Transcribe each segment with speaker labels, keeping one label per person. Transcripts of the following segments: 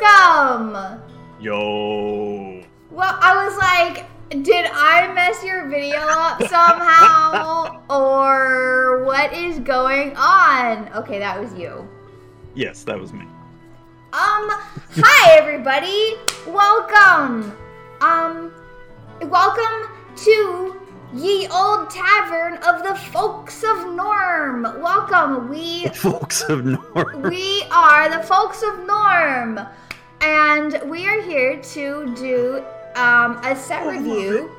Speaker 1: welcome.
Speaker 2: Yo.
Speaker 1: Well, I was like, did I mess your video up somehow? or what is going on? Okay, that was you.
Speaker 2: Yes, that was me.
Speaker 1: Um, hi everybody. Welcome. Um, welcome to Ye Old Tavern of the Folks of Norm. Welcome. We
Speaker 2: Folks of North.
Speaker 1: we are the Folks of Norm, and we are here to do um, a set review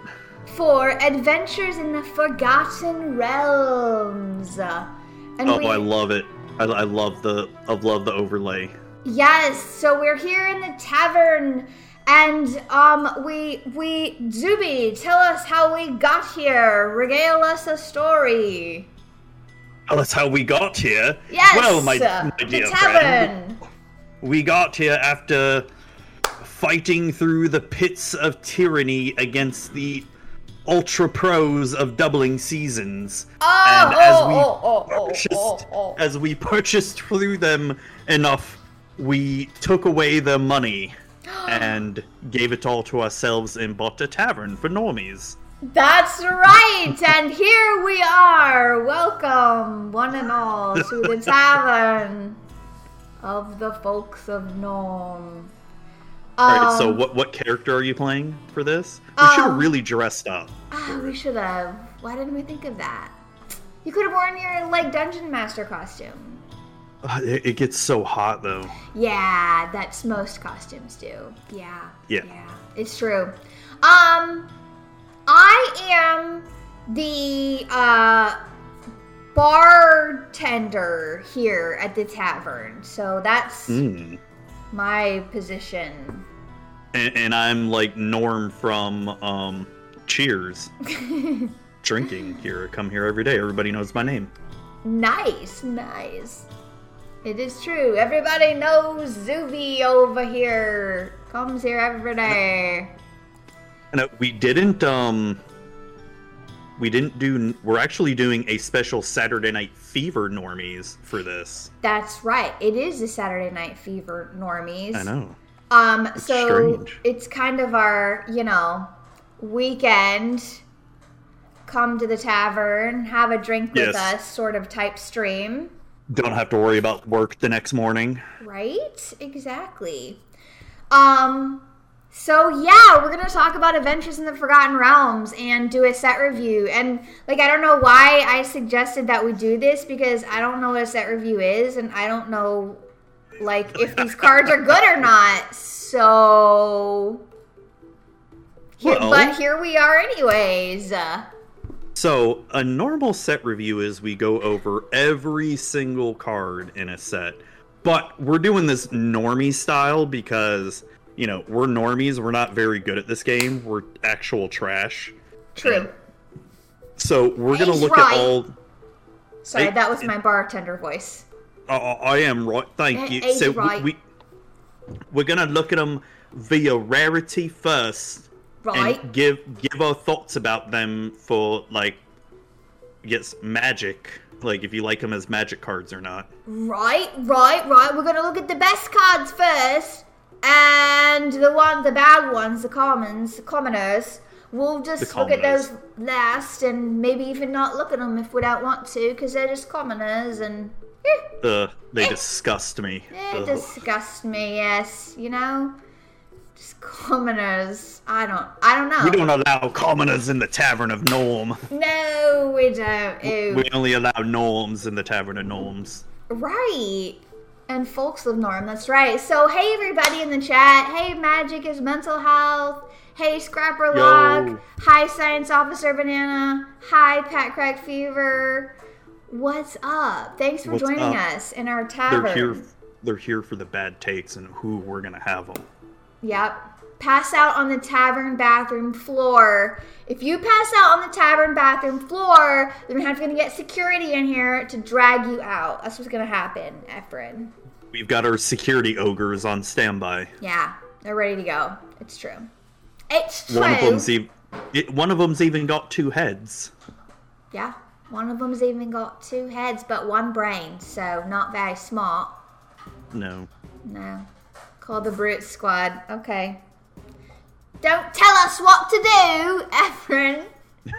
Speaker 1: for Adventures in the Forgotten Realms. And
Speaker 2: Oh,
Speaker 1: we-
Speaker 2: I love it. I, I love the I love the overlay.
Speaker 1: Yes, so we're here in the tavern, and um, we we Zuby, tell us how we got here. Regale us a story.
Speaker 2: Oh, that's how we got here.
Speaker 1: Yes,
Speaker 2: Well, my,
Speaker 1: uh,
Speaker 2: my dear
Speaker 1: the
Speaker 2: friend,
Speaker 1: tavern.
Speaker 2: we got here after fighting through the pits of tyranny against the ultra pros of doubling seasons.
Speaker 1: Oh,
Speaker 2: and as we
Speaker 1: oh, oh, oh, oh,
Speaker 2: purchased,
Speaker 1: oh, oh.
Speaker 2: as we purchased through them enough, we took away their money and gave it all to ourselves and bought a tavern for normies.
Speaker 1: That's right, and here we are. Welcome, one and all, to the tavern of the folks of Norm.
Speaker 2: all right, so
Speaker 1: Um,
Speaker 2: what what character are you playing for this? We should
Speaker 1: um,
Speaker 2: have really dressed up.
Speaker 1: Ah, we should have. Why didn't we think of that? You could have worn your like dungeon master costume.
Speaker 2: Ugh, Ah, It, it gets so hot though.
Speaker 1: Yeah, that's most costumes do. Yeah.
Speaker 2: Yeah.
Speaker 1: Yeah. It's true. Um I am the uh bartender here at the tavern. So that's
Speaker 2: Mm.
Speaker 1: my position.
Speaker 2: And, and I'm like Norm from um, Cheers, drinking here. Come here every day. Everybody knows my name.
Speaker 1: Nice, nice. It is true. Everybody knows Zuby over here. Comes here every day.
Speaker 2: No, we didn't. Um, we didn't do. We're actually doing a special Saturday Night Fever normies for this.
Speaker 1: That's right. It is the Saturday Night Fever normies.
Speaker 2: I know.
Speaker 1: Um, so
Speaker 2: strange.
Speaker 1: it's kind of our, you know, weekend. Come to the tavern, have a drink with
Speaker 2: Yes.
Speaker 1: us, sort of type stream.
Speaker 2: Don't have to worry about work the next morning.
Speaker 1: Right? Exactly. Um so yeah, we're gonna talk about Adventures in the Forgotten Realms and do a set review. And like I don't know why I suggested that we do this because I don't know what a set review is and I don't know like if these cards are good or not. So Here-
Speaker 2: Well-
Speaker 1: but here we are anyways. Uh,
Speaker 2: So a normal set review is we go over every single card in a set, but we're doing this normie style because you know we're normies. We're not very good at this game. We're actual trash.
Speaker 1: true.
Speaker 2: So we're gonna
Speaker 1: He's
Speaker 2: look
Speaker 1: right.
Speaker 2: at all.
Speaker 1: Sorry,
Speaker 2: I-
Speaker 1: that was my bartender voice.
Speaker 2: I, I I am right. Thank
Speaker 1: Eh,
Speaker 2: you.
Speaker 1: eh,
Speaker 2: So
Speaker 1: right.
Speaker 2: we, we we're gonna look at them via rarity first,
Speaker 1: Right?
Speaker 2: and give give our thoughts about them for like, yes, magic. Like if you like them as magic cards or not.
Speaker 1: Right, right, right. We're gonna look at the best cards first, and the one, the bad ones, the commons, the commoners. We'll just
Speaker 2: The
Speaker 1: look at
Speaker 2: commoners.
Speaker 1: those last, and maybe even not look at them if we don't want to, because they're just commoners, and eh,
Speaker 2: Uh, they disgust me.
Speaker 1: they
Speaker 2: Ugh.
Speaker 1: disgust me. Yes, you know, just commoners. I don't, I don't know.
Speaker 2: We don't allow commoners in the tavern of Norm.
Speaker 1: No, we don't. Ew.
Speaker 2: We only allow norms in the tavern of norms.
Speaker 1: Right. And folks of Norm, that's right. So, hey, everybody in the chat. Hey, Magic is mental health. Hey, Scrapper
Speaker 2: Yo.
Speaker 1: Lock. Hi, Science Officer Banana. Hi, Pat Crack Fever. What's up? Thanks for
Speaker 2: What's
Speaker 1: joining
Speaker 2: up?
Speaker 1: us in our
Speaker 2: They're
Speaker 1: tavern.
Speaker 2: here. They're here for the bad takes and who we're gonna have them.
Speaker 1: Yep. Pass out on the tavern bathroom floor. If you pass out on the tavern bathroom floor, then we're going to get security in here to drag you out. That's what's going to happen, Efren.
Speaker 2: We've got our security ogres on standby.
Speaker 1: Yeah, they're ready to go. It's true. It's true.
Speaker 2: One of them's e- even. It, one of them's even got two heads.
Speaker 1: yeah, one of them's even got two heads but one brain, so not very smart.
Speaker 2: No.
Speaker 1: No, Called the Brute Squad. Okay. Don't tell us what to do, Efren.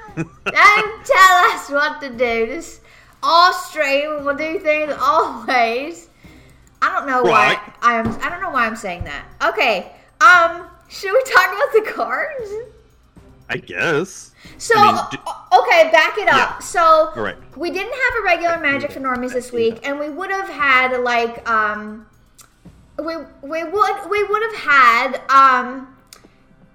Speaker 1: Don't tell us what to do. Just all stream. We'll do things always. I don't know
Speaker 2: Right.
Speaker 1: why I'm. I don't know why I'm saying that. Okay. Um. Should we talk about the cards?
Speaker 2: I guess.
Speaker 1: So
Speaker 2: I mean, d-
Speaker 1: o- okay, back it up.
Speaker 2: Yeah.
Speaker 1: So
Speaker 2: All right.
Speaker 1: we didn't have a regular magic for normies this week, and we would have had like um, we we would we would have had um,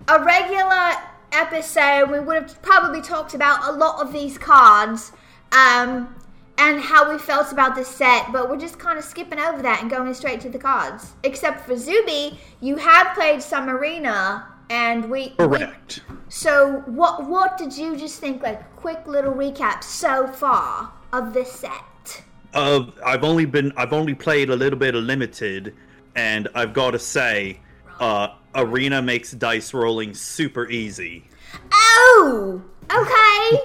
Speaker 1: a regular episode. We would have probably talked about a lot of these cards, um, and how we felt about the set. But we're just kind of skipping over that and going straight to the cards. Except for Zuby, you have played some arena, and we we-
Speaker 2: Correct.
Speaker 1: so, what what did you just think? Like quick little recap so far of this set.
Speaker 2: Uh, I've only been I've only played a little bit of limited, and I've got to say, uh, arena makes dice rolling super easy,
Speaker 1: Oh, okay.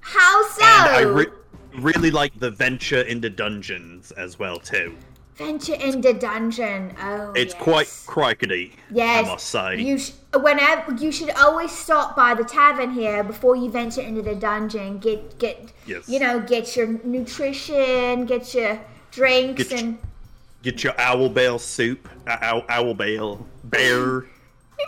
Speaker 1: How so?
Speaker 2: and I re- really like the venture into dungeons as well too.
Speaker 1: Venture into dungeon. Oh,
Speaker 2: It's
Speaker 1: yes.
Speaker 2: quite crikety,
Speaker 1: Yes,
Speaker 2: I must say.
Speaker 1: you sh- whenever you should always stop by the tavern here before you venture into the dungeon. Get get
Speaker 2: Yes.
Speaker 1: you know get your nutrition, get your drinks,
Speaker 2: Get your-
Speaker 1: and
Speaker 2: Get your owl bale soup, uh, owl, owl bale bear.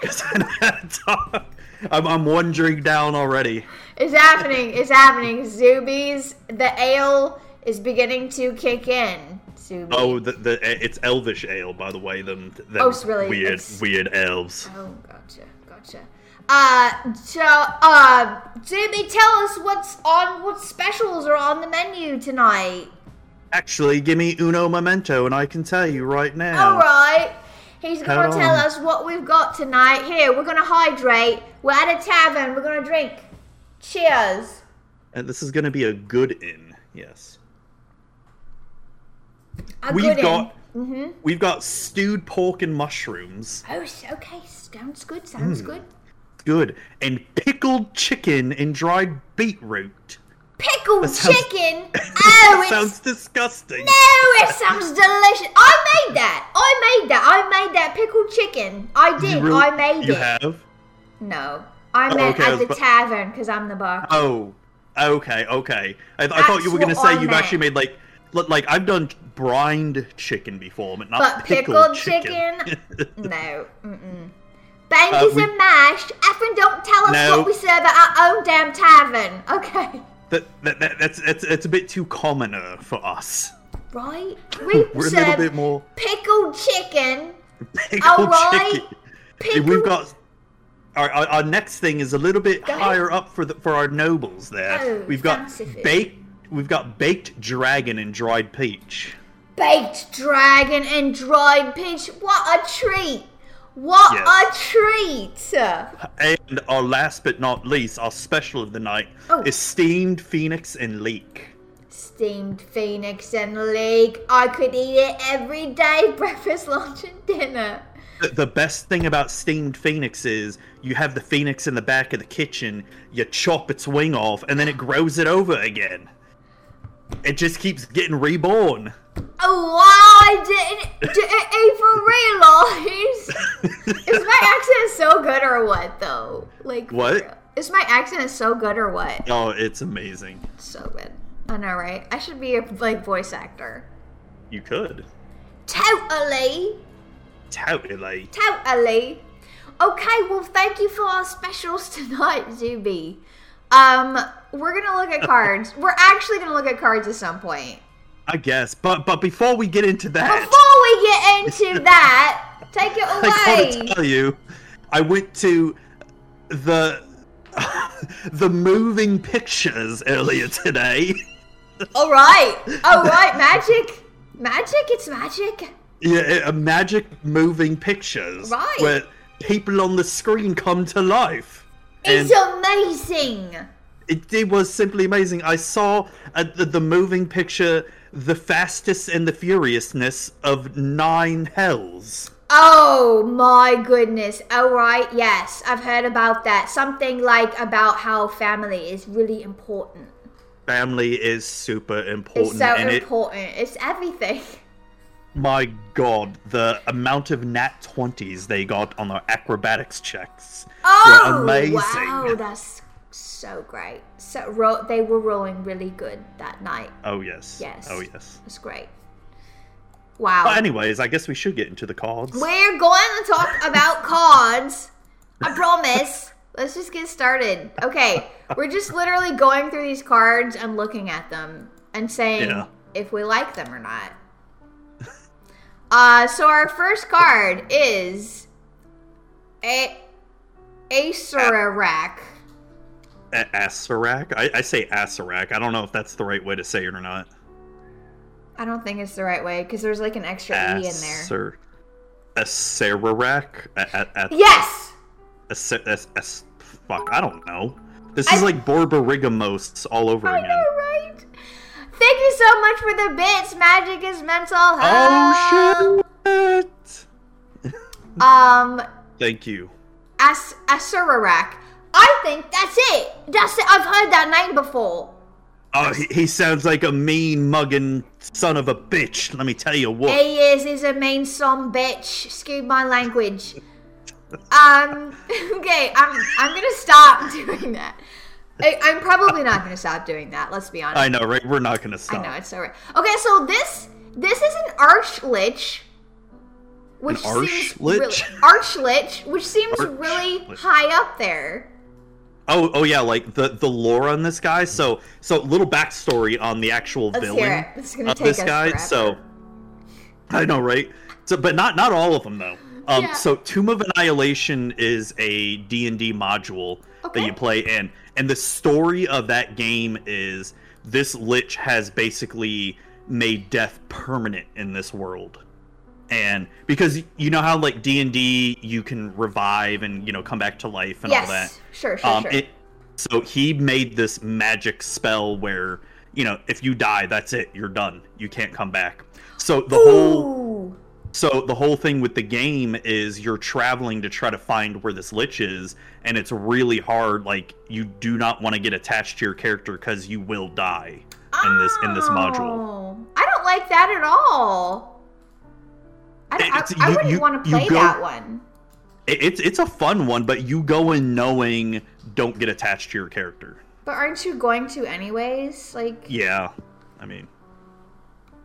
Speaker 2: 'Cause I know how to talk. I'm, I'm one drink down already.
Speaker 1: It's happening. It's happening. Zubies, the ale is beginning to kick in. Zuby.
Speaker 2: Oh, the, the it's elvish ale, by the way. Them, them
Speaker 1: Oh, it's really-
Speaker 2: weird,
Speaker 1: it's-
Speaker 2: weird elves.
Speaker 1: Oh, gotcha. Gotcha. Uh, so, uh, Zuby, tell us what's on, what specials are on the menu tonight.
Speaker 2: Actually, give me uno memento, and I can tell you right now.
Speaker 1: All right. He's going
Speaker 2: Hold
Speaker 1: to tell
Speaker 2: on.
Speaker 1: us what we've got tonight. Here, we're going to hydrate. We're at a tavern. We're going to drink. Cheers.
Speaker 2: And uh, this is going to be a good inn. Yes,
Speaker 1: A
Speaker 2: we've
Speaker 1: good in. Mm-hmm.
Speaker 2: got we've got stewed pork and mushrooms.
Speaker 1: Oh, s- okay. Sounds good. Sounds
Speaker 2: Hmm.
Speaker 1: good.
Speaker 2: Good and pickled chicken and dried beetroot.
Speaker 1: Pickled
Speaker 2: That sounds-
Speaker 1: chicken.
Speaker 2: That
Speaker 1: Oh, it's
Speaker 2: sounds disgusting.
Speaker 1: No, it sounds delicious. I made that. I made that. I made that pickled chicken. I
Speaker 2: You
Speaker 1: did.
Speaker 2: really-
Speaker 1: I made
Speaker 2: You
Speaker 1: it.
Speaker 2: have?
Speaker 1: No, I
Speaker 2: Oh,
Speaker 1: made
Speaker 2: okay, I
Speaker 1: at
Speaker 2: was
Speaker 1: the
Speaker 2: bu-
Speaker 1: tavern because I'm the bar.
Speaker 2: Oh, okay, okay. I, I thought you were going to
Speaker 1: Actual
Speaker 2: say you've
Speaker 1: omelette.
Speaker 2: actually made like, li- like I've done brined chicken before, but not
Speaker 1: But pickled
Speaker 2: pickled,
Speaker 1: chicken? no. Mm-mm. Bangies
Speaker 2: Uh, we-
Speaker 1: and mash. Effing don't tell us
Speaker 2: No.
Speaker 1: what we serve at our own damn tavern. Okay.
Speaker 2: that, that, that, that's, that's it's a bit too commoner for us.
Speaker 1: Right? We
Speaker 2: We're a
Speaker 1: serve
Speaker 2: little bit more
Speaker 1: pickled chicken.
Speaker 2: pickled
Speaker 1: right,
Speaker 2: chicken.
Speaker 1: Pickled
Speaker 2: We've got our, our, our next thing is a little bit
Speaker 1: Go ahead.
Speaker 2: higher up for the, for our nobles. There,
Speaker 1: Oh,
Speaker 2: we've got
Speaker 1: fancy food.
Speaker 2: baked. We've got baked dragon and dried peach.
Speaker 1: baked dragon and dried peach. What a treat! What a treat!
Speaker 2: And our last but not least, our special of the night
Speaker 1: Oh.
Speaker 2: is steamed phoenix and leek.
Speaker 1: Steamed phoenix and leek. I could eat it every day, breakfast, lunch, and dinner.
Speaker 2: The- The best thing about steamed phoenix is you have the phoenix in the back of the kitchen, you chop its wing off, and then it grows it over again. It just keeps getting reborn.
Speaker 1: Oh, wow, I didn't, didn't even realize. Is my accent so good or what, though? Like, for
Speaker 2: What?
Speaker 1: real. Is my accent so good or what?
Speaker 2: Oh, it's amazing.
Speaker 1: So good. I know, right? I should be a like voice actor.
Speaker 2: You could.
Speaker 1: Totally.
Speaker 2: Totally.
Speaker 1: Totally. Okay, well, thank you for our specials tonight, Zuby. Um, we're gonna look at cards. we're actually gonna look at cards at some point.
Speaker 2: I guess. But but before we get into that,
Speaker 1: Before we get into that, take it
Speaker 2: I gotta
Speaker 1: away.
Speaker 2: tell you, I went to the the moving pictures earlier today.
Speaker 1: All right, all right, magic, magic, it's magic.
Speaker 2: Yeah, uh, magic moving pictures.
Speaker 1: Right.
Speaker 2: Where people on the screen come to life. And
Speaker 1: It's amazing.
Speaker 2: it, it was simply amazing. I saw uh, the, the moving picture, The Fastest and the Furiousness of Nine Hells.
Speaker 1: Oh my goodness. All right, yes, I've heard about that. Something like about how family is really important.
Speaker 2: Family is super important.
Speaker 1: It's so
Speaker 2: and
Speaker 1: important. It's everything.
Speaker 2: It, my god, the amount of nat 20s they got on their acrobatics checks.
Speaker 1: Oh,
Speaker 2: amazing.
Speaker 1: wow, that's so great. So ro- they were rolling really good that night.
Speaker 2: Oh, yes.
Speaker 1: Yes.
Speaker 2: Oh, yes.
Speaker 1: It's great. Wow.
Speaker 2: But anyways, I guess we should get into the cards.
Speaker 1: We're going to talk about cards. I promise. Let's just get started. Okay, we're just literally going through these cards and looking at them and saying
Speaker 2: Yeah.
Speaker 1: if we like them or not. Uh, so our first card is a Acerarak.
Speaker 2: A- Asarak? I-, I say Asarak. I don't know if that's the right way to say it or not.
Speaker 1: I don't think it's the right way because there's like an extra e in there.
Speaker 2: Aser. Asarak? A- a- a-
Speaker 1: Yes,
Speaker 2: as, as, as, fuck, I don't know. This
Speaker 1: I-
Speaker 2: is like Borborigamos all over
Speaker 1: I
Speaker 2: again.
Speaker 1: know, right? Thank you so much for the bits. Magic is mental health.
Speaker 2: Oh shit!
Speaker 1: Um,
Speaker 2: Thank you.
Speaker 1: As Asurarak. I think that's it. That's it. I've heard that name before.
Speaker 2: Oh, he, he sounds like a mean mugging son of a bitch. Let me tell you what.
Speaker 1: He is is a mean son bitch. Excuse my language. Um. Okay. I'm. I'm gonna stop doing that. I, I'm probably not gonna stop doing that. Let's be honest.
Speaker 2: I know, right? We're not gonna
Speaker 1: I
Speaker 2: stop.
Speaker 1: know it's so right. Okay. So this this is an archlich, which seems really,
Speaker 2: archlich?
Speaker 1: archlich, which seems really
Speaker 2: Archlich.
Speaker 1: high up there.
Speaker 2: Oh, oh yeah, like the the lore on this guy. So, so little backstory on the actual
Speaker 1: Let's
Speaker 2: villain
Speaker 1: hear it. It's gonna
Speaker 2: of
Speaker 1: take
Speaker 2: this
Speaker 1: us
Speaker 2: guy.
Speaker 1: forever.
Speaker 2: So, I know, right? So, but not not all of them though. Um,
Speaker 1: Yeah.
Speaker 2: So, Tomb of Annihilation is a D and D module
Speaker 1: Okay.
Speaker 2: that you play in, and the story of that game is this lich has basically made death permanent in this world and because you know how like d&d you can revive and you know come back to life and all that
Speaker 1: Yes. Sure. Sure.
Speaker 2: um,
Speaker 1: sure.
Speaker 2: it- so he made this magic spell where, you know, if you die, that's it. You're done. You can't come back. So the whole
Speaker 1: Ooh.
Speaker 2: so the whole thing with the game is you're traveling to try to find where this lich is, and it's really hard. Like you do not want to get attached to your character because you will die in this in this module.
Speaker 1: Oh, I don't like that at all. I, don't- I-
Speaker 2: It's-
Speaker 1: I
Speaker 2: you-
Speaker 1: wouldn't
Speaker 2: you-
Speaker 1: want to
Speaker 2: you
Speaker 1: play
Speaker 2: go-
Speaker 1: that one.
Speaker 2: It, it's it's a fun one, but you go in knowing don't get attached to your character.
Speaker 1: But aren't you going to anyways? Like,
Speaker 2: Yeah, I mean,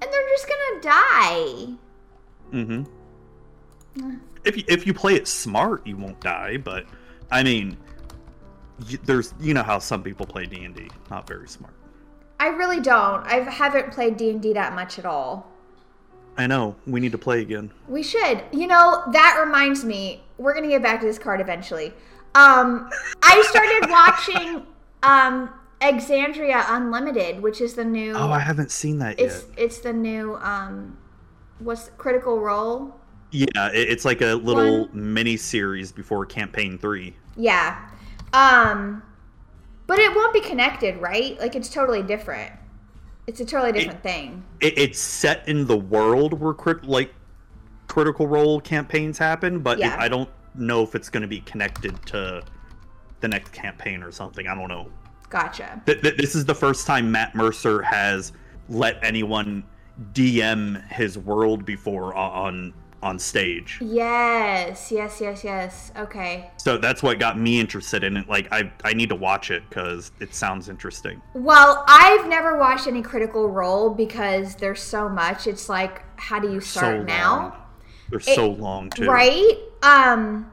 Speaker 1: and they're just gonna die.
Speaker 2: Mm-hmm. If you, if you play it smart, you won't die. But I mean, y there's you know how some people play D and D, not very smart.
Speaker 1: I really don't. I haven't played D and D that much at all.
Speaker 2: I know we need to play again.
Speaker 1: We should. You know, that reminds me. We're gonna get back to this card eventually. Um, I started watching um Exandria Unlimited, which is the new.
Speaker 2: Oh, I haven't seen that
Speaker 1: it's it's the new um, what's Critical Role?
Speaker 2: yet. Yeah, it, it's like a little mini series before campaign three.
Speaker 1: Yeah. Um but it won't be connected, right? Like it's totally different. It's a totally different thing.
Speaker 2: It, it's set in the world where crit, like critical role campaigns happen, but it-
Speaker 1: Yeah.
Speaker 2: I don't know if it's going to be connected to the next campaign or something. I don't know.
Speaker 1: Gotcha.
Speaker 2: th- th- this is the first time Matt Mercer has let anyone DM his world before o- on on stage.
Speaker 1: Yes, yes, yes, yes. Okay.
Speaker 2: So that's what got me interested in it. Like I I need to watch it because it sounds interesting.
Speaker 1: Well, I've never watched any critical role because there's so much. It's like how do you start
Speaker 2: so long.
Speaker 1: now?
Speaker 2: They're so long too.
Speaker 1: Right? Um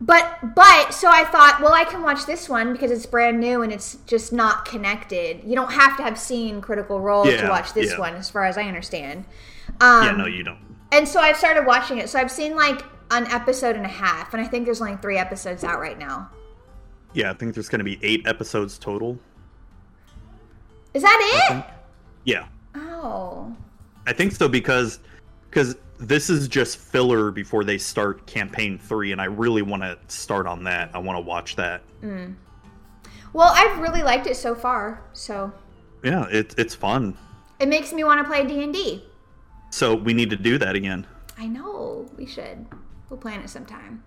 Speaker 1: but but so I thought, well, I can watch this one because it's brand new and it's just not connected. You don't have to have seen Critical Role to
Speaker 2: Yeah,
Speaker 1: watch this
Speaker 2: yeah.
Speaker 1: one, as far as I understand. Um,
Speaker 2: Yeah, no, you don't.
Speaker 1: and so I've started watching it. So I've seen like an episode and a half, and I think there's only three episodes out right now.
Speaker 2: Yeah, I think there's gonna be eight episodes total.
Speaker 1: Is that it?
Speaker 2: Yeah,
Speaker 1: Oh,
Speaker 2: I think so because because this is just filler before they start campaign three, and I really want to start on that. I want to watch that.
Speaker 1: well, I've really liked it so far. So
Speaker 2: Yeah, it's it's fun.
Speaker 1: it makes me want to play D and D.
Speaker 2: So we need to do that again.
Speaker 1: I know we should. We'll plan it sometime.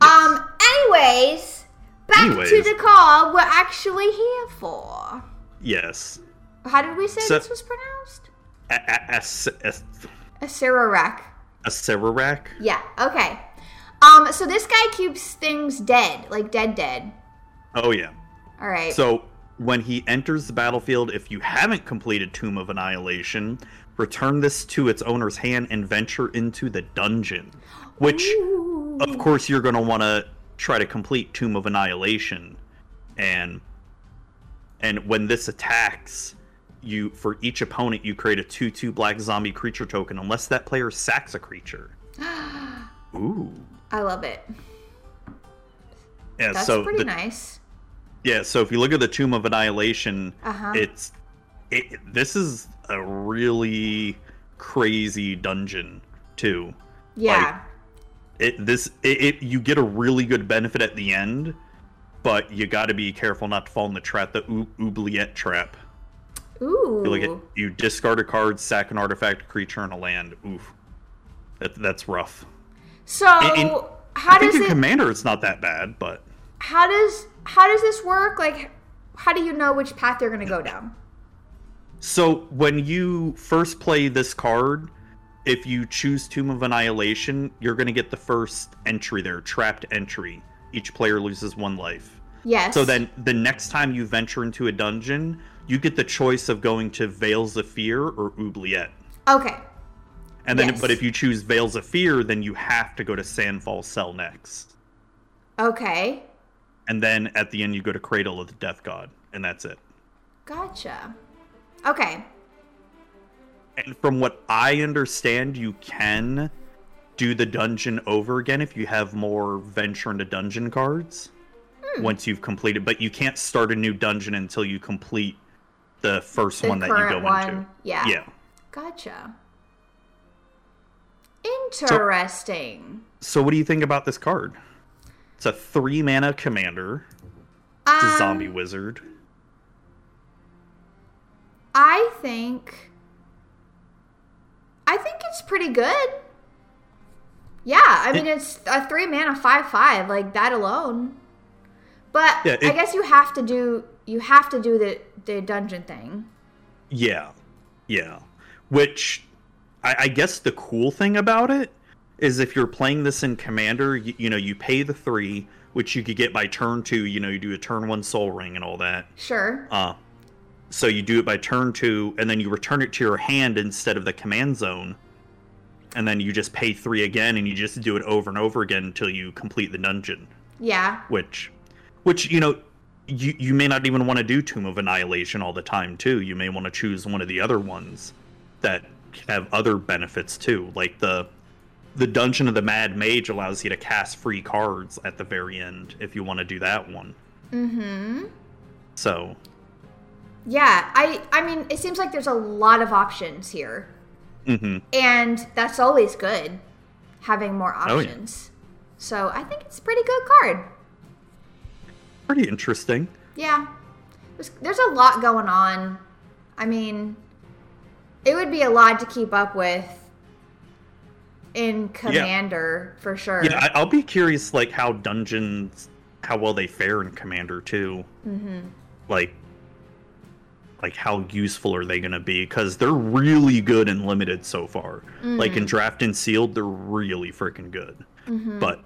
Speaker 1: Um. Anyways, back to
Speaker 2: Anyways.
Speaker 1: the call we're actually here for.
Speaker 2: Yes.
Speaker 1: How did we say
Speaker 2: So-
Speaker 1: this was pronounced?
Speaker 2: A- a- as- as-
Speaker 1: Asura Wreck.
Speaker 2: A Serarak?
Speaker 1: Yeah. Okay. Um. So this guy keeps things dead, like dead, dead.
Speaker 2: Oh, yeah.
Speaker 1: All right.
Speaker 2: So when he enters the battlefield, if you haven't completed Tomb of Annihilation, return this to its owner's hand and venture into the dungeon. Which,
Speaker 1: Ooh.
Speaker 2: of course, you're going to want to try to complete Tomb of Annihilation, and and when this attacks, you for each opponent you create a two-two black zombie creature token unless that player sacks a creature. Ooh.
Speaker 1: I love it.
Speaker 2: Yeah,
Speaker 1: That's
Speaker 2: so
Speaker 1: pretty
Speaker 2: the-
Speaker 1: nice.
Speaker 2: Yeah, so if you look at the Tomb of Annihilation,
Speaker 1: Uh-huh.
Speaker 2: it's it, this is a really crazy dungeon too.
Speaker 1: Yeah.
Speaker 2: It this it, it you get a really good benefit at the end, but you got to be careful not to fall in the trap, the ou- oubliette trap.
Speaker 1: Ooh.
Speaker 2: You look at you discard a card, sack an artifact, a creature, and a land. Oof, that, that's rough.
Speaker 1: so
Speaker 2: and-
Speaker 1: how
Speaker 2: I think
Speaker 1: does
Speaker 2: in
Speaker 1: it?
Speaker 2: Commander it's not that bad, but
Speaker 1: how does how does this work? Like, how do you know which path they're gonna go down?
Speaker 2: So when you first play this card, if you choose Tomb of Annihilation, you're going to get the first entry there, trapped entry. Each player loses one life.
Speaker 1: Yes.
Speaker 2: So then the next time you venture into a dungeon, you get the choice of going to Veils of Fear or Oubliette.
Speaker 1: Okay.
Speaker 2: And then
Speaker 1: Yes.
Speaker 2: but if you choose Veils of Fear, then you have to go to Sandfall Cell next.
Speaker 1: Okay.
Speaker 2: And then at the end you go to Cradle of the Death God, and that's it.
Speaker 1: Gotcha. Okay.
Speaker 2: And from what I understand, you can do the dungeon over again if you have more venture into dungeon cards
Speaker 1: Hmm.
Speaker 2: once you've completed, but you can't start a new dungeon until you complete the first
Speaker 1: The
Speaker 2: one that you
Speaker 1: current
Speaker 2: go
Speaker 1: one.
Speaker 2: into.
Speaker 1: Yeah.
Speaker 2: Yeah.
Speaker 1: Gotcha. Interesting.
Speaker 2: So what do you think about this card? It's a three mana commander. It's a
Speaker 1: Um,
Speaker 2: zombie wizard.
Speaker 1: I think. I think it's pretty good. Yeah, I mean it's a three mana five five like that alone. But
Speaker 2: Yeah,
Speaker 1: I
Speaker 2: it-
Speaker 1: guess you have to do you have to do the the dungeon thing.
Speaker 2: Yeah. Yeah. Which I, I guess the cool thing about it is if you're playing this in Commander, you, you know, you pay the three, which you could get by turn two. You know, you do a turn one soul ring and all that.
Speaker 1: Sure.
Speaker 2: Uh, so you do it by turn two, and then you return it to your hand instead of the command zone. And then you just pay three again, and you just do it over and over again until you complete the dungeon
Speaker 1: Yeah.
Speaker 2: which which you know you you may not even want to do tomb of annihilation all the time too you may want to choose one of the other ones that have other benefits too like the the dungeon of the mad mage allows you to cast free cards at the very end if you want to do that one
Speaker 1: Mm-hmm.
Speaker 2: so
Speaker 1: Yeah. I I mean it seems like there's a lot of options here.
Speaker 2: mhm.
Speaker 1: And that's always good, having more
Speaker 2: Oh, yeah.
Speaker 1: options. So I think it's a pretty good card.
Speaker 2: pretty interesting
Speaker 1: Yeah. There's, there's a lot going on. I mean, it would be a lot to keep up with in Commander, for sure.
Speaker 2: yeah I, i'll be curious like how dungeons how well they fare in commander too
Speaker 1: mm-hmm.
Speaker 2: like like how useful are they going to be because they're really good and limited so far like
Speaker 1: Mm.
Speaker 2: in draft and sealed they're really freaking good
Speaker 1: Mhm.
Speaker 2: but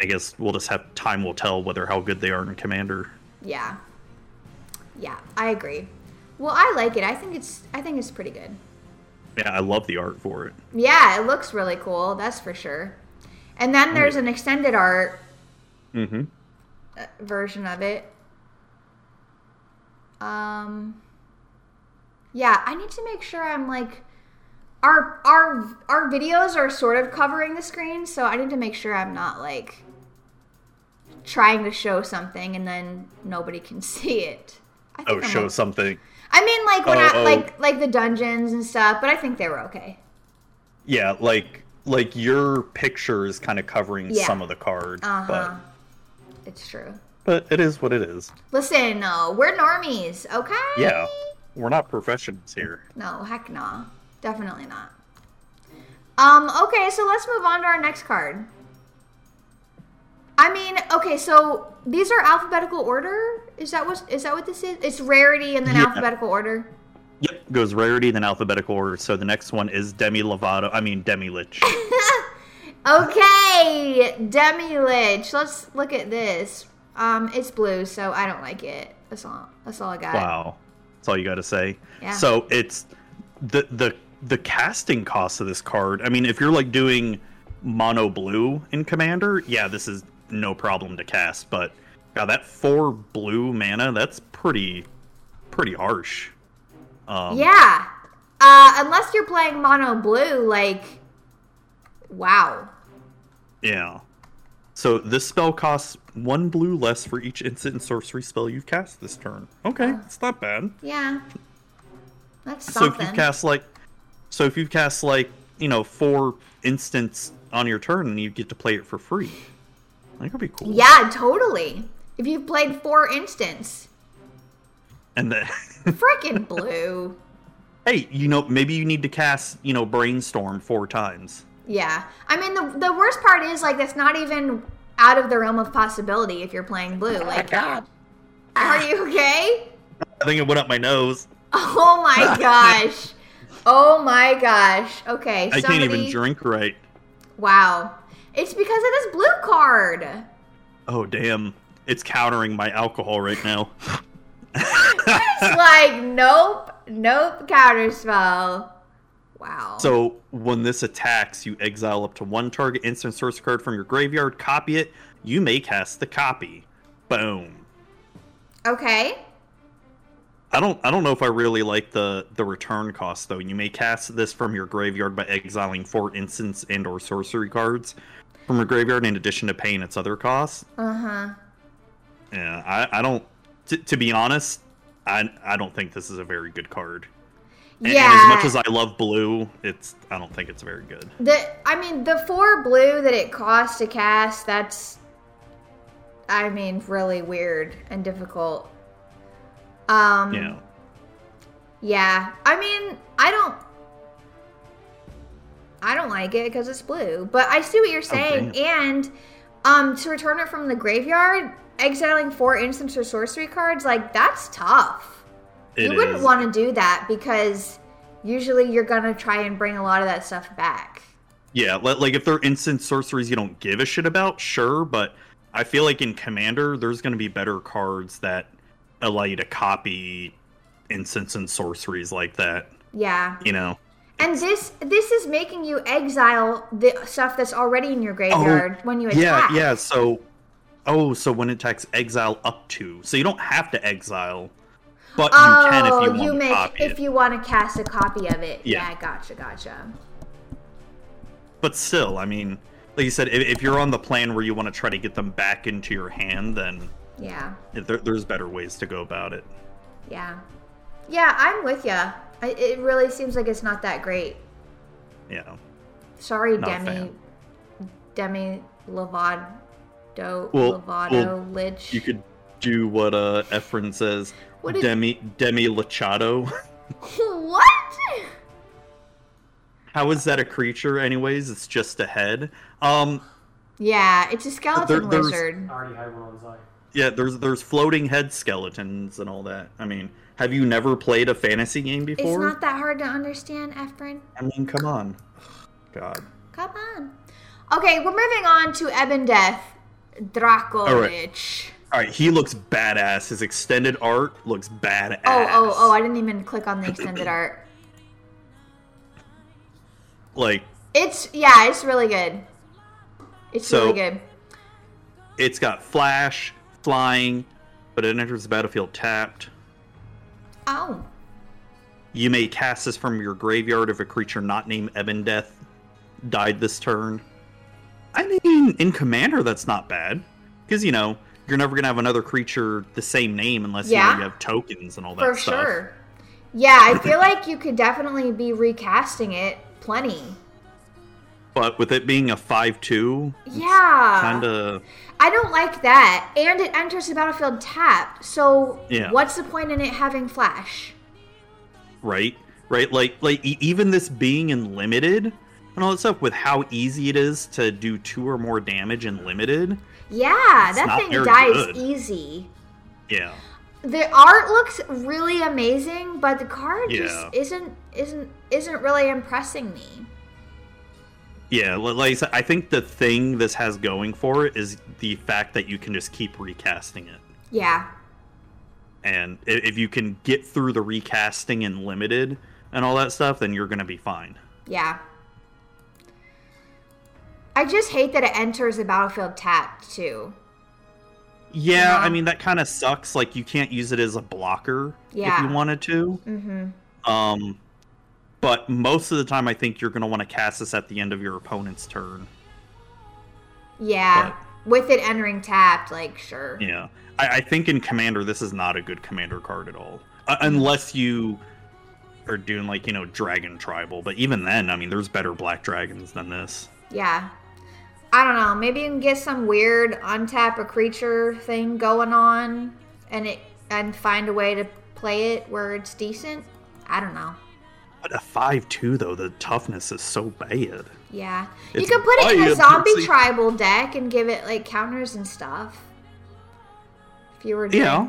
Speaker 2: i guess we'll just have time will tell whether how good they are in commander
Speaker 1: Yeah. Yeah, I agree. Well, I like it. I think it's I think it's pretty good.
Speaker 2: yeah i love the art for it
Speaker 1: Yeah, it looks really cool. That's for sure. And then there's an extended art
Speaker 2: mm-hmm
Speaker 1: uh, version of it. Um Yeah, I need to make sure I'm like our our our videos are sort of covering the screen, so I need to make sure I'm not like trying to show something and then nobody can see it. I
Speaker 2: oh
Speaker 1: think I'm
Speaker 2: show
Speaker 1: o-
Speaker 2: something
Speaker 1: I mean like when I
Speaker 2: Oh, oh.
Speaker 1: like like the dungeons and stuff, but I think they were okay.
Speaker 2: yeah like like your picture is kind of covering
Speaker 1: Yeah.
Speaker 2: some of the card
Speaker 1: Uh-huh. It's true.
Speaker 2: but but it is what it is
Speaker 1: Listen, no, we're normies, okay?
Speaker 2: yeah we're not professionals here
Speaker 1: No, heck no. Definitely not. Um, okay, so let's move on to our next card. I mean, okay, so these are alphabetical order? Is that what is that what this is? It's rarity and then
Speaker 2: Yeah.
Speaker 1: alphabetical order.
Speaker 2: Yep, goes rarity then alphabetical order. So the next one is Demi Lovato. I mean Demi Lich.
Speaker 1: Okay, Demi Lich. Let's look at this. Um, it's blue, so I don't like it. That's all. That's all I got.
Speaker 2: wow, that's all you got to say.
Speaker 1: Yeah.
Speaker 2: So it's the the the casting cost of this card. I mean, if you're like doing mono blue in Commander, yeah, this is no problem to cast. But God, that four blue mana, that's pretty pretty harsh. Um,
Speaker 1: Yeah. Uh, unless you're playing mono blue, like, wow.
Speaker 2: Yeah. So this spell costs one blue less for each instant and sorcery spell you've cast this turn. Okay,
Speaker 1: Ah.
Speaker 2: it's not bad.
Speaker 1: Yeah. That's
Speaker 2: So
Speaker 1: something.
Speaker 2: if you cast like, so if you cast like, you know, four instants on your turn, and you get to play it for free. That could be cool.
Speaker 1: yeah, totally. If you've played four instants,
Speaker 2: And then,
Speaker 1: freaking blue.
Speaker 2: hey, you know, maybe you need to cast, you know, brainstorm four times.
Speaker 1: Yeah. I mean, the, the worst part is, like, that's not even out of the realm of possibility if you're playing blue. Like,
Speaker 2: God.
Speaker 1: are you okay?
Speaker 2: I think it went up my nose.
Speaker 1: Oh my gosh. Oh my gosh. Okay.
Speaker 2: I can't even
Speaker 1: somebody-
Speaker 2: drink right.
Speaker 1: Wow. It's because of this blue card.
Speaker 2: Oh damn, it's countering my alcohol right now.
Speaker 1: It's like, nope, nope, counter spell. Wow.
Speaker 2: So when this attacks, you exile up to one target instant source card from your graveyard, copy it. You may cast the copy. Boom.
Speaker 1: okay.
Speaker 2: I don't I don't know if I really like the the return cost though. You may cast this from your graveyard by exiling four instants and or sorcery cards from your graveyard in addition to paying its other costs.
Speaker 1: Uh huh.
Speaker 2: Yeah, I, I don't t- to be honest, I I don't think this is a very good card. And,
Speaker 1: Yeah.
Speaker 2: and as much as I love blue, it's I don't think it's very good.
Speaker 1: the, I mean, the four blue that it costs to cast, that's, I mean, really weird and difficult. Um,
Speaker 2: Yeah.
Speaker 1: Yeah, I mean, I don't, I don't like it because it's blue. But I see what you're
Speaker 2: Oh,
Speaker 1: saying, and um, to return it from the graveyard, exiling four instants or sorcery cards, like that's tough.
Speaker 2: It
Speaker 1: you wouldn't
Speaker 2: is-
Speaker 1: want to do that because usually you're gonna try and bring a lot of that stuff back.
Speaker 2: Yeah, li- like if they're instant sorceries you don't give a shit about, sure, but I feel like in Commander, there's going to be better cards that allow you to copy instants and sorceries like that,
Speaker 1: Yeah,
Speaker 2: you know?
Speaker 1: and this this is making you exile the stuff that's already in your graveyard when you
Speaker 2: Oh, Yeah,
Speaker 1: attack.
Speaker 2: yeah, so. Oh, so when it attacks, exile up to. So you don't have to exile, but you
Speaker 1: oh,
Speaker 2: can if you want to
Speaker 1: make
Speaker 2: copy
Speaker 1: if
Speaker 2: it.
Speaker 1: you want to cast a copy of it.
Speaker 2: Yeah.
Speaker 1: yeah gotcha, gotcha.
Speaker 2: But still, I mean, like you said, if, if you're on the plan where you want to try to get them back into your hand, then
Speaker 1: Yeah,
Speaker 2: there, there's better ways to go about it.
Speaker 1: yeah, yeah. I'm with ya. I, it really seems like it's not that great.
Speaker 2: Yeah.
Speaker 1: Sorry,
Speaker 2: Not a
Speaker 1: Demi,
Speaker 2: fan.
Speaker 1: Demi Lovato,
Speaker 2: Well-
Speaker 1: Lovato
Speaker 2: well,
Speaker 1: Lich.
Speaker 2: You could do what uh Efren says.
Speaker 1: What did-
Speaker 2: Demi Demi Lachado.
Speaker 1: what?
Speaker 2: How is that a creature anyways? It's just a head. Um
Speaker 1: Yeah, it's a skeleton
Speaker 2: there's-
Speaker 1: wizard.
Speaker 3: already had one on Zion.
Speaker 2: yeah, there's there's floating head skeletons and all that. I mean, have you never played a fantasy game
Speaker 1: It's
Speaker 2: before?
Speaker 1: not that hard to understand, Efren.
Speaker 2: I mean, come on. God.
Speaker 1: Come on. Okay, we're moving on to Ebon Death, Draco
Speaker 2: All right.
Speaker 1: Lich.
Speaker 2: All right, he looks badass. His extended art looks badass.
Speaker 1: Oh, oh, oh! I didn't even click on the extended art.
Speaker 2: Like
Speaker 1: It's yeah, it's really good. It's
Speaker 2: So-
Speaker 1: really good.
Speaker 2: it's got flash, flying, but it enters the battlefield tapped.
Speaker 1: Oh,
Speaker 2: You may cast this from your graveyard if a creature not named Ebon Death died this turn. I mean, in Commander, that's not bad. Because, you know, you're never going to have another creature the same name unless you know,
Speaker 1: Yeah.
Speaker 2: you, have tokens and all that
Speaker 1: for
Speaker 2: stuff.
Speaker 1: sure. Yeah, I feel like you could definitely be recasting it plenty.
Speaker 2: But with it being a 5 2,
Speaker 1: Yeah.
Speaker 2: kind of.
Speaker 1: I don't like that. And it enters the battlefield tapped. So
Speaker 2: Yeah.
Speaker 1: what's the point in it having flash?
Speaker 2: right? Right? Like, like e- even this being in limited and all that stuff, with how easy it is to do two or more damage in limited.
Speaker 1: Yeah, that
Speaker 2: not
Speaker 1: thing
Speaker 2: very
Speaker 1: dies
Speaker 2: good.
Speaker 1: easy.
Speaker 2: Yeah.
Speaker 1: the art looks really amazing, but the card
Speaker 2: Yeah.
Speaker 1: just isn't isn't isn't really impressing me.
Speaker 2: Yeah, li- like I said, I think the thing this has going for it is the fact that you can just keep recasting it.
Speaker 1: Yeah.
Speaker 2: And i- if you can get through the recasting and limited and all that stuff, then you're going to be fine.
Speaker 1: Yeah. I just hate that it enters the battlefield tapped too.
Speaker 2: Yeah,
Speaker 1: Yeah.
Speaker 2: I mean, that kind of sucks. Like, you can't use it as a blocker
Speaker 1: Yeah.
Speaker 2: if you wanted to.
Speaker 1: Mm-hmm.
Speaker 2: Um, but most of the time, I think you're going to want to cast this at the end of your opponent's turn.
Speaker 1: Yeah. With it entering tapped, like sure.
Speaker 2: Yeah, I, I think in Commander this is not a good Commander card at all, uh, unless you are doing like you know Dragon Tribal. But even then, I mean, there's better Black Dragons than this.
Speaker 1: Yeah. I don't know. Maybe you can get some weird untap a creature thing going on and it and find a way to play it where it's decent. I don't know.
Speaker 2: But a five-two though, the toughness is so bad.
Speaker 1: Yeah. you
Speaker 2: It's
Speaker 1: could put it in a
Speaker 2: wild,
Speaker 1: zombie
Speaker 2: pussy.
Speaker 1: tribal deck and give it like counters and stuff. If you were doing,
Speaker 2: Yeah.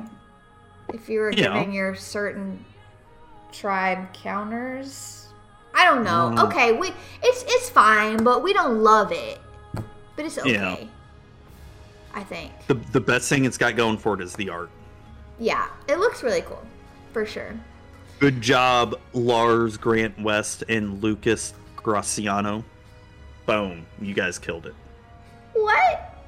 Speaker 1: if you were
Speaker 2: Yeah.
Speaker 1: giving your certain tribe counters. I don't know.
Speaker 2: Mm.
Speaker 1: Okay, we it's it's fine, but we don't love it. But it's okay.
Speaker 2: Yeah.
Speaker 1: I think.
Speaker 2: The the best thing it's got going for it is the art.
Speaker 1: Yeah. It looks really cool. For sure.
Speaker 2: Good job, Lars Grant West and Lucas Graciano. Boom, you guys killed it.
Speaker 1: What?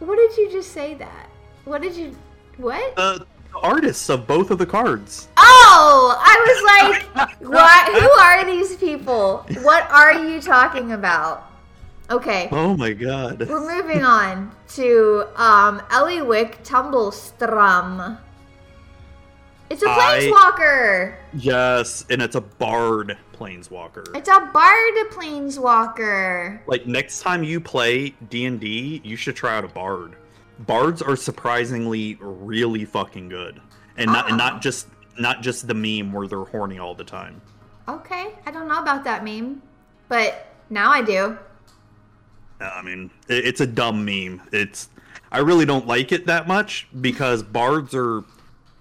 Speaker 1: What did you just say that? What did you what?
Speaker 2: Uh, the artists of both of the cards.
Speaker 1: Oh, I was like, what? Who are these people? What are you talking about? Okay,
Speaker 2: Oh my god.
Speaker 1: we're moving on to um, Eliwick Tumblestrum. It's a
Speaker 2: I-
Speaker 1: planeswalker.
Speaker 2: Yes, and it's a bard planeswalker.
Speaker 1: It's a bard planeswalker.
Speaker 2: Like next time you play D&D, you should try out a bard. Bards are surprisingly really fucking good. And not and
Speaker 1: Ah.
Speaker 2: not just not just the meme where they're horny all the time.
Speaker 1: Okay, I don't know about that meme, but now I do.
Speaker 2: Uh, I mean, i- it's a dumb meme. It's I really don't like it that much because bards are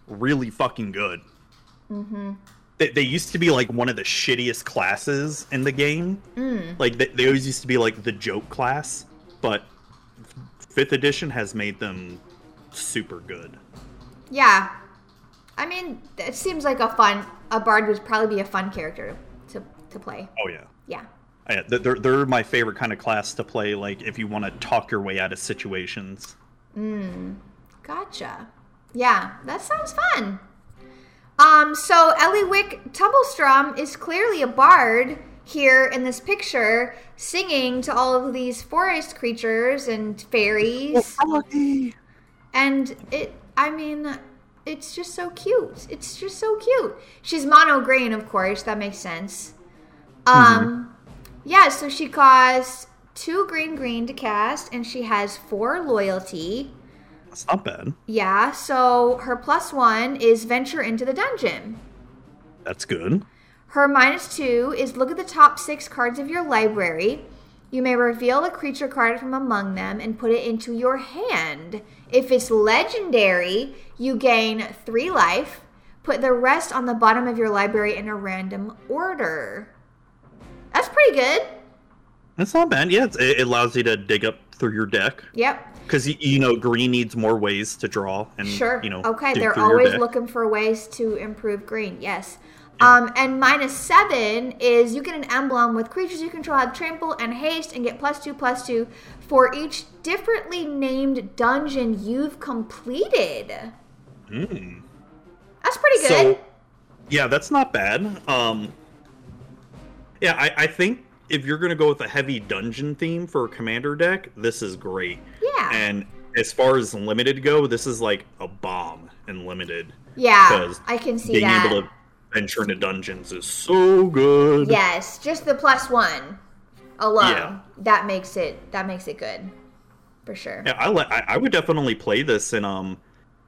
Speaker 2: really fucking good.
Speaker 1: Mm-hmm.
Speaker 2: They, they used to be like one of the shittiest classes in the game.
Speaker 1: Mm.
Speaker 2: like they, they always used to be like the joke class but fifth edition has made them super good
Speaker 1: Yeah. I mean, it seems like a fun. A bard would probably be a fun character to, to play.
Speaker 2: oh yeah Oh,
Speaker 1: Yeah.
Speaker 2: yeah, th- they're, they're my favorite kind of class to play like if you want to talk your way out of situations
Speaker 1: Mm. Gotcha. Yeah, that sounds fun. Um, so Ellie Wick Tumblestrom is clearly a bard here in this picture, singing to all of these forest creatures and fairies. And it, I mean, it's just so cute. It's just so cute. She's mono green, of course. That makes sense. Um, yeah. So she costs two green green to cast, and she has four loyalty.
Speaker 2: that's not bad
Speaker 1: Yeah. So her plus one is venture into the dungeon.
Speaker 2: that's good
Speaker 1: Her minus two is look at the top six cards of your library. You may reveal a creature card from among them and put it into your hand. If it's legendary, you gain three life. Put the rest on the bottom of your library in a random order. That's pretty good.
Speaker 2: that's not bad yeah it's, it it allows you to dig up through your deck
Speaker 1: Yep.
Speaker 2: because you, know green needs more ways to draw and
Speaker 1: Sure.
Speaker 2: you know
Speaker 1: okay,
Speaker 2: dig
Speaker 1: they're
Speaker 2: through your
Speaker 1: always
Speaker 2: deck.
Speaker 1: looking for ways to improve green. Yes.
Speaker 2: Yeah.
Speaker 1: Um, and minus seven is you get an emblem with creatures you control have trample and haste and get plus two plus two for each differently named dungeon you've completed.
Speaker 2: Mm.
Speaker 1: That's pretty good.
Speaker 2: So, yeah, that's not bad. Um, yeah, I, I think if you're gonna go with a heavy dungeon theme for a commander deck, this is great.
Speaker 1: yeah.
Speaker 2: And as far as limited go, this is like a bomb in limited.
Speaker 1: yeah.
Speaker 2: 'cause
Speaker 1: I can see
Speaker 2: Being
Speaker 1: that.
Speaker 2: able to venture into dungeons is so good.
Speaker 1: yes, just the plus one alone.
Speaker 2: Yeah.
Speaker 1: That makes it that makes it good. For sure.
Speaker 2: Yeah, I, li- I I would definitely play this in um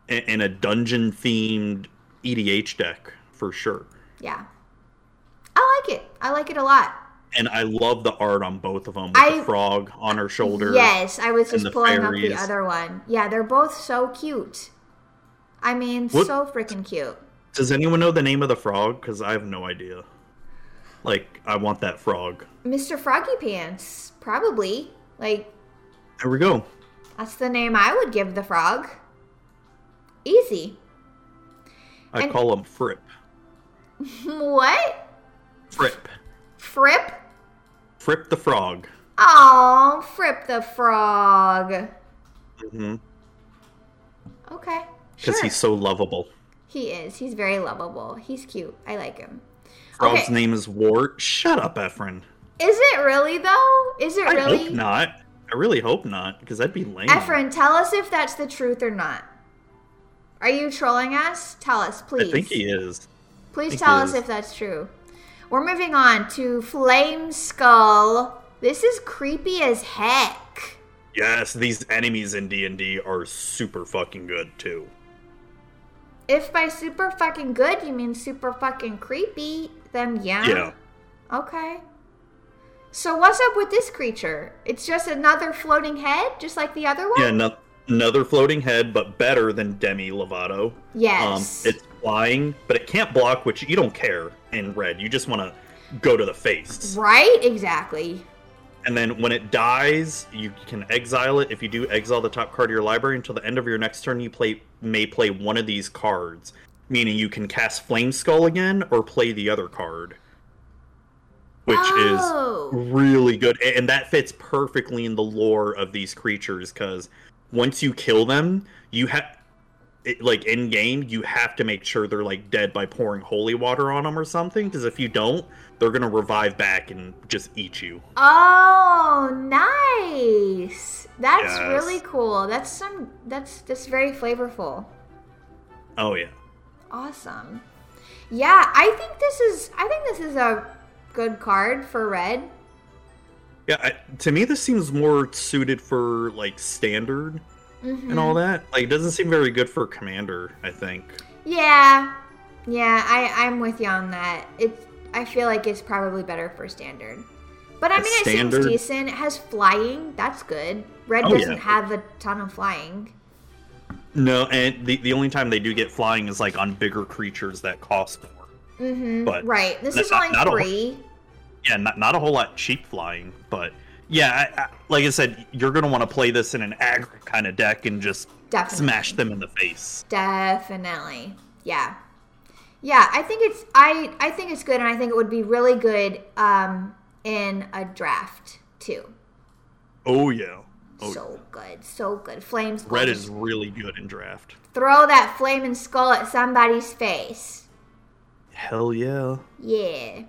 Speaker 2: in, in a dungeon themed EDH deck for sure.
Speaker 1: yeah. I like it. I like it a lot.
Speaker 2: And I love the art on both of them. With
Speaker 1: I-
Speaker 2: the frog on her shoulder.
Speaker 1: Yes, I was
Speaker 2: and
Speaker 1: just
Speaker 2: the
Speaker 1: pulling up
Speaker 2: fairies.
Speaker 1: the other one. Yeah, they're both so cute. I mean,
Speaker 2: What-
Speaker 1: so freaking cute.
Speaker 2: Does anyone know the name of the frog? Because I have no idea. Like, I want that frog.
Speaker 1: Mr. Froggy Pants, probably. Like,
Speaker 2: There we go.
Speaker 1: that's the name I would give the frog. Easy.
Speaker 2: I
Speaker 1: And-
Speaker 2: call him Fripp.
Speaker 1: What?
Speaker 2: Fripp.
Speaker 1: Fripp?
Speaker 2: Fripp the frog.
Speaker 1: Oh, Fripp the frog.
Speaker 2: Because
Speaker 1: Okay. Sure.
Speaker 2: he's so lovable.
Speaker 1: He is. He's very lovable. He's cute. I like him.
Speaker 2: Frog's
Speaker 1: Okay.
Speaker 2: name is Wart. Shut up, Efren.
Speaker 1: Is it really though? Is it
Speaker 2: I hope
Speaker 1: really?
Speaker 2: not. I really hope not, because that'd be lame.
Speaker 1: Efren, tell us if that's the truth or not. Are you trolling us? Tell us, please.
Speaker 2: I think he is.
Speaker 1: Please
Speaker 2: think
Speaker 1: tell
Speaker 2: he
Speaker 1: us
Speaker 2: is.
Speaker 1: if that's true. We're moving on to Flame Skull. This is creepy as heck.
Speaker 2: Yes, these enemies in D and D are super fucking good too.
Speaker 1: If by super fucking good you mean super fucking creepy, then yeah.
Speaker 2: Yeah.
Speaker 1: Okay. So what's up with this creature? It's just another floating head, just like the other one?
Speaker 2: Yeah, no, another floating head, but better than Demi Lovato.
Speaker 1: Yes.
Speaker 2: Um, it's flying, but it can't block, which you don't care in red. You just want to go to the face.
Speaker 1: right? Exactly.
Speaker 2: And then when it dies, you can exile it. If you do exile the top card of your library until the end of your next turn, you play may play one of these cards, meaning you can cast Flame Skull again or play the other card, which
Speaker 1: Oh.
Speaker 2: is really good. A- And that fits perfectly in the lore of these creatures because once you kill them, you have. like in game, you have to make sure they're like dead by pouring holy water on them or something. Because if you don't, they're gonna revive back and just eat you.
Speaker 1: Oh, nice. That's
Speaker 2: Yes.
Speaker 1: really cool. That's some that's that's very flavorful.
Speaker 2: Oh yeah.
Speaker 1: Awesome. Yeah, I think this is I think this is a good card for red.
Speaker 2: Yeah, I, to me, this seems more suited for like standard
Speaker 1: Mhm.
Speaker 2: and all that. Like, it doesn't seem very good for commander. I think.
Speaker 1: Yeah. Yeah, I I'm with you on that. It's I feel like it's probably better for standard. But I
Speaker 2: A
Speaker 1: mean, it
Speaker 2: standard-
Speaker 1: seems decent. It has flying. That's good. Red
Speaker 2: Oh, yeah.
Speaker 1: doesn't have a ton of flying.
Speaker 2: No, and the the only time they do get flying is like on bigger creatures that cost more.
Speaker 1: Mm-hmm.
Speaker 2: But
Speaker 1: right. This
Speaker 2: not-
Speaker 1: is only
Speaker 2: not a-
Speaker 1: three.
Speaker 2: Yeah, not not a whole lot cheap flying, but yeah, I, I, like I said, you're gonna want to play this in an aggro kind of deck and just
Speaker 1: Definitely.
Speaker 2: smash them in the face.
Speaker 1: Definitely. Yeah. Yeah, I think it's I I think it's good and I think it would be really good um in a draft too.
Speaker 2: Oh yeah. Oh,
Speaker 1: so good. So good. Flames
Speaker 2: red is really good in draft.
Speaker 1: throw that flaming skull at somebody's face.
Speaker 2: Hell yeah.
Speaker 1: Yeah.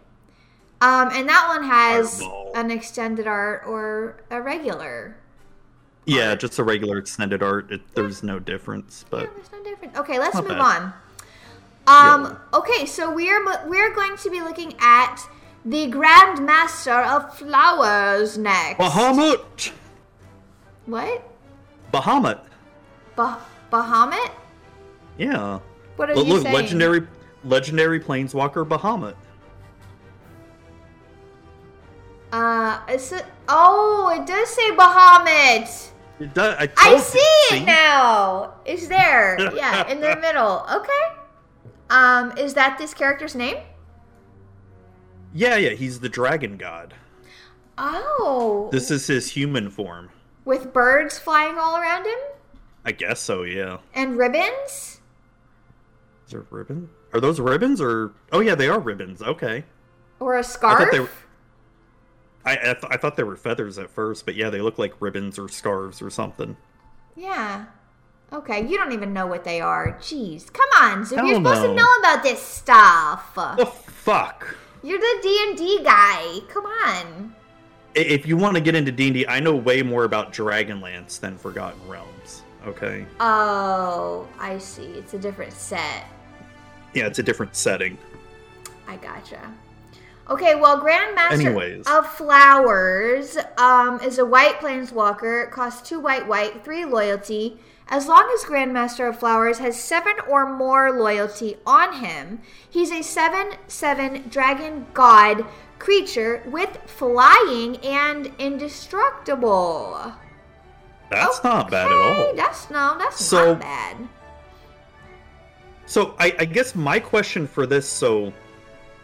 Speaker 1: Um and that one has
Speaker 2: Fireball.
Speaker 1: an extended art or a regular.
Speaker 2: Yeah, just a regular extended art. It, there's no difference,
Speaker 1: Yeah,
Speaker 2: but
Speaker 1: there's no difference. Okay, let's
Speaker 2: Not
Speaker 1: move
Speaker 2: bad.
Speaker 1: on. Um, okay, so we are we are going to be looking at the Grand Master of Flowers next.
Speaker 2: Bahamut.
Speaker 1: What?
Speaker 2: Bahamut.
Speaker 1: Bah- Bahamut?
Speaker 2: Yeah.
Speaker 1: What are
Speaker 2: But
Speaker 1: you
Speaker 2: look,
Speaker 1: saying?
Speaker 2: legendary legendary planeswalker Bahamut.
Speaker 1: Uh, it's a- oh, it does say Bahamut.
Speaker 2: It does, I,
Speaker 1: I
Speaker 2: told you,
Speaker 1: see it now. It's there. Yeah, in the middle. Okay. Um, is that this character's name?
Speaker 2: Yeah, yeah, he's the dragon god.
Speaker 1: Oh,
Speaker 2: This is his human form.
Speaker 1: with birds flying all around him
Speaker 2: I guess so, yeah.
Speaker 1: and ribbons.
Speaker 2: Is there ribbon? Are those ribbons or Oh yeah, they are ribbons. Okay.
Speaker 1: Or a
Speaker 2: I
Speaker 1: scarf?
Speaker 2: thought they were I, I, th- I thought they were feathers at first, but yeah, they look like ribbons or scarves or something.
Speaker 1: Yeah. Okay, you don't even know what they are. Jeez, come on, Zoom. You're
Speaker 2: Hell
Speaker 1: supposed to
Speaker 2: no. Oh.
Speaker 1: know about this stuff.
Speaker 2: The fuck.
Speaker 1: You're the D and D guy. Come on.
Speaker 2: I- If you want to get into D&D, I know way more about Dragonlance than Forgotten Realms. Okay.
Speaker 1: Oh, I see. It's a different set.
Speaker 2: Yeah, it's a different setting.
Speaker 1: I gotcha. Okay, well, Grandmaster
Speaker 2: Anyways.
Speaker 1: of Flowers um, is a white planeswalker. It costs two white, white, three loyalty. As long as Grandmaster of Flowers has seven or more loyalty on him, he's a 7 7 dragon god creature with flying and indestructible.
Speaker 2: That's not bad at all.
Speaker 1: Hey, that's no, that's
Speaker 2: So-
Speaker 1: not bad.
Speaker 2: So I, I guess my question for this, so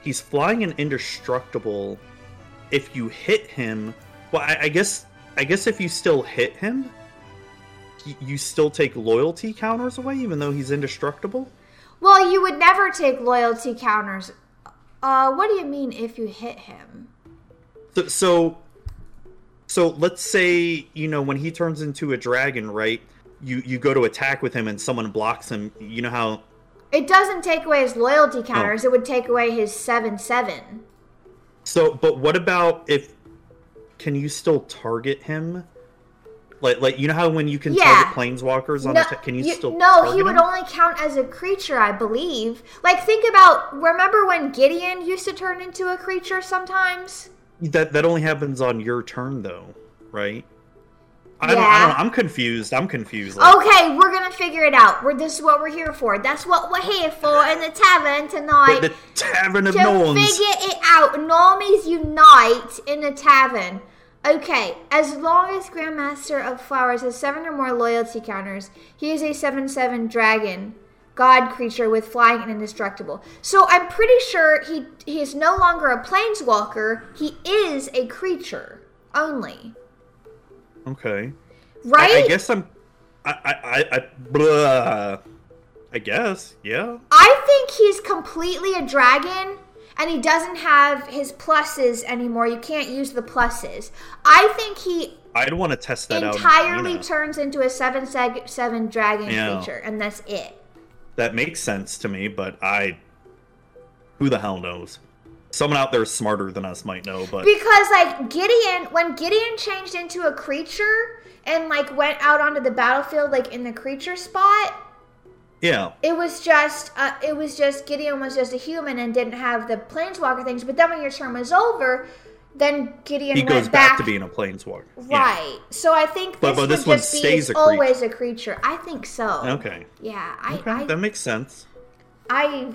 Speaker 2: he's flying an indestructible. If you hit him, well, I, I guess I guess if you still hit him, y- you still take loyalty counters away, even though he's indestructible.
Speaker 1: Well, you would never take loyalty counters. Uh, what do you mean if you hit him?
Speaker 2: So, so, so let's say you know when he turns into a dragon, right? You you go to attack with him and someone blocks him. You know how?
Speaker 1: It doesn't take away his loyalty counters. It would take away his seven seven.
Speaker 2: So, but what about if? Can you still target him? Like, like you know how when you can
Speaker 1: Yeah.
Speaker 2: target planeswalkers on
Speaker 1: No,
Speaker 2: attack, can you,
Speaker 1: you-
Speaker 2: still?
Speaker 1: no,
Speaker 2: target
Speaker 1: he would
Speaker 2: him?
Speaker 1: only count as a creature, I believe. Like think about remember when Gideon used to turn into a creature sometimes?
Speaker 2: That that only happens on your turn though, right? I don't, I
Speaker 1: Yeah. Oh
Speaker 2: don't know. I'm confused. I'm confused. Like,
Speaker 1: Okay, we're gonna figure it out. We're this is what we're here for. That's what we're here for in the tavern tonight.
Speaker 2: the, the Tavern of
Speaker 1: to
Speaker 2: Norns.
Speaker 1: figure it out. Normies unite in a tavern. Okay, as long as Grandmaster of Flowers has seven or more loyalty counters, he is a 7 7 dragon, god creature with flying and indestructible. So I'm pretty sure he, he is no longer a planeswalker, he is a creature only.
Speaker 2: Okay.
Speaker 1: Right?
Speaker 2: I, I guess I'm. I I I. I, blah. I guess. Yeah.
Speaker 1: I think he's completely a dragon and he doesn't have his pluses anymore. You can't use the pluses. I think he
Speaker 2: I'd want to test that out.
Speaker 1: entirely
Speaker 2: you know.
Speaker 1: turns into a seven seg- seven dragon
Speaker 2: Yeah.
Speaker 1: creature, and that's it.
Speaker 2: that makes sense to me, but I. Who the hell knows? Someone out there smarter than us might know, but
Speaker 1: Because like Gideon, when Gideon changed into a creature and like went out onto the battlefield like in the creature spot,
Speaker 2: yeah.
Speaker 1: it was just uh, it was just Gideon was just a human and didn't have the planeswalker things. But then when your term was over, then Gideon
Speaker 2: He
Speaker 1: went
Speaker 2: goes back,
Speaker 1: back,
Speaker 2: to being a planeswalker. Yeah.
Speaker 1: right. So I think this,
Speaker 2: But- but
Speaker 1: would
Speaker 2: this one
Speaker 1: just be it's
Speaker 2: stays a creature.
Speaker 1: always a creature. I think so.
Speaker 2: Okay.
Speaker 1: Yeah, I,
Speaker 2: Okay.
Speaker 1: I
Speaker 2: that makes sense.
Speaker 1: I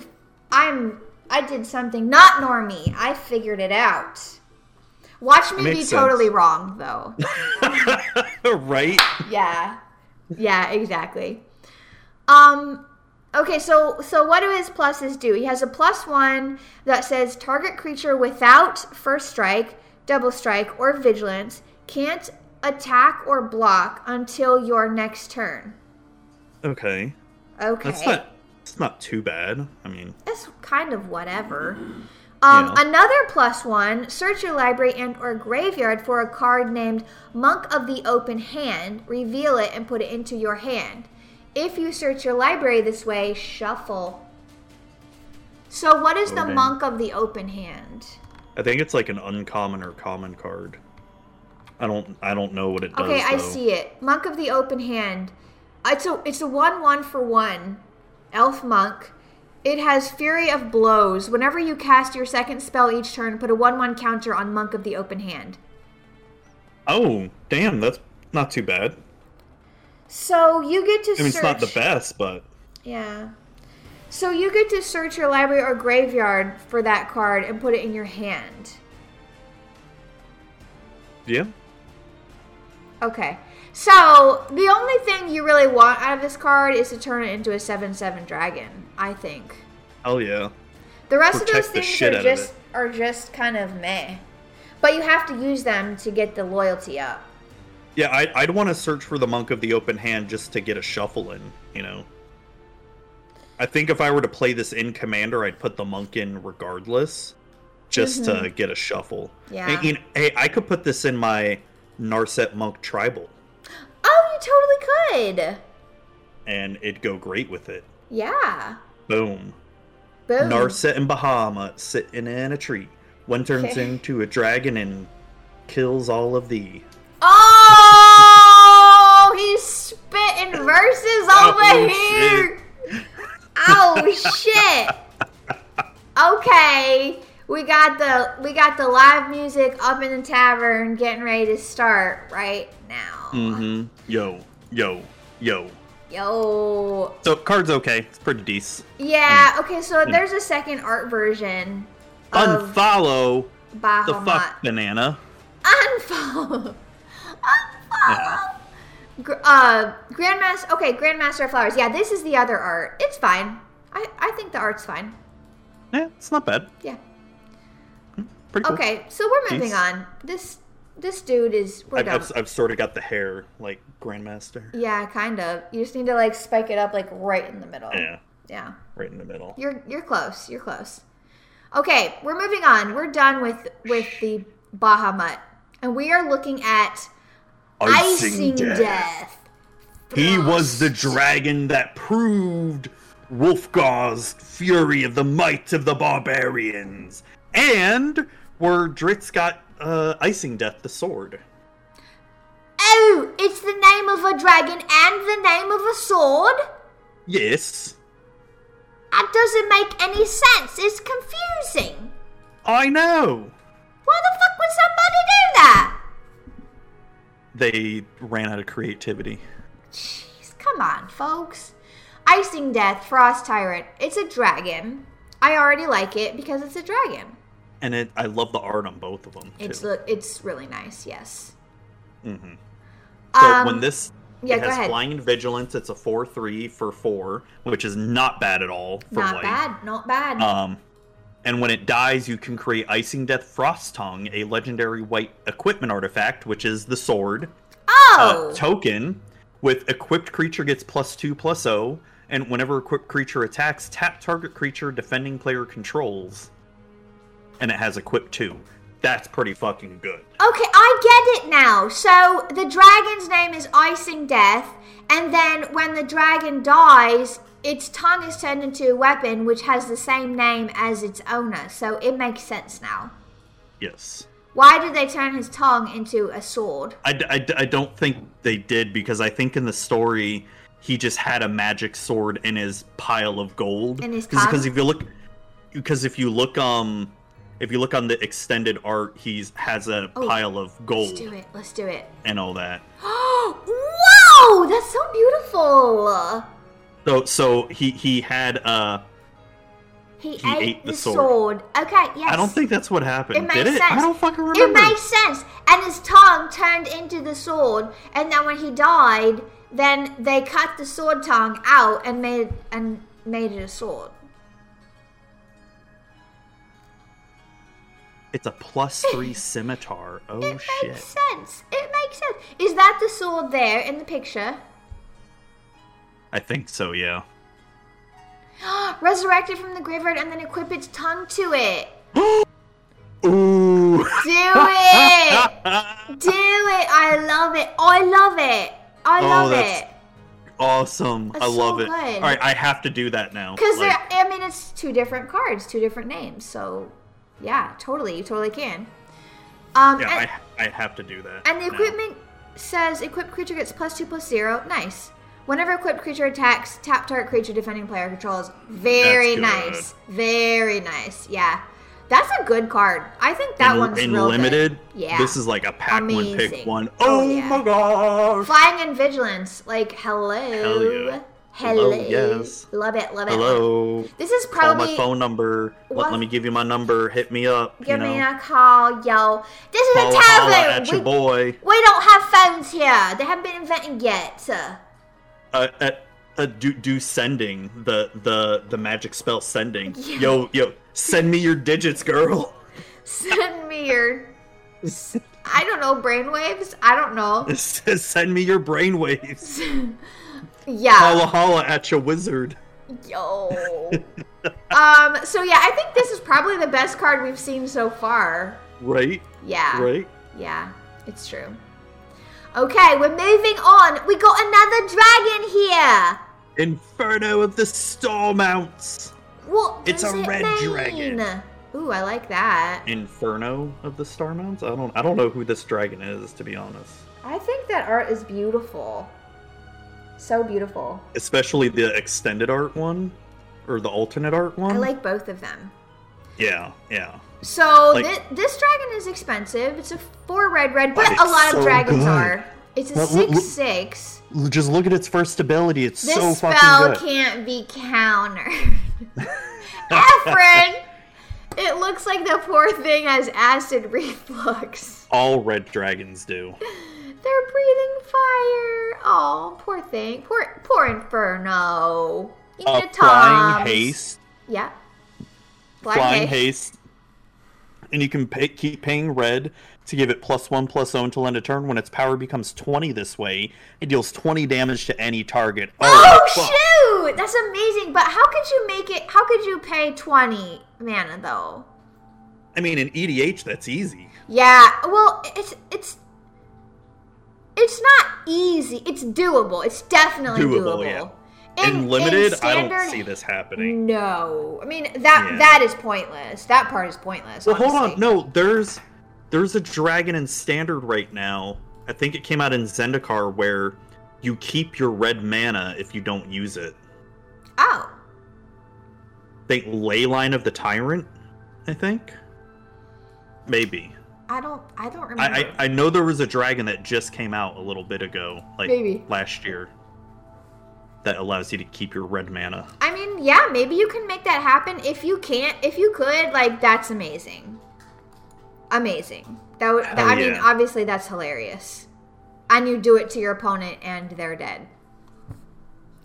Speaker 1: I'm I did something not normie. I figured it out. Watch me
Speaker 2: Makes
Speaker 1: be
Speaker 2: sense.
Speaker 1: totally wrong though.
Speaker 2: right.
Speaker 1: yeah. Yeah, exactly. Um okay, so so what do his pluses do? He has a plus 1 that says target creature without first strike, double strike or vigilance can't attack or block until your next turn.
Speaker 2: Okay.
Speaker 1: Okay.
Speaker 2: That's not. It's not too bad. I mean,
Speaker 1: That's kind of whatever. Um,
Speaker 2: Yeah.
Speaker 1: Another plus one: search your library and/or graveyard for a card named Monk of the Open Hand. Reveal it and put it into your hand. If you search your library this way, shuffle. So, what is the
Speaker 2: Okay.
Speaker 1: Monk of the Open Hand?
Speaker 2: I think it's like an uncommon or common card. I don't. I don't know what it does.
Speaker 1: Okay, I
Speaker 2: though.
Speaker 1: see it. Monk of the Open Hand. It's a it's a one one for one, elf monk. It has Fury of Blows. Whenever you cast your second spell each turn, put a one one counter on Monk of the Open Hand.
Speaker 2: Oh, damn, that's not too bad.
Speaker 1: So you get to
Speaker 2: I mean,
Speaker 1: search.
Speaker 2: it's not the best, but
Speaker 1: Yeah. So you get to search your library or graveyard for that card and put it in your hand.
Speaker 2: yeah.
Speaker 1: Okay. So the only thing you really want out of this card is to turn it into a seven seven dragon. I think.
Speaker 2: Hell yeah.
Speaker 1: The rest of those
Speaker 2: Protect the
Speaker 1: things
Speaker 2: shit
Speaker 1: are
Speaker 2: out of
Speaker 1: just
Speaker 2: it.
Speaker 1: are just kind of meh. But you have to use them to get the loyalty up.
Speaker 2: Yeah, I, I'd want to search for the Monk of the Open Hand just to get a shuffle in, you know? I think if I were to play this in Commander, I'd put the Monk in regardless, just to get a shuffle.
Speaker 1: Mm-hmm. Yeah.
Speaker 2: And, you know, hey, I could put this in my Narset Monk Tribal,
Speaker 1: Oh, you totally could.
Speaker 2: and it'd go great with it.
Speaker 1: Yeah.
Speaker 2: Boom.
Speaker 1: Boom.
Speaker 2: Narset in Bahama, sitting in a tree. One turns
Speaker 1: Okay.
Speaker 2: into a dragon and kills all of thee.
Speaker 1: oh, he's spitting verses over
Speaker 2: Oh,
Speaker 1: here. Oh shit. Okay, we got the we got the live music up in the tavern, getting ready to start right now.
Speaker 2: Mm-hmm. Yo, yo, yo.
Speaker 1: Yo,
Speaker 2: So card's okay. It's pretty decent.
Speaker 1: Yeah, okay, so there's a second art version of
Speaker 2: Unfollow the
Speaker 1: Bahamut.
Speaker 2: fuck banana.
Speaker 1: Unfollow. Unfollow. Gr- Uh, Grandmaster. Okay, Grandmaster of Flowers. Yeah, this is the other art. It's fine. I, I think the art's fine.
Speaker 2: Yeah, Eh, it's not bad.
Speaker 1: Yeah.
Speaker 2: Pretty cool.
Speaker 1: Okay, so we're moving
Speaker 2: Jeez.
Speaker 1: on. This this dude is we're
Speaker 2: I've,
Speaker 1: done.
Speaker 2: I've, I've sort of got the hair like grandmaster.
Speaker 1: Yeah, kind of. You just need to like spike it up like right in the middle.
Speaker 2: Yeah,
Speaker 1: Yeah.
Speaker 2: right in the middle.
Speaker 1: You're you're close. You're close. Okay, we're moving on. We're done with with the Bahamut. And we are looking at Icing, Death.
Speaker 2: He was the dragon that proved Wolfgar's fury of the might of the barbarians, and where Dritz got uh, Icing Death the sword.
Speaker 1: Oh, it's the name of a dragon and the name of a sword?
Speaker 2: Yes,
Speaker 1: That doesn't make any sense. It's confusing.
Speaker 2: I know.
Speaker 1: Why the fuck would somebody do that?
Speaker 2: They ran out of creativity.
Speaker 1: Jeez, come on, folks. Icing Death, Frost Tyrant. It's a dragon. I already like it because it's a dragon.
Speaker 2: And it, I love the art on both of them. Too.
Speaker 1: It's look, it's really nice. Yes.
Speaker 2: hmm So
Speaker 1: Um,
Speaker 2: when this
Speaker 1: yeah,
Speaker 2: it
Speaker 1: go
Speaker 2: has
Speaker 1: ahead.
Speaker 2: flying and vigilance, it's a four three for four, which is not bad at all for
Speaker 1: not
Speaker 2: light.
Speaker 1: bad, not bad.
Speaker 2: Um, and when it dies, you can create Icing Death Frost Tongue, a legendary white equipment artifact, which is the sword
Speaker 1: oh,
Speaker 2: uh, token. With equipped creature gets plus two plus O, and whenever equipped creature attacks, tap target creature defending player controls, and it has equipped two. That's pretty fucking good.
Speaker 1: okay, I get it now. So the dragon's name is Icing Death, and then when the dragon dies, its tongue is turned into a weapon which has the same name as its owner. So it makes sense now.
Speaker 2: Yes.
Speaker 1: Why did they turn his tongue into a sword?
Speaker 2: I, d- I d- I don't think they did because I think in the story he just had a magic sword in his pile of gold.
Speaker 1: In his
Speaker 2: because
Speaker 1: closet?
Speaker 2: if you look, because if you look um, if you look on the extended art, he's has a
Speaker 1: Oh,
Speaker 2: pile of
Speaker 1: Let's do
Speaker 2: gold
Speaker 1: it. Let's do it.
Speaker 2: and all that.
Speaker 1: wow, that's so beautiful.
Speaker 2: So so he he had uh,
Speaker 1: He,
Speaker 2: He
Speaker 1: ate,
Speaker 2: ate
Speaker 1: the,
Speaker 2: the
Speaker 1: sword.
Speaker 2: sword.
Speaker 1: Okay, yes.
Speaker 2: I don't think that's what happened.
Speaker 1: It makes
Speaker 2: did it?
Speaker 1: sense.
Speaker 2: I don't fucking
Speaker 1: it
Speaker 2: remember.
Speaker 1: makes sense. And his tongue turned into the sword, and then when he died, then they cut the sword tongue out and made and made it a sword.
Speaker 2: Oh, It's a plus three scimitar. Oh
Speaker 1: It
Speaker 2: shit.
Speaker 1: makes sense. It makes sense. Is that the sword there in the picture?
Speaker 2: I think so. Yeah.
Speaker 1: Resurrected from the graveyard and then equip its tongue to it.
Speaker 2: Ooh.
Speaker 1: Do it! Do it! I love it! I love it! I
Speaker 2: Oh,
Speaker 1: love
Speaker 2: that's-
Speaker 1: it!
Speaker 2: awesome.
Speaker 1: That's
Speaker 2: I
Speaker 1: so
Speaker 2: love it.
Speaker 1: good.
Speaker 2: All right, I have to do that now.
Speaker 1: Because
Speaker 2: Like,
Speaker 1: I mean, it's two different cards, two different names. So, yeah, totally, you totally can. Um,
Speaker 2: yeah,
Speaker 1: and,
Speaker 2: I, I have to do that.
Speaker 1: and the
Speaker 2: now.
Speaker 1: equipment says equipped creature gets plus two plus zero. Nice. Whenever equipped creature attacks, tap target creature defending player controls. Very
Speaker 2: That's good.
Speaker 1: nice. Very nice. Yeah, that's a good card. I think that
Speaker 2: in,
Speaker 1: one's
Speaker 2: in
Speaker 1: real good.
Speaker 2: limited.
Speaker 1: Yeah.
Speaker 2: This is like a pack one
Speaker 1: Amazing.
Speaker 2: pick one.
Speaker 1: Oh,
Speaker 2: Oh,
Speaker 1: yeah.
Speaker 2: my gosh.
Speaker 1: Flying and vigilance. Like hello.
Speaker 2: Hell yeah.
Speaker 1: Hello.
Speaker 2: Hello, yes.
Speaker 1: Love it. Love it.
Speaker 2: Hello.
Speaker 1: This is
Speaker 2: Call
Speaker 1: probably
Speaker 2: my phone number.
Speaker 1: What?
Speaker 2: Let, let me give you my number. Hit me up.
Speaker 1: Give
Speaker 2: you know.
Speaker 1: me a call, yo. This is
Speaker 2: Holla,
Speaker 1: a
Speaker 2: holla
Speaker 1: tavern.
Speaker 2: at
Speaker 1: We,
Speaker 2: your boy.
Speaker 1: we don't have phones here. They haven't been invented yet.
Speaker 2: Uh, uh, uh, do do sending the the the magic spell sending.
Speaker 1: Yeah.
Speaker 2: Yo yo, send me your digits, girl.
Speaker 1: Send me your. I don't know, brainwaves? I don't know.
Speaker 2: send me your brainwaves.
Speaker 1: Yeah.
Speaker 2: Holla holla at your wizard.
Speaker 1: Yo. um, so yeah, I think this is probably the best card we've seen so far.
Speaker 2: Right.
Speaker 1: Yeah.
Speaker 2: Right?
Speaker 1: Yeah, it's true. Okay, we're moving on. We got another dragon here.
Speaker 2: Inferno of the Storm Mounts!
Speaker 1: What
Speaker 2: It's
Speaker 1: does
Speaker 2: a
Speaker 1: it
Speaker 2: red
Speaker 1: mean?
Speaker 2: dragon.
Speaker 1: Ooh, I like that.
Speaker 2: Inferno of the Star Mounts? I don't I don't know who this dragon is, to be honest.
Speaker 1: I think that art is beautiful. So beautiful.
Speaker 2: Especially the extended art one. Or the alternate art one.
Speaker 1: I like both of them.
Speaker 2: Yeah, yeah.
Speaker 1: So
Speaker 2: Like-
Speaker 1: thi- this dragon is expensive. It's a four red red, but,
Speaker 2: But
Speaker 1: a
Speaker 2: it's
Speaker 1: lot of
Speaker 2: so
Speaker 1: dragons
Speaker 2: good.
Speaker 1: are. It's a
Speaker 2: Look, look,
Speaker 1: six
Speaker 2: look.
Speaker 1: six.
Speaker 2: L- Just look at its first ability, it's
Speaker 1: This
Speaker 2: so
Speaker 1: spell
Speaker 2: fucking good.
Speaker 1: can't be countered. Efren, it looks like the poor thing has acid reflux.
Speaker 2: All red dragons do.
Speaker 1: They're breathing fire. Oh, poor thing. Poor poor Inferno. You need a
Speaker 2: applying
Speaker 1: Tom's.
Speaker 2: haste,
Speaker 1: Yeah. Black
Speaker 2: flying
Speaker 1: hay.
Speaker 2: haste, and you can pay, keep paying red to give it plus one plus zero until end of turn. When its power becomes twenty this way, it deals twenty damage to any target.
Speaker 1: Oh
Speaker 2: fuck.
Speaker 1: shoot! That's amazing. But how could you make it? How could you pay twenty mana though?
Speaker 2: I mean, in EDH, that's easy.
Speaker 1: Yeah. Well, it's it's it's not easy. It's doable. It's definitely
Speaker 2: Doable,
Speaker 1: doable.
Speaker 2: In, limited, I don't
Speaker 1: standard,
Speaker 2: see this happening.
Speaker 1: No, I mean that
Speaker 2: Yeah.
Speaker 1: that is pointless. That part is pointless.
Speaker 2: Well, hold on.
Speaker 1: honestly.
Speaker 2: No, there's there's a dragon in standard right now. I think it came out in Zendikar where you keep your red mana if you don't use it.
Speaker 1: Oh,
Speaker 2: think Leyline of the Tyrant, I think. Maybe.
Speaker 1: I don't. I don't remember.
Speaker 2: I, I I know there was a dragon that just came out a little bit ago, like
Speaker 1: Maybe.
Speaker 2: last year. That allows you to keep your red mana.
Speaker 1: I mean, yeah, maybe you can make that happen. If you can't, if you could, like that's amazing. Amazing. That would.
Speaker 2: Hell
Speaker 1: I mean,
Speaker 2: Oh, yeah.
Speaker 1: obviously that's hilarious. And you do it to your opponent, and they're dead.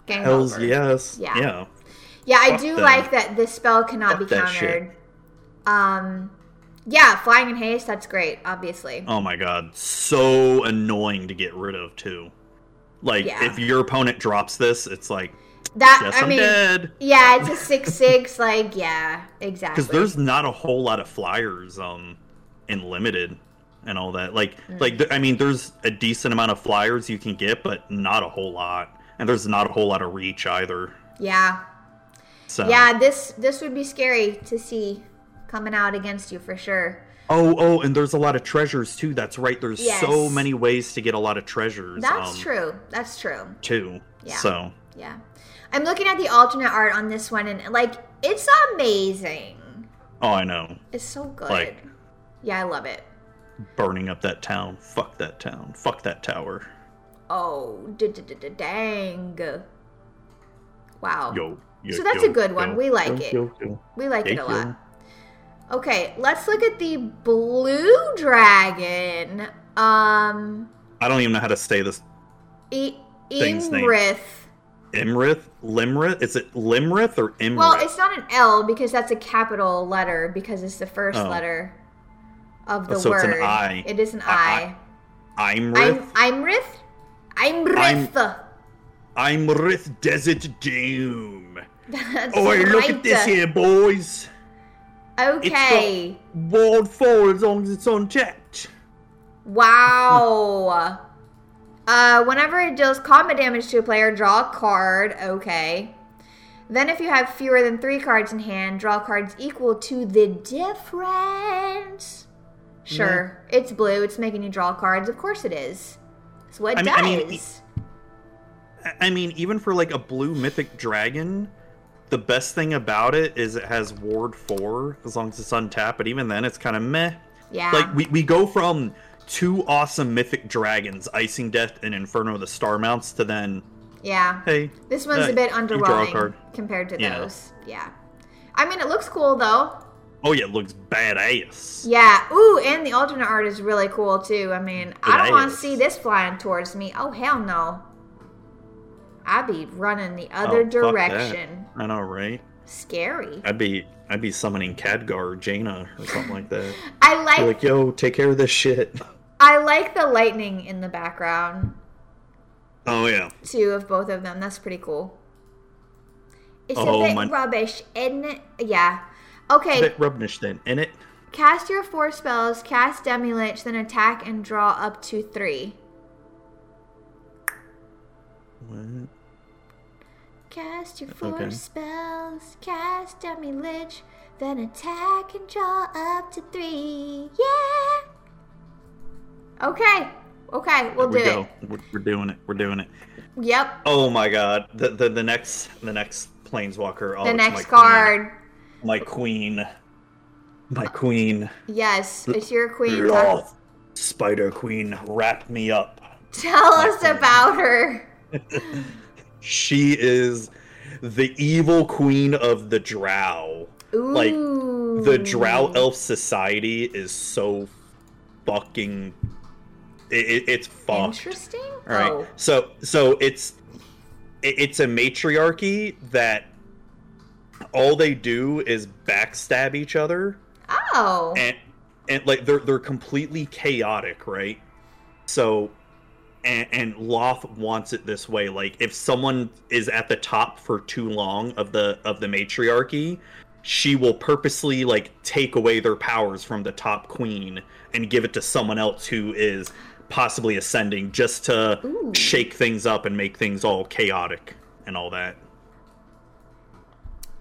Speaker 1: Game
Speaker 2: Hells
Speaker 1: over.
Speaker 2: yes.
Speaker 1: Yeah.
Speaker 2: yeah.
Speaker 1: Yeah, I
Speaker 2: Fuck
Speaker 1: do
Speaker 2: them.
Speaker 1: like that. This spell cannot
Speaker 2: Fuck
Speaker 1: be
Speaker 2: that shit.
Speaker 1: countered. Um, yeah, flying in haste. That's great. Obviously.
Speaker 2: Oh my god, so annoying to get rid of too. Like
Speaker 1: Yeah.
Speaker 2: if your opponent drops this, it's like
Speaker 1: that
Speaker 2: yes,
Speaker 1: I
Speaker 2: I'm
Speaker 1: mean.
Speaker 2: dead.
Speaker 1: Yeah, it's a six six. Like, yeah, exactly.
Speaker 2: Because there's not a whole lot of flyers um in limited and all that. Like
Speaker 1: Mm.
Speaker 2: like th- I mean, there's a decent amount of flyers you can get, but not a whole lot. And there's not a whole lot of reach either.
Speaker 1: yeah,
Speaker 2: So
Speaker 1: yeah. This this would be scary to see coming out against you for sure.
Speaker 2: Oh oh, and there's a lot of treasures too. That's right. There's so
Speaker 1: Yes.
Speaker 2: many ways to get a lot of treasures.
Speaker 1: That's
Speaker 2: um,
Speaker 1: true. That's true.
Speaker 2: Too.
Speaker 1: Yeah.
Speaker 2: So
Speaker 1: Yeah, I'm looking at the alternate art on this one, and like, it's amazing.
Speaker 2: oh, I know.
Speaker 1: It's so good.
Speaker 2: Like-
Speaker 1: yeah, I love it.
Speaker 2: burning up that town. Fuck that town. Fuck that tower.
Speaker 1: Oh, da da da da dang. Wow.
Speaker 2: Yo. yo
Speaker 1: Oh. So that's
Speaker 2: yo,
Speaker 1: a good one.
Speaker 2: yo,
Speaker 1: We like
Speaker 2: yo,
Speaker 1: it.
Speaker 2: yo, yo.
Speaker 1: We like it
Speaker 2: Thank
Speaker 1: a
Speaker 2: you.
Speaker 1: lot. Okay, let's look at the blue dragon. Um, E,
Speaker 2: I don't even know how to say this.
Speaker 1: I-
Speaker 2: Thing's name.
Speaker 1: Imrith.
Speaker 2: Imrith? Limrith? Is it Limrith or Imrith?
Speaker 1: Well, it's not an L because that's a capital letter because it's the first
Speaker 2: Oh.
Speaker 1: letter of the
Speaker 2: So
Speaker 1: word.
Speaker 2: it's an I.
Speaker 1: It is an
Speaker 2: I-
Speaker 1: I.
Speaker 2: Imrith?
Speaker 1: I'm Imrith. Imrith.
Speaker 2: Imrith Desert Doom.
Speaker 1: That's
Speaker 2: Oh, hey, look at
Speaker 1: right.
Speaker 2: this here, boys.
Speaker 1: Okay.
Speaker 2: Ward 4 as long as it's unchecked.
Speaker 1: Wow. Uh, whenever it deals combat damage to a player, draw a card. Okay. Then, if you have fewer than three cards in hand, draw cards equal to the difference. Sure, it's blue. It's making you draw cards. Of course, it is. It's what
Speaker 2: I
Speaker 1: it
Speaker 2: mean- I mean,
Speaker 1: does.
Speaker 2: I- I mean, even for like a blue mythic dragon, the best thing about it is it has Ward 4 as long as it's untapped, but even then it's kind of meh.
Speaker 1: yeah.
Speaker 2: Like we, we go from two awesome mythic dragons, Icing Death and Inferno the Star Mounts, to then
Speaker 1: yeah.
Speaker 2: hey,
Speaker 1: This one's
Speaker 2: uh,
Speaker 1: a bit
Speaker 2: you draw a
Speaker 1: underwhelming
Speaker 2: card.
Speaker 1: compared to
Speaker 2: Yeah.
Speaker 1: those. Yeah. I mean, it looks cool though.
Speaker 2: Oh yeah, it looks badass.
Speaker 1: Yeah. Ooh, and the alternate art is really cool too. I mean, I don't want to
Speaker 2: is.
Speaker 1: see this flying towards me. Oh hell no. I'd be running the
Speaker 2: Oh,
Speaker 1: other
Speaker 2: fuck that.
Speaker 1: direction.
Speaker 2: I know, right?
Speaker 1: Scary.
Speaker 2: I'd be I'd be summoning Khadgar or Jaina or something like that.
Speaker 1: I
Speaker 2: Be
Speaker 1: like
Speaker 2: like, yo, take care of this shit.
Speaker 1: I like the lightning in the background
Speaker 2: Oh yeah.
Speaker 1: too of both of them. That's pretty cool. It's a
Speaker 2: Oh,
Speaker 1: bit
Speaker 2: my-
Speaker 1: rubbish, isn't it? Yeah. Okay.
Speaker 2: Bit rubbish then, in it.
Speaker 1: Cast your four spells, cast Demi Lich, then attack and draw up to three.
Speaker 2: What?
Speaker 1: Cast your four
Speaker 2: Okay.
Speaker 1: spells, cast Demi Lich, then attack and draw up to three. Yeah! Okay, okay, we'll
Speaker 2: we
Speaker 1: do
Speaker 2: go.
Speaker 1: it.
Speaker 2: We're, we're doing it. We're doing it.
Speaker 1: Yep,
Speaker 2: Oh my god. The the, the next the next planeswalker. Oh,
Speaker 1: the
Speaker 2: it's
Speaker 1: next
Speaker 2: my
Speaker 1: card.
Speaker 2: Queen. My queen. My queen.
Speaker 1: Yes, it's your queen.
Speaker 2: Law, Spider Queen, wrap me up.
Speaker 1: Tell us
Speaker 2: queen.
Speaker 1: about her.
Speaker 2: She is the evil queen of the Drow.
Speaker 1: Ooh.
Speaker 2: Like, The
Speaker 1: Mm.
Speaker 2: Drow Elf Society is so fucking. It, it, it's fucked.
Speaker 1: Interesting.
Speaker 2: All right.
Speaker 1: Oh.
Speaker 2: So so it's i- it's a matriarchy that all they do is backstab each other
Speaker 1: Oh.
Speaker 2: and and like they're they're completely chaotic, right? So and, and Loth wants it this way. Like if someone is at the top for too long of the of the matriarchy, she will purposely like take away their powers from the top queen and give it to someone else who is possibly ascending just to
Speaker 1: Ooh.
Speaker 2: shake things up and make things all chaotic and all that.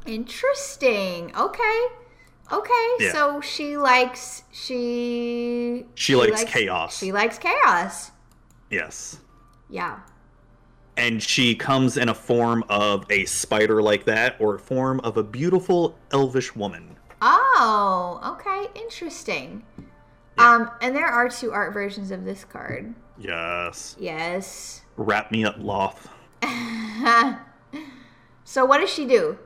Speaker 1: Interesting. Okay. Okay.
Speaker 2: Yeah.
Speaker 1: So she likes she
Speaker 2: She likes chaos.
Speaker 1: She likes chaos.
Speaker 2: Yes.
Speaker 1: Yeah.
Speaker 2: and she comes in a form of a spider like that or a form of a beautiful elvish woman
Speaker 1: Oh, okay. Interesting.
Speaker 2: Yeah.
Speaker 1: Um and there are two art versions of this card.
Speaker 2: yes
Speaker 1: Yes.
Speaker 2: wrap me up loth
Speaker 1: so what does she do?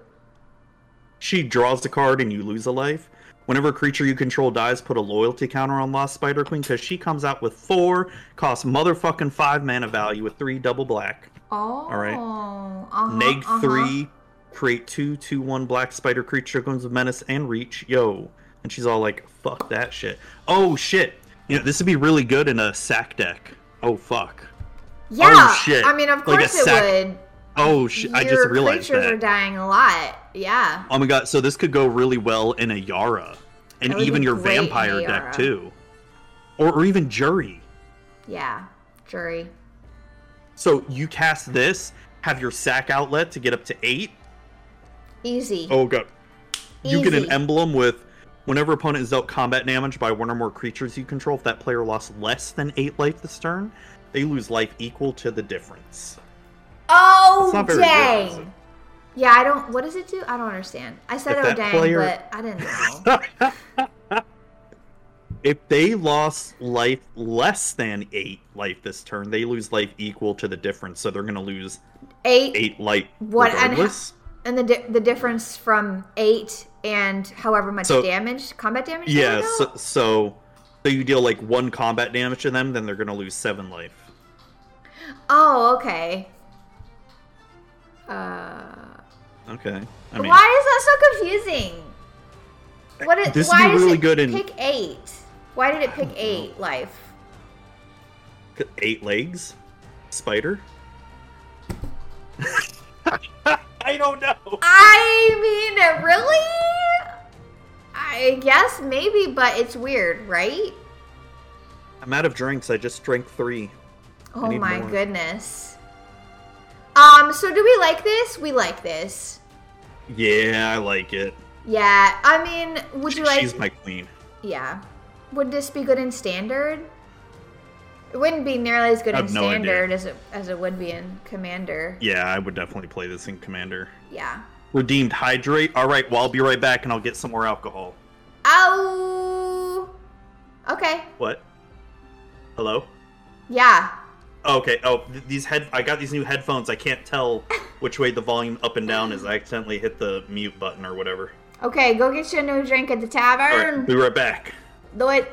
Speaker 2: she draws the card and you lose a life whenever a creature you control dies put a loyalty counter on lost spider queen because she comes out with four costs motherfucking five mana value with three double black
Speaker 1: Oh.
Speaker 2: right.
Speaker 1: Uh-huh,
Speaker 2: neg
Speaker 1: uh-huh.
Speaker 2: three create two two one black spider creature comes with menace and reach yo and she's all like fuck that shit oh shit you know this would be really good in a sack deck oh fuck
Speaker 1: Yeah.
Speaker 2: Oh, shit.
Speaker 1: I mean, of
Speaker 2: Like a
Speaker 1: course it
Speaker 2: sac-
Speaker 1: would.
Speaker 2: Oh shit! I just
Speaker 1: Your
Speaker 2: realized
Speaker 1: creatures
Speaker 2: that.
Speaker 1: are dying a lot. Yeah.
Speaker 2: oh my god! So this could go really well in a Yara, and
Speaker 1: That would
Speaker 2: even
Speaker 1: be
Speaker 2: your
Speaker 1: great in a
Speaker 2: vampire
Speaker 1: Yara.
Speaker 2: deck too, or, or even Jury.
Speaker 1: Yeah. Jury.
Speaker 2: So you cast this, have your sack outlet to get up to eight.
Speaker 1: Easy.
Speaker 2: Oh god! You get an
Speaker 1: Easy.
Speaker 2: emblem with whenever opponent is dealt combat damage by one or more creatures you control. If that player lost less than eight life this turn, they lose life equal to the difference.
Speaker 1: Oh
Speaker 2: It's not very good, is it?
Speaker 1: dang! Yeah, I don't. What does it do? I don't understand. I said
Speaker 2: If
Speaker 1: oh
Speaker 2: that
Speaker 1: dang,
Speaker 2: player-
Speaker 1: but I didn't know.
Speaker 2: if they lost life less than eight life this turn, they lose life equal to the difference. So they're going to lose
Speaker 1: Eight,
Speaker 2: eight life
Speaker 1: What- and ho-
Speaker 2: regardless.
Speaker 1: and the di- the difference from eight and however much
Speaker 2: So-
Speaker 1: damage, combat damage. they
Speaker 2: yeah.
Speaker 1: dealt?
Speaker 2: So, so so you deal like one combat damage to them, then they're going to lose seven life.
Speaker 1: oh, okay. Uh,
Speaker 2: Okay. I mean,
Speaker 1: why is that so confusing? What is?
Speaker 2: This would
Speaker 1: why
Speaker 2: be
Speaker 1: does
Speaker 2: really
Speaker 1: it
Speaker 2: good in-
Speaker 1: pick eight? Why did it pick eight life?
Speaker 2: c- eight legs, spider. I don't know.
Speaker 1: I mean, really? I guess maybe, but it's weird, right?
Speaker 2: I'm out of drinks. I just drank three.
Speaker 1: Oh
Speaker 2: need
Speaker 1: my
Speaker 2: more.
Speaker 1: goodness. Um, so do we like this? We like this.
Speaker 2: Yeah, I like it.
Speaker 1: Yeah, I mean, would you like
Speaker 2: She's my queen.
Speaker 1: Yeah. Would this be good in standard? It wouldn't be nearly as good
Speaker 2: I
Speaker 1: in
Speaker 2: have no idea.
Speaker 1: standard as it as it would be in commander.
Speaker 2: Yeah, I would definitely play this in Commander.
Speaker 1: Yeah.
Speaker 2: Redeemed hydrate. All right, well, I'll be right back and I'll get some more alcohol.
Speaker 1: Oh. Okay.
Speaker 2: What? Hello?
Speaker 1: Yeah.
Speaker 2: Okay. Oh, th- these head. I got these new headphones. I can't tell which way the volume up and down is. I accidentally hit the mute button or whatever.
Speaker 1: Okay, go get you a new drink at the
Speaker 2: All right,
Speaker 1: tavern.
Speaker 2: be right back.
Speaker 1: Do it.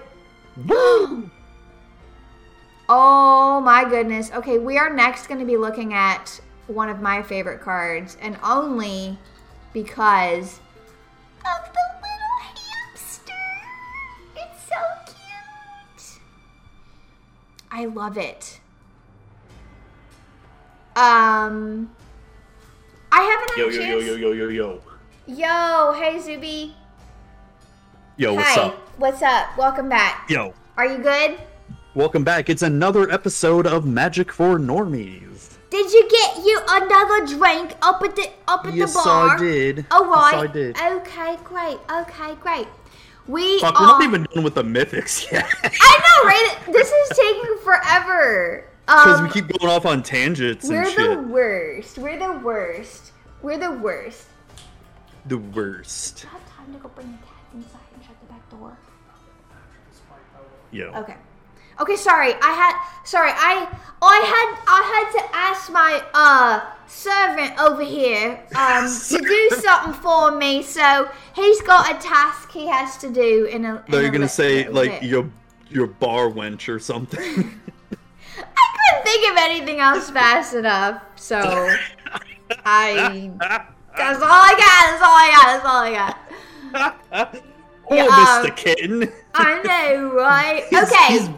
Speaker 1: Oh my goodness. Okay, we are next going to be looking at one of my favorite cards, and only because of the little hamster. It's so cute. I love it. Um, I haven't had
Speaker 2: Yo
Speaker 1: a
Speaker 2: yo yo
Speaker 1: chance.
Speaker 2: yo yo yo yo.
Speaker 1: Yo, hey Zuby.
Speaker 2: Yo, what's
Speaker 1: Hi.
Speaker 2: up?
Speaker 1: What's up? Welcome back.
Speaker 2: Yo,
Speaker 1: Are you good?
Speaker 2: welcome back. It's another episode of Magic for Normies.
Speaker 1: Did you get you another drink up at the up at
Speaker 2: yes,
Speaker 1: the bar? Oh,
Speaker 2: I did.
Speaker 1: All right.
Speaker 2: Yes, I did.
Speaker 1: Okay, great. Okay, great. We
Speaker 2: Fuck,
Speaker 1: are.
Speaker 2: we're not even done with the mythics yet.
Speaker 1: I know, right? This is taking forever.
Speaker 2: Because
Speaker 1: Um,
Speaker 2: we keep going off on tangents and
Speaker 1: are
Speaker 2: shit.
Speaker 1: the worst. We're the worst. We're the worst.
Speaker 2: The worst.
Speaker 1: I have time to go bring the cat inside and shut the back door.
Speaker 2: Yo.
Speaker 1: Okay. Okay, sorry. I had sorry. I I had I had to ask my uh servant over here um to do something for me. So he's got a task he has to do in a.
Speaker 2: They're
Speaker 1: in a
Speaker 2: gonna
Speaker 1: li-
Speaker 2: say
Speaker 1: little
Speaker 2: like
Speaker 1: bit.
Speaker 2: your your bar wench or something.
Speaker 1: I couldn't think of anything else fast enough. So I. That's all I got. That's all I got. That's all I got.
Speaker 2: oh,
Speaker 1: Yeah, um,
Speaker 2: Mr. Kitten.
Speaker 1: I know, right?
Speaker 2: He's-
Speaker 1: okay.
Speaker 2: He's,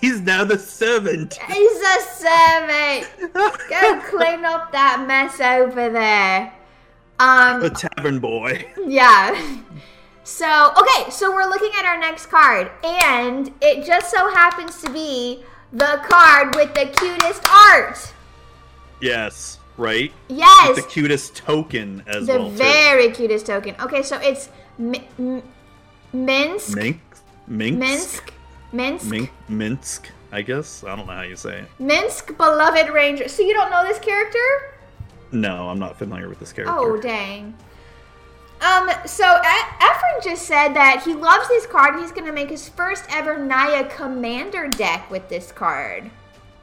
Speaker 2: he's now the servant.
Speaker 1: He's a servant. Go clean up that mess over there. Um,
Speaker 2: a tavern boy.
Speaker 1: yeah. So, okay, so we're looking at our next card, and it just so happens to be the card with the cutest art.
Speaker 2: Yes, right?
Speaker 1: Yes,
Speaker 2: The cutest token as
Speaker 1: the
Speaker 2: well.
Speaker 1: very cutest token. Okay, so it's Mi- M- Minsk,
Speaker 2: too. Mink? Minx?
Speaker 1: Minsk, Minsk,
Speaker 2: Mink? Minsk, I guess? I don't know how you say it.
Speaker 1: Minsk, beloved ranger. So you don't know this character?
Speaker 2: No, I'm not familiar with this character.
Speaker 1: Oh dang. Um. So e- Efren just said that he loves this card and he's going to make his first ever Naya Commander deck with this card.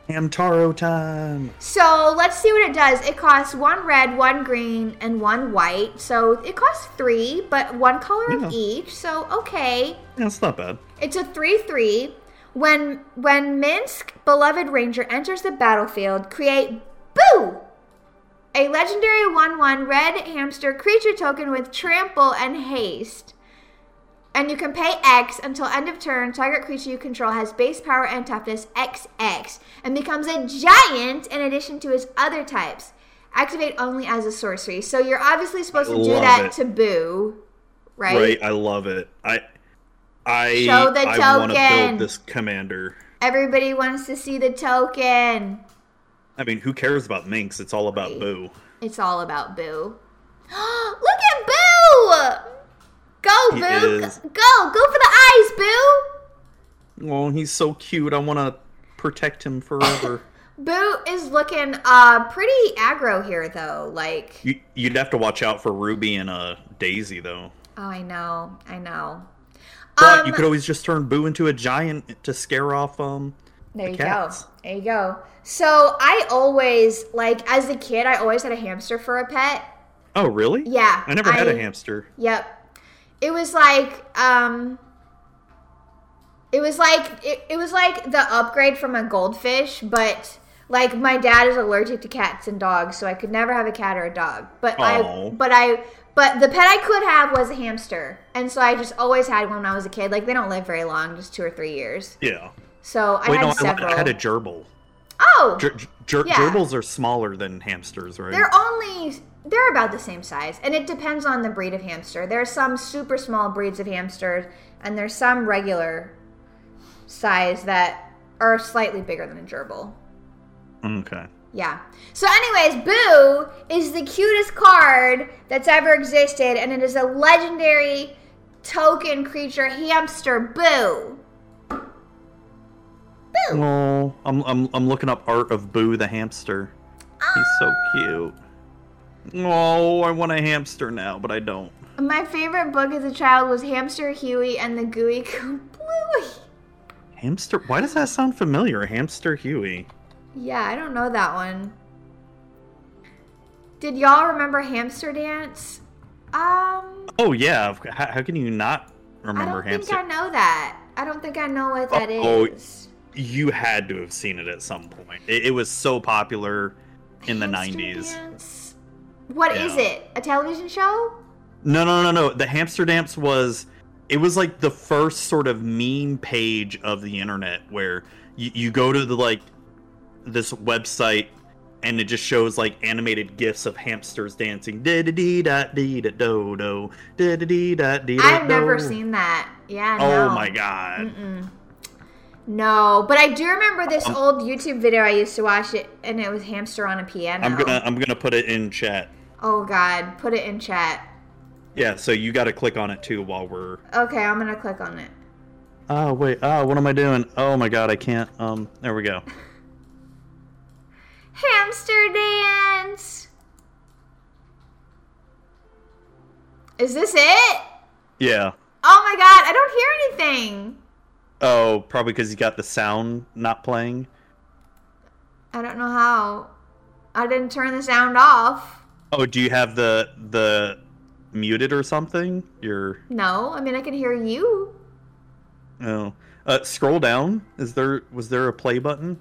Speaker 2: Hamtaro time.
Speaker 1: So let's see what it does. It costs one red, one green, and one white. So it costs three, but one color
Speaker 2: Yeah.
Speaker 1: of each. So okay,
Speaker 2: That's not bad.
Speaker 1: it's a three-three. When when Minsk beloved ranger enters the battlefield, create boo a legendary one-one red hamster creature token with trample and haste. And you can pay X until end of turn. Target creature you control has base power and toughness XX and becomes a giant in addition to its other types. Activate only as a sorcery. So you're obviously supposed to do
Speaker 2: Love
Speaker 1: that
Speaker 2: it.
Speaker 1: to Boo,
Speaker 2: Right? I love it. I I
Speaker 1: Show the
Speaker 2: I want to
Speaker 1: token.
Speaker 2: build this commander.
Speaker 1: Everybody wants to see the token.
Speaker 2: I mean, who cares about Minx? It's all about
Speaker 1: Right.
Speaker 2: Boo.
Speaker 1: It's all about Boo. Look at Boo! Go,
Speaker 2: He
Speaker 1: Boo!
Speaker 2: is.
Speaker 1: Go! Go for the eyes, Boo!
Speaker 2: Oh, he's so cute. I want to protect him forever.
Speaker 1: Boo is looking uh pretty aggro here though. Like
Speaker 2: you, you'd have to watch out for Ruby and uh, Daisy, though.
Speaker 1: oh I know, I know.
Speaker 2: But
Speaker 1: Um,
Speaker 2: you could always just turn Boo into a giant to scare off. Um,
Speaker 1: There
Speaker 2: The
Speaker 1: you
Speaker 2: cats.
Speaker 1: go. There you go. So I always like as a kid I always had a hamster for a pet.
Speaker 2: oh really?
Speaker 1: Yeah.
Speaker 2: I never had a
Speaker 1: hamster.
Speaker 2: hamster.
Speaker 1: Yep. It was like um it was like it, it was like the upgrade from a goldfish, but like my dad is allergic to cats and dogs, so I could never have a cat or a dog. But I
Speaker 2: Aw.
Speaker 1: but I but the pet I could have was a hamster. And so I just always had one when I was a kid. Like they don't live very long, just 2 or 3 years.
Speaker 2: Yeah.
Speaker 1: So I
Speaker 2: Wait,
Speaker 1: had
Speaker 2: no, I,
Speaker 1: several.
Speaker 2: I had a gerbil.
Speaker 1: oh.
Speaker 2: Ger- ger-
Speaker 1: Yeah.
Speaker 2: Gerbils are smaller than hamsters, right?
Speaker 1: They're only they're about the same size, and it depends on the breed of hamster. There are some super small breeds of hamsters, and there's some regular size that are slightly bigger than a gerbil.
Speaker 2: okay.
Speaker 1: Yeah. So, anyways, Boo is the cutest card that's ever existed, and it is a legendary token creature hamster Boo.
Speaker 2: Oh, I'm, I'm I'm looking up art of Boo the hamster. He's so cute. Oh, I want a hamster now, but I don't.
Speaker 1: My favorite book as a child was Hamster Huey and the Gooey Goo Bluey.
Speaker 2: Hamster? Why does that sound familiar? Hamster Huey.
Speaker 1: Yeah, I don't know that one. Did y'all remember Hamster Dance? Um,
Speaker 2: Oh yeah. of- How, how can you not
Speaker 1: I
Speaker 2: remember
Speaker 1: don't
Speaker 2: hamster? Oh,
Speaker 1: think I know that. I don't think I know what that is.
Speaker 2: Uh-oh. You had to have seen it at some point. It, it was so popular in the
Speaker 1: Hamster
Speaker 2: 90s.
Speaker 1: Dance? What is
Speaker 2: Yeah.
Speaker 1: it? A television show?
Speaker 2: No, no, no, no. The hamster dance was it was like the first sort of meme page of the internet where you, you go to the like this website and it just shows like animated gifs of hamsters dancing. Da da dee da dee da do do. Da da dee da dee da
Speaker 1: I've never
Speaker 2: do.
Speaker 1: seen that. Yeah,
Speaker 2: Oh
Speaker 1: no.
Speaker 2: my god.
Speaker 1: Mm-mm. No, but I do remember this
Speaker 2: Um,
Speaker 1: old YouTube video I used to watch it, and it was hamster on a piano.
Speaker 2: I'm gonna I'm gonna put it in chat.
Speaker 1: Oh God, put it in chat.
Speaker 2: Yeah, so you gotta click on it too while we're
Speaker 1: Okay, I'm gonna click on it.
Speaker 2: Oh wait, oh what am I doing? Oh my god, I can't um there we go.
Speaker 1: Hamster dance. Is this it?
Speaker 2: Yeah.
Speaker 1: Oh my god, I don't hear anything.
Speaker 2: Oh, probably because you got the sound not playing.
Speaker 1: I don't know how. I didn't turn the sound off.
Speaker 2: Oh, do you have the the muted or something? Your
Speaker 1: No, I mean I can hear you.
Speaker 2: oh, uh, scroll down. Is there was there a play button?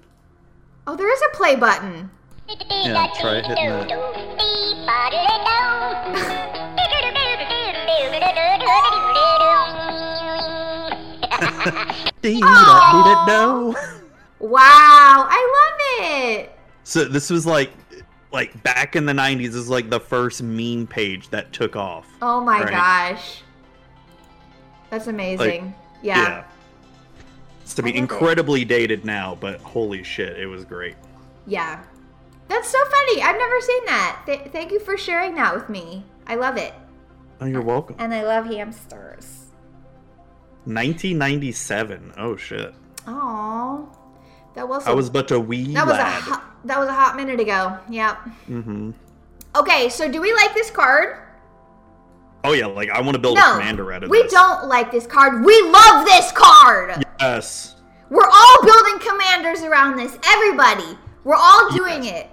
Speaker 1: Oh, there is a play button.
Speaker 2: Yeah, try hitting that. Dee da dee da do.
Speaker 1: Wow, I love it.
Speaker 2: So this was like, like back in the '90s is like the first meme page that took off.
Speaker 1: Oh my
Speaker 2: Right.
Speaker 1: gosh. That's amazing. yeah. Oh
Speaker 2: It's to
Speaker 1: I
Speaker 2: be
Speaker 1: love it.
Speaker 2: incredibly dated now, but holy shit, it was great.
Speaker 1: Yeah. That's so funny. I've never seen that. Th- thank you for sharing that with me. I love it.
Speaker 2: Oh, you're welcome.
Speaker 1: And I love hamsters.
Speaker 2: 1997. Oh shit.
Speaker 1: Aww. That was a,
Speaker 2: I was but a wee
Speaker 1: that was a
Speaker 2: lad.
Speaker 1: hot, that was a hot minute ago. Yep.
Speaker 2: hmm
Speaker 1: Okay, so do we like this card?
Speaker 2: Oh yeah, like I want to build a
Speaker 1: No.
Speaker 2: commander out of
Speaker 1: We
Speaker 2: this.
Speaker 1: don't like this card. We love this card.
Speaker 2: Yes.
Speaker 1: We're all building commanders around this. Everybody. We're all doing it.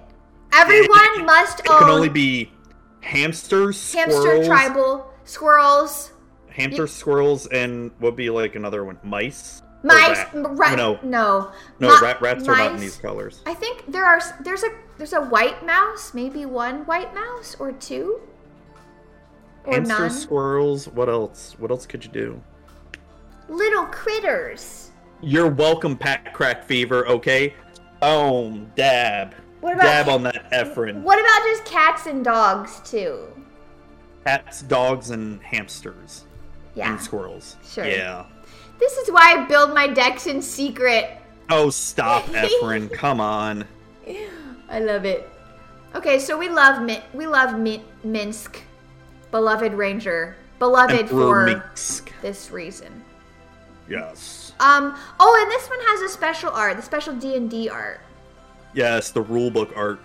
Speaker 1: Everyone must
Speaker 2: It
Speaker 1: own
Speaker 2: can only be hamsters,
Speaker 1: hamster
Speaker 2: squirrels,
Speaker 1: tribal squirrels.
Speaker 2: hamster, squirrels, and what would be like another one? Mice. or
Speaker 1: Mice,
Speaker 2: rat.
Speaker 1: m- rat,
Speaker 2: No,
Speaker 1: no,
Speaker 2: no,
Speaker 1: Ma-
Speaker 2: rat, rats are not in
Speaker 1: mice.
Speaker 2: these colors.
Speaker 1: I think there are s- there's a there's a white mouse, maybe one white mouse or two, or
Speaker 2: hamster,
Speaker 1: none.
Speaker 2: squirrels. What else? What else could you do?
Speaker 1: Little critters.
Speaker 2: You're welcome, Pat Crack Fever. Okay. Boom, dab,
Speaker 1: What about
Speaker 2: dab on that Efren.
Speaker 1: what about just cats and dogs too?
Speaker 2: Cats, dogs, and hamsters
Speaker 1: Yeah,
Speaker 2: and squirrels.
Speaker 1: Ah, Sure.
Speaker 2: Yeah.
Speaker 1: this is why I build my decks in secret.
Speaker 2: Oh, stop, Efren. Come on.
Speaker 1: I love it. Okay, so we love Min- we love Min- Minsk, beloved ranger, beloved
Speaker 2: Emperor
Speaker 1: for
Speaker 2: Minsk.
Speaker 1: this reason.
Speaker 2: Yes.
Speaker 1: Um. Oh, and this one has a special art, the special D and D art.
Speaker 2: Yes, the rulebook art.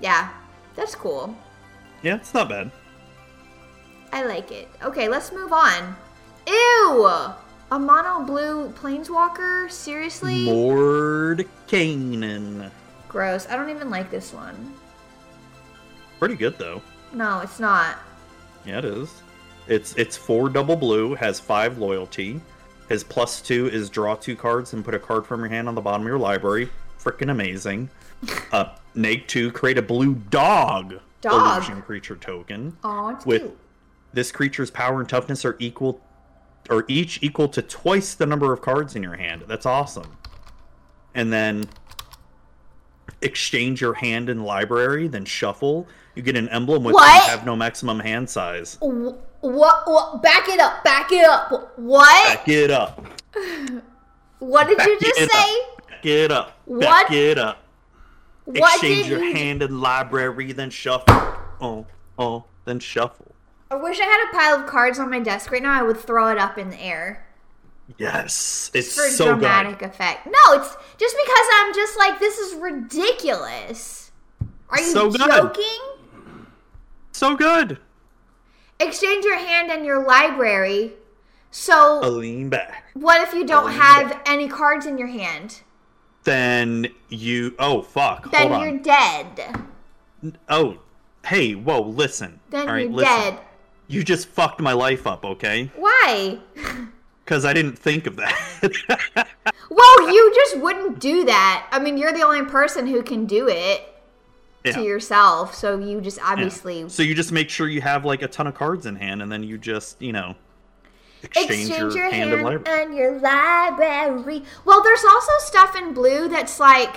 Speaker 1: Yeah, that's cool.
Speaker 2: Yeah, it's not bad.
Speaker 1: I like it. Okay, let's move on. Ew! A mono blue planeswalker? Seriously?
Speaker 2: Mord Kanan.
Speaker 1: Gross. I don't even like this one.
Speaker 2: Pretty good though.
Speaker 1: No, it's not.
Speaker 2: Yeah, it is. It's it's four double blue, has five loyalty. His plus two is draw two cards and put a card from your hand on the bottom of your library. Freaking amazing. Uh, Neg two, create a blue dog,
Speaker 1: Dog?
Speaker 2: illusion creature token.
Speaker 1: Oh, it's
Speaker 2: With
Speaker 1: cute.
Speaker 2: this creature's power and toughness are equal, or each equal to twice the number of cards in your hand. That's awesome. And then exchange your hand in library, then shuffle. You get an emblem with
Speaker 1: What?
Speaker 2: you have no maximum hand size.
Speaker 1: What, what? Back it up. Back it up. What?
Speaker 2: Back it up.
Speaker 1: What did you
Speaker 2: back
Speaker 1: just
Speaker 2: it
Speaker 1: say?
Speaker 2: Back it up.
Speaker 1: What?
Speaker 2: Back it up.
Speaker 1: What
Speaker 2: exchange
Speaker 1: did
Speaker 2: your
Speaker 1: you?
Speaker 2: hand in library, then shuffle. Oh, oh, then shuffle.
Speaker 1: I wish I had a pile of cards on my desk right now. I would throw it up in the air.
Speaker 2: Yes, it's
Speaker 1: for
Speaker 2: so
Speaker 1: dramatic
Speaker 2: good.
Speaker 1: effect. No, it's just because I'm just like this is ridiculous. Are you
Speaker 2: So good.
Speaker 1: joking?
Speaker 2: So good.
Speaker 1: Exchange your hand and your library. So
Speaker 2: A Oh, lean back.
Speaker 1: what if you don't have any cards in your hand?
Speaker 2: Then you. Oh fuck.
Speaker 1: Then
Speaker 2: Hold
Speaker 1: you're
Speaker 2: on.
Speaker 1: dead.
Speaker 2: Oh, hey, whoa, listen.
Speaker 1: Then
Speaker 2: All right,
Speaker 1: you're
Speaker 2: listen.
Speaker 1: dead.
Speaker 2: You just fucked my life up, okay?
Speaker 1: Why?
Speaker 2: Because I didn't think of that.
Speaker 1: Well, you just wouldn't do that. I mean, you're the only person who can do it
Speaker 2: Yeah,
Speaker 1: to yourself, so you just
Speaker 2: yeah.
Speaker 1: obviously
Speaker 2: So you just make sure you have like a ton of cards in hand, and then you just, you know, exchange,
Speaker 1: exchange, your, hand, uh,
Speaker 2: in library.
Speaker 1: and your library. Well, there's also stuff in blue that's like,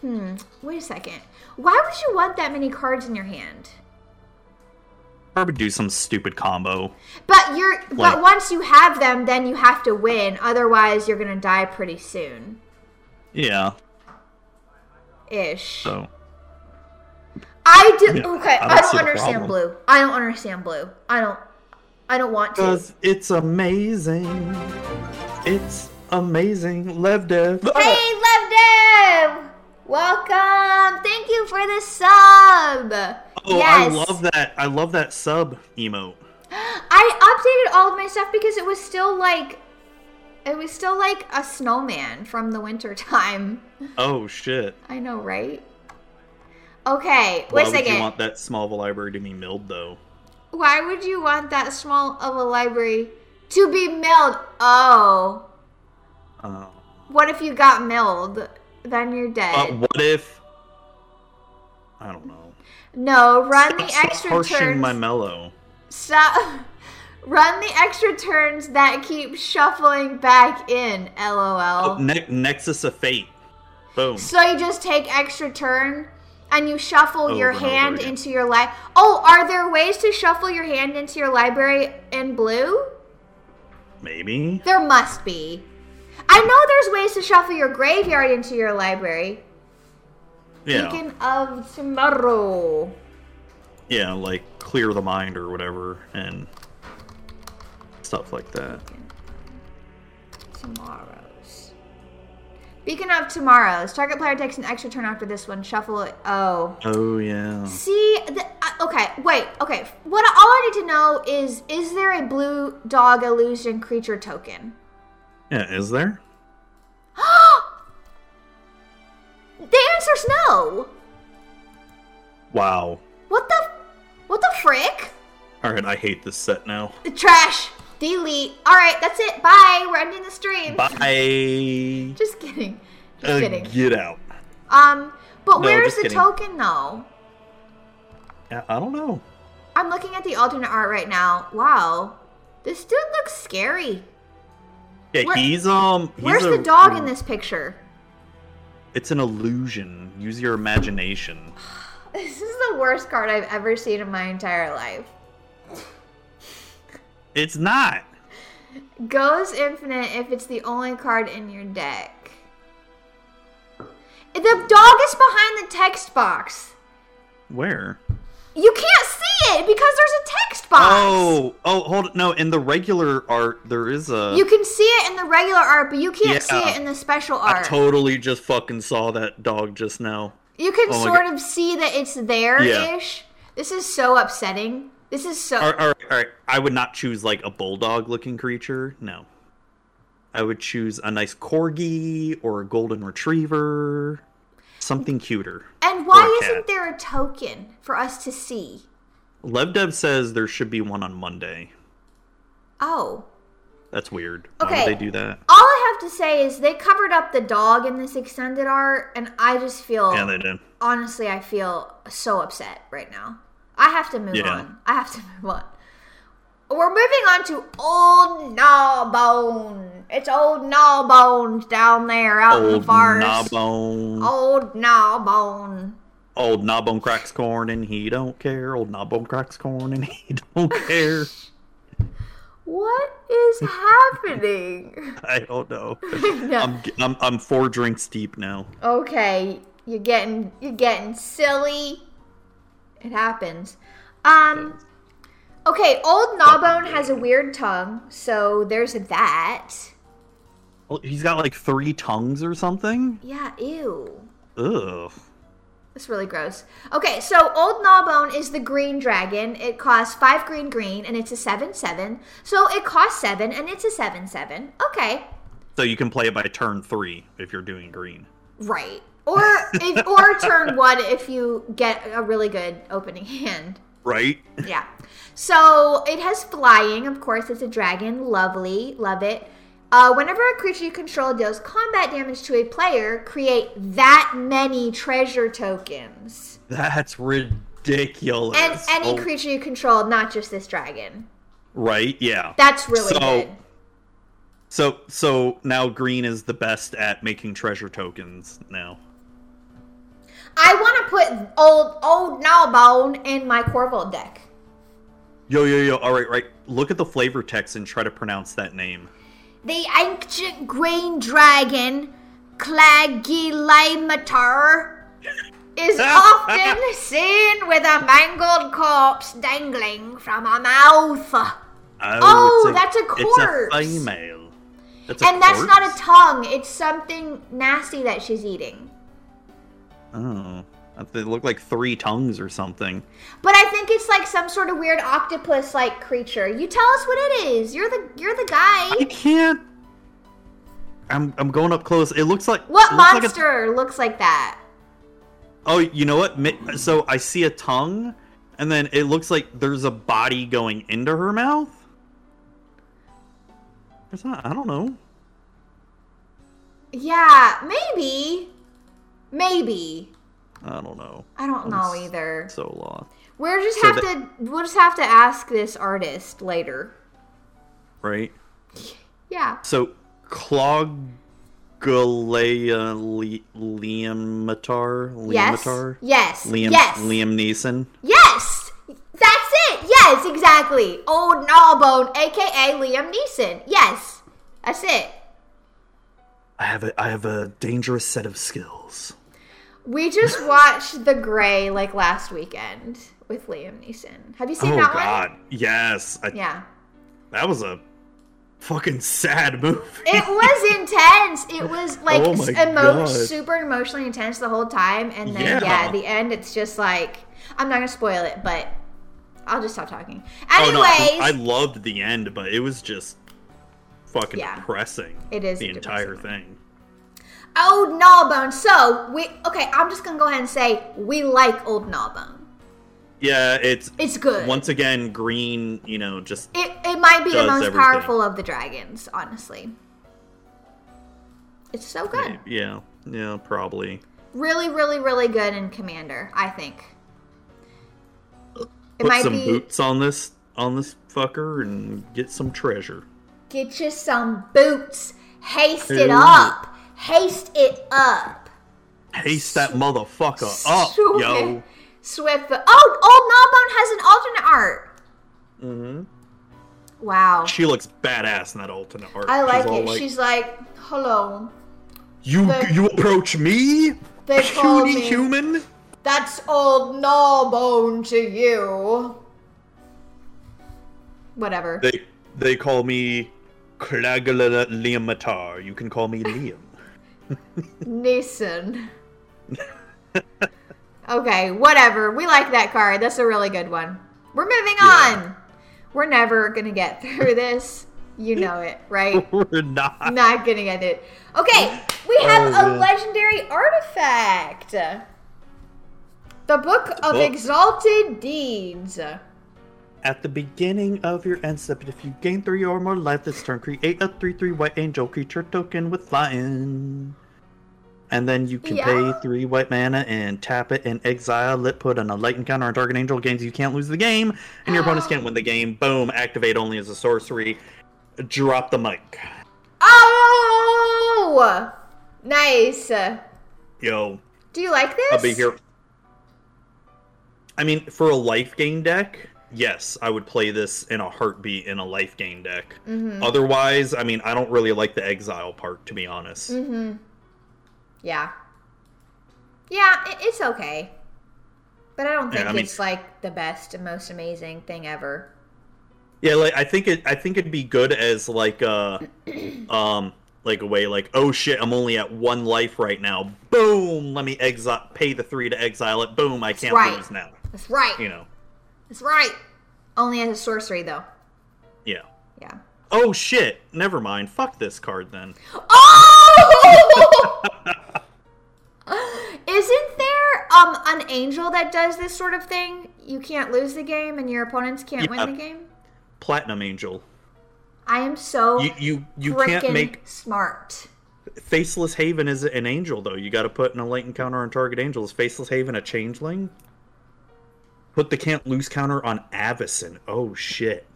Speaker 1: hmm, wait a second. Why would you want that many cards in your hand?
Speaker 2: Probably do some stupid combo.
Speaker 1: But you're but
Speaker 2: Like-
Speaker 1: once you have them, then you have to win. Otherwise, you're gonna die pretty soon,
Speaker 2: Yeah.
Speaker 1: ish.
Speaker 2: So
Speaker 1: I do.
Speaker 2: Yeah,
Speaker 1: okay,
Speaker 2: I
Speaker 1: I
Speaker 2: don't
Speaker 1: don't,
Speaker 2: see the
Speaker 1: understand
Speaker 2: problem.
Speaker 1: blue. I don't understand blue. I don't. I don't want to.
Speaker 2: because it's amazing. It's amazing. Levdev.
Speaker 1: Hey, Levdev! Welcome! Thank you for the sub!
Speaker 2: Oh,
Speaker 1: yes.
Speaker 2: I love that. I love that sub emote.
Speaker 1: I updated all of my stuff because it was still like it was still like a snowman from the winter time.
Speaker 2: Oh shit.
Speaker 1: I know, right? Okay,
Speaker 2: Why
Speaker 1: wait a
Speaker 2: would
Speaker 1: second.
Speaker 2: you want that small of a library to be milled though?
Speaker 1: Why would you want that small of a library to be milled? Oh.
Speaker 2: Oh. Oh.
Speaker 1: What if you got milled? Then you're dead.
Speaker 2: But what if I don't know.
Speaker 1: No, run the
Speaker 2: Stop
Speaker 1: extra
Speaker 2: harshing
Speaker 1: turns.
Speaker 2: my mellow.
Speaker 1: Stop. Run the extra turns that keep shuffling back in. LOL.
Speaker 2: Oh, ne- Nexus of Fate. Boom.
Speaker 1: So you just take extra turn and you shuffle your
Speaker 2: Over and over
Speaker 1: hand
Speaker 2: again.
Speaker 1: into your li Oh, are there ways to shuffle your hand into your library in blue?
Speaker 2: Maybe.
Speaker 1: There must be. I know there's ways to shuffle your graveyard into your library.
Speaker 2: Yeah.
Speaker 1: Beacon of Tomorrow.
Speaker 2: Yeah, like clear the mind or whatever and stuff like that.
Speaker 1: Tomorrow's. Beacon of Tomorrow's. Target player takes an extra turn after this one. Shuffle it. Oh.
Speaker 2: Oh yeah.
Speaker 1: See, the, uh, okay, wait, okay. What all I need to know is is there a blue dog illusion creature token?
Speaker 2: Yeah, is there?
Speaker 1: The answer's no.
Speaker 2: Wow.
Speaker 1: What the What the frick?
Speaker 2: All right, I hate this set now.
Speaker 1: Trash. Delete. All right, that's it. Bye. We're ending the stream.
Speaker 2: Bye.
Speaker 1: Just kidding. Just
Speaker 2: Uh,
Speaker 1: kidding.
Speaker 2: get out.
Speaker 1: Um, but
Speaker 2: No,
Speaker 1: where's
Speaker 2: just
Speaker 1: the
Speaker 2: kidding.
Speaker 1: token though?
Speaker 2: I I don't know.
Speaker 1: I'm looking at the alternate art right now. Wow. This dude looks scary.
Speaker 2: Yeah,
Speaker 1: Where-
Speaker 2: he's um. he's
Speaker 1: Where's
Speaker 2: a-
Speaker 1: the dog in this picture?
Speaker 2: It's an illusion. Use your imagination.
Speaker 1: This is the worst card I've ever seen in my entire life.
Speaker 2: It's not.
Speaker 1: Goes infinite if it's the only card in your deck. The dog is behind the text box.
Speaker 2: Where?
Speaker 1: You can't see it because there's a text box.
Speaker 2: Oh, oh, hold it. No, in the regular art, there is a.
Speaker 1: You can see it in the regular art, but you can't see
Speaker 2: Yeah.
Speaker 1: it in the special
Speaker 2: I
Speaker 1: art.
Speaker 2: totally just fucking saw that dog just now.
Speaker 1: you can
Speaker 2: Oh my
Speaker 1: sort
Speaker 2: God.
Speaker 1: of see that it's there ish. This is so upsetting. This is so.
Speaker 2: All right, all right, all right. I would not choose like a bulldog looking creature. No. I would choose a nice corgi or a golden retriever. Something cuter.
Speaker 1: and why
Speaker 2: Poor
Speaker 1: isn't
Speaker 2: cat.
Speaker 1: there a token for us to see?
Speaker 2: LevDev says there should be one on Monday.
Speaker 1: Oh.
Speaker 2: That's weird. Why
Speaker 1: Okay.
Speaker 2: would they do that?
Speaker 1: All I have to say is they covered up the dog in this extended art, and I just feel.
Speaker 2: Yeah, they did.
Speaker 1: honestly, I feel so upset right now. I have to move
Speaker 2: Yeah.
Speaker 1: on. I have to move on. We're moving on to Old Gnawbone. It's Old Gnawbones down there out in
Speaker 2: Old
Speaker 1: the forest.
Speaker 2: Gnawbone.
Speaker 1: Old Gnawbone.
Speaker 2: Old Gnawbone cracks corn and he don't care. Old Gnawbone cracks corn and he don't care.
Speaker 1: What is happening?
Speaker 2: I don't know.
Speaker 1: No.
Speaker 2: I'm, I'm I'm four drinks deep now.
Speaker 1: okay, you're getting you're getting silly. It happens. Um Okay, old Gnawbone has a weird tongue, so there's that.
Speaker 2: Well, He's got like three tongues or something.
Speaker 1: Yeah, ew.
Speaker 2: Ugh.
Speaker 1: That's really gross. Okay, so Old Gnawbone is the green dragon. It costs five green green and it's a 7 7. So it costs 7 and it's a 7 7. Okay,
Speaker 2: So you can play it by turn three if you're doing green.
Speaker 1: right. Or, if, or turn 1 if you get a really good opening hand.
Speaker 2: Right?
Speaker 1: Yeah. So it has flying, of course. It's a dragon. Lovely. Love it. Uh, whenever a creature you control deals combat damage to a player, create that many treasure tokens.
Speaker 2: That's ridiculous.
Speaker 1: And any
Speaker 2: Oh,
Speaker 1: creature you control, not just this dragon.
Speaker 2: Right? Yeah.
Speaker 1: That's really
Speaker 2: So-
Speaker 1: good.
Speaker 2: So so now green is the best at making treasure tokens now.
Speaker 1: I want to put old old Gnawbone in my Corval deck.
Speaker 2: Yo yo yo. All right, right. Look at the flavor text and try to pronounce that name.
Speaker 1: The ancient green dragon, Clagilimatar, is often seen with a mangled corpse dangling from her mouth.
Speaker 2: Oh,
Speaker 1: Oh,
Speaker 2: it's
Speaker 1: that's a corpse.
Speaker 2: It's a female. That's a
Speaker 1: and that's not a
Speaker 2: corpse?
Speaker 1: tongue, it's something nasty that she's eating.
Speaker 2: Oh, they look like three tongues or something.
Speaker 1: But I think it's like some sort of weird octopus-like creature. You tell us what it is. You're the you're the
Speaker 2: I
Speaker 1: guy.
Speaker 2: can't. I'm I'm going up close. It looks like
Speaker 1: What
Speaker 2: it looks like a-
Speaker 1: monster looks like that?
Speaker 2: oh, you know what? Ma- So I see a tongue, and then it looks like there's a body going into her mouth. There's not. I don't know.
Speaker 1: Yeah, maybe. Maybe.
Speaker 2: I don't know.
Speaker 1: I don't
Speaker 2: I'm
Speaker 1: know
Speaker 2: s-
Speaker 1: either.
Speaker 2: So lost.
Speaker 1: We're just
Speaker 2: So
Speaker 1: have
Speaker 2: that-
Speaker 1: to we'll just have to ask this artist later.
Speaker 2: Right?
Speaker 1: Yeah.
Speaker 2: So Clogaleamatar?
Speaker 1: Yes.
Speaker 2: Liamatar?
Speaker 1: Yes.
Speaker 2: Liam
Speaker 1: yes.
Speaker 2: Liam Neeson.
Speaker 1: Yes. That's it. Yes, exactly. Old Gnawbone, aka Liam Neeson. Yes. That's it.
Speaker 2: I have a I have a dangerous set of skills.
Speaker 1: We just watched The Gray like last weekend with Liam Neeson. Have you seen
Speaker 2: oh
Speaker 1: that
Speaker 2: god.
Speaker 1: one?
Speaker 2: Yes. I,
Speaker 1: Yeah.
Speaker 2: That was a fucking sad movie.
Speaker 1: It was intense. It was like
Speaker 2: Oh my
Speaker 1: s- emo-
Speaker 2: God.
Speaker 1: super emotionally intense the whole time. And then, yeah.
Speaker 2: Yeah.
Speaker 1: at the end, it's just like, I'm not going to spoil it, but I'll just stop talking.
Speaker 2: Oh,
Speaker 1: Anyways,
Speaker 2: no, I, I loved the end, but it was just fucking
Speaker 1: Yeah.
Speaker 2: depressing.
Speaker 1: It is
Speaker 2: the
Speaker 1: a
Speaker 2: entire
Speaker 1: depressing
Speaker 2: thing.
Speaker 1: Old Gnawbone. So, we, okay, I'm just going to go ahead and say we like Old Gnawbone.
Speaker 2: Yeah, it's
Speaker 1: It's good.
Speaker 2: once again green. You know, just
Speaker 1: it, it might be the
Speaker 2: does
Speaker 1: most
Speaker 2: everything.
Speaker 1: powerful of the dragons, honestly. It's so good.
Speaker 2: yeah, yeah, probably.
Speaker 1: really, really, really good in Commander. I think it
Speaker 2: Put
Speaker 1: might
Speaker 2: some
Speaker 1: be
Speaker 2: boots on this on this fucker and get some treasure.
Speaker 1: get you some boots, haste it
Speaker 2: Ooh.
Speaker 1: up, haste it up,
Speaker 2: Haste that motherfucker up,
Speaker 1: Swift-
Speaker 2: Uh, yo.
Speaker 1: Swift. Oh, Old Gnawbone has an alternate art.
Speaker 2: hmm
Speaker 1: Wow,
Speaker 2: She looks badass in that alternate art.
Speaker 1: I like
Speaker 2: She's all
Speaker 1: it. She's like, hello,
Speaker 2: you.
Speaker 1: the-
Speaker 2: you approach me,
Speaker 1: they call
Speaker 2: puny
Speaker 1: me.
Speaker 2: human.
Speaker 1: That's Old Gnawbone to you. Whatever.
Speaker 2: They they call me Clagala Liamatar. You can call me Liam.
Speaker 1: Nason. okay, whatever. We like that card. That's a really good one. We're moving
Speaker 2: Yeah.
Speaker 1: on. We're never going to get through this. You know it, right?
Speaker 2: We're not.
Speaker 1: Not going to get it. Okay, we have
Speaker 2: Oh,
Speaker 1: a
Speaker 2: man.
Speaker 1: legendary artifact the Book of
Speaker 2: book.
Speaker 1: Exalted Deeds.
Speaker 2: At the beginning of your end step, if you gain three or more life this turn, create a 3 3 white angel creature token with flying. And then you can
Speaker 1: Yeah.
Speaker 2: pay three white mana and tap it and exile it, put on a light encounter on target angel gains. You can't lose the game, and your opponents can't win the game. Boom, activate only as a sorcery. Drop the mic.
Speaker 1: Oh! Nice. Do
Speaker 2: Yo,
Speaker 1: you like this?
Speaker 2: I'll be here. I mean, for a life gain deck, yes, I would play this in a heartbeat in a life gain deck.
Speaker 1: Mm-hmm.
Speaker 2: Otherwise, I mean, I don't really like the exile part, to be honest.
Speaker 1: Mm-hmm. Yeah. Yeah, it, it's okay. But I don't
Speaker 2: Yeah,
Speaker 1: think
Speaker 2: I mean-
Speaker 1: it's like the best and most amazing thing ever.
Speaker 2: Yeah, like I think it, I think it'd be good as like a, um, like a way like, oh shit, I'm only at one life right now. Boom, let me exile, pay the three to exile it. Boom, I can't
Speaker 1: right.
Speaker 2: lose now.
Speaker 1: That's right.
Speaker 2: You know,
Speaker 1: That's right. Only as a sorcery though.
Speaker 2: yeah.
Speaker 1: Yeah.
Speaker 2: Oh shit, never mind. Fuck this card then.
Speaker 1: Oh! Isn't there um an angel that does this sort of thing? You can't lose the game and your opponents can't
Speaker 2: Yeah.
Speaker 1: win the game?
Speaker 2: Platinum angel.
Speaker 1: I am so
Speaker 2: You you you
Speaker 1: freaking
Speaker 2: can't make
Speaker 1: smart.
Speaker 2: Faceless Haven is an angel, though. You got to put an enlightened counter on target angel. Is Faceless Haven a changeling? Put the can't lose counter on Avison. Oh shit,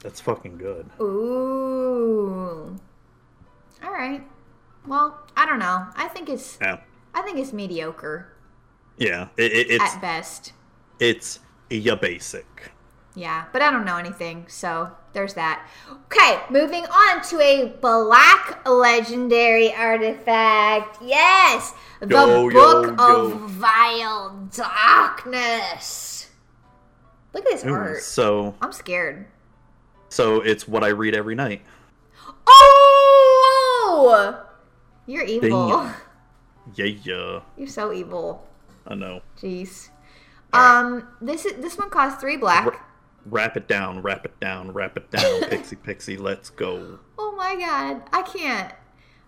Speaker 2: that's fucking good.
Speaker 1: Ooh. All right. Well, I don't know. I think it's
Speaker 2: Yeah,
Speaker 1: I think it's mediocre
Speaker 2: yeah. It, it, it's
Speaker 1: at best.
Speaker 2: it's ya basic.
Speaker 1: Yeah, but I don't know anything, so there's that. Okay, moving on to a black legendary artifact. Yes, the
Speaker 2: Yo, yo,
Speaker 1: Book of
Speaker 2: yo.
Speaker 1: Vile Darkness. Look at this
Speaker 2: Ooh,
Speaker 1: art.
Speaker 2: Mm, so
Speaker 1: I'm scared.
Speaker 2: so it's what I read every night.
Speaker 1: Oh, you're evil.
Speaker 2: Damn. Yeah, yeah.
Speaker 1: You're so evil.
Speaker 2: I know.
Speaker 1: Jeez.
Speaker 2: Alright.
Speaker 1: Um, this is this one costs three black.
Speaker 2: Ra- wrap it down. Wrap it down. Wrap it down. pixie, pixie. Let's go.
Speaker 1: Oh my god, I can't.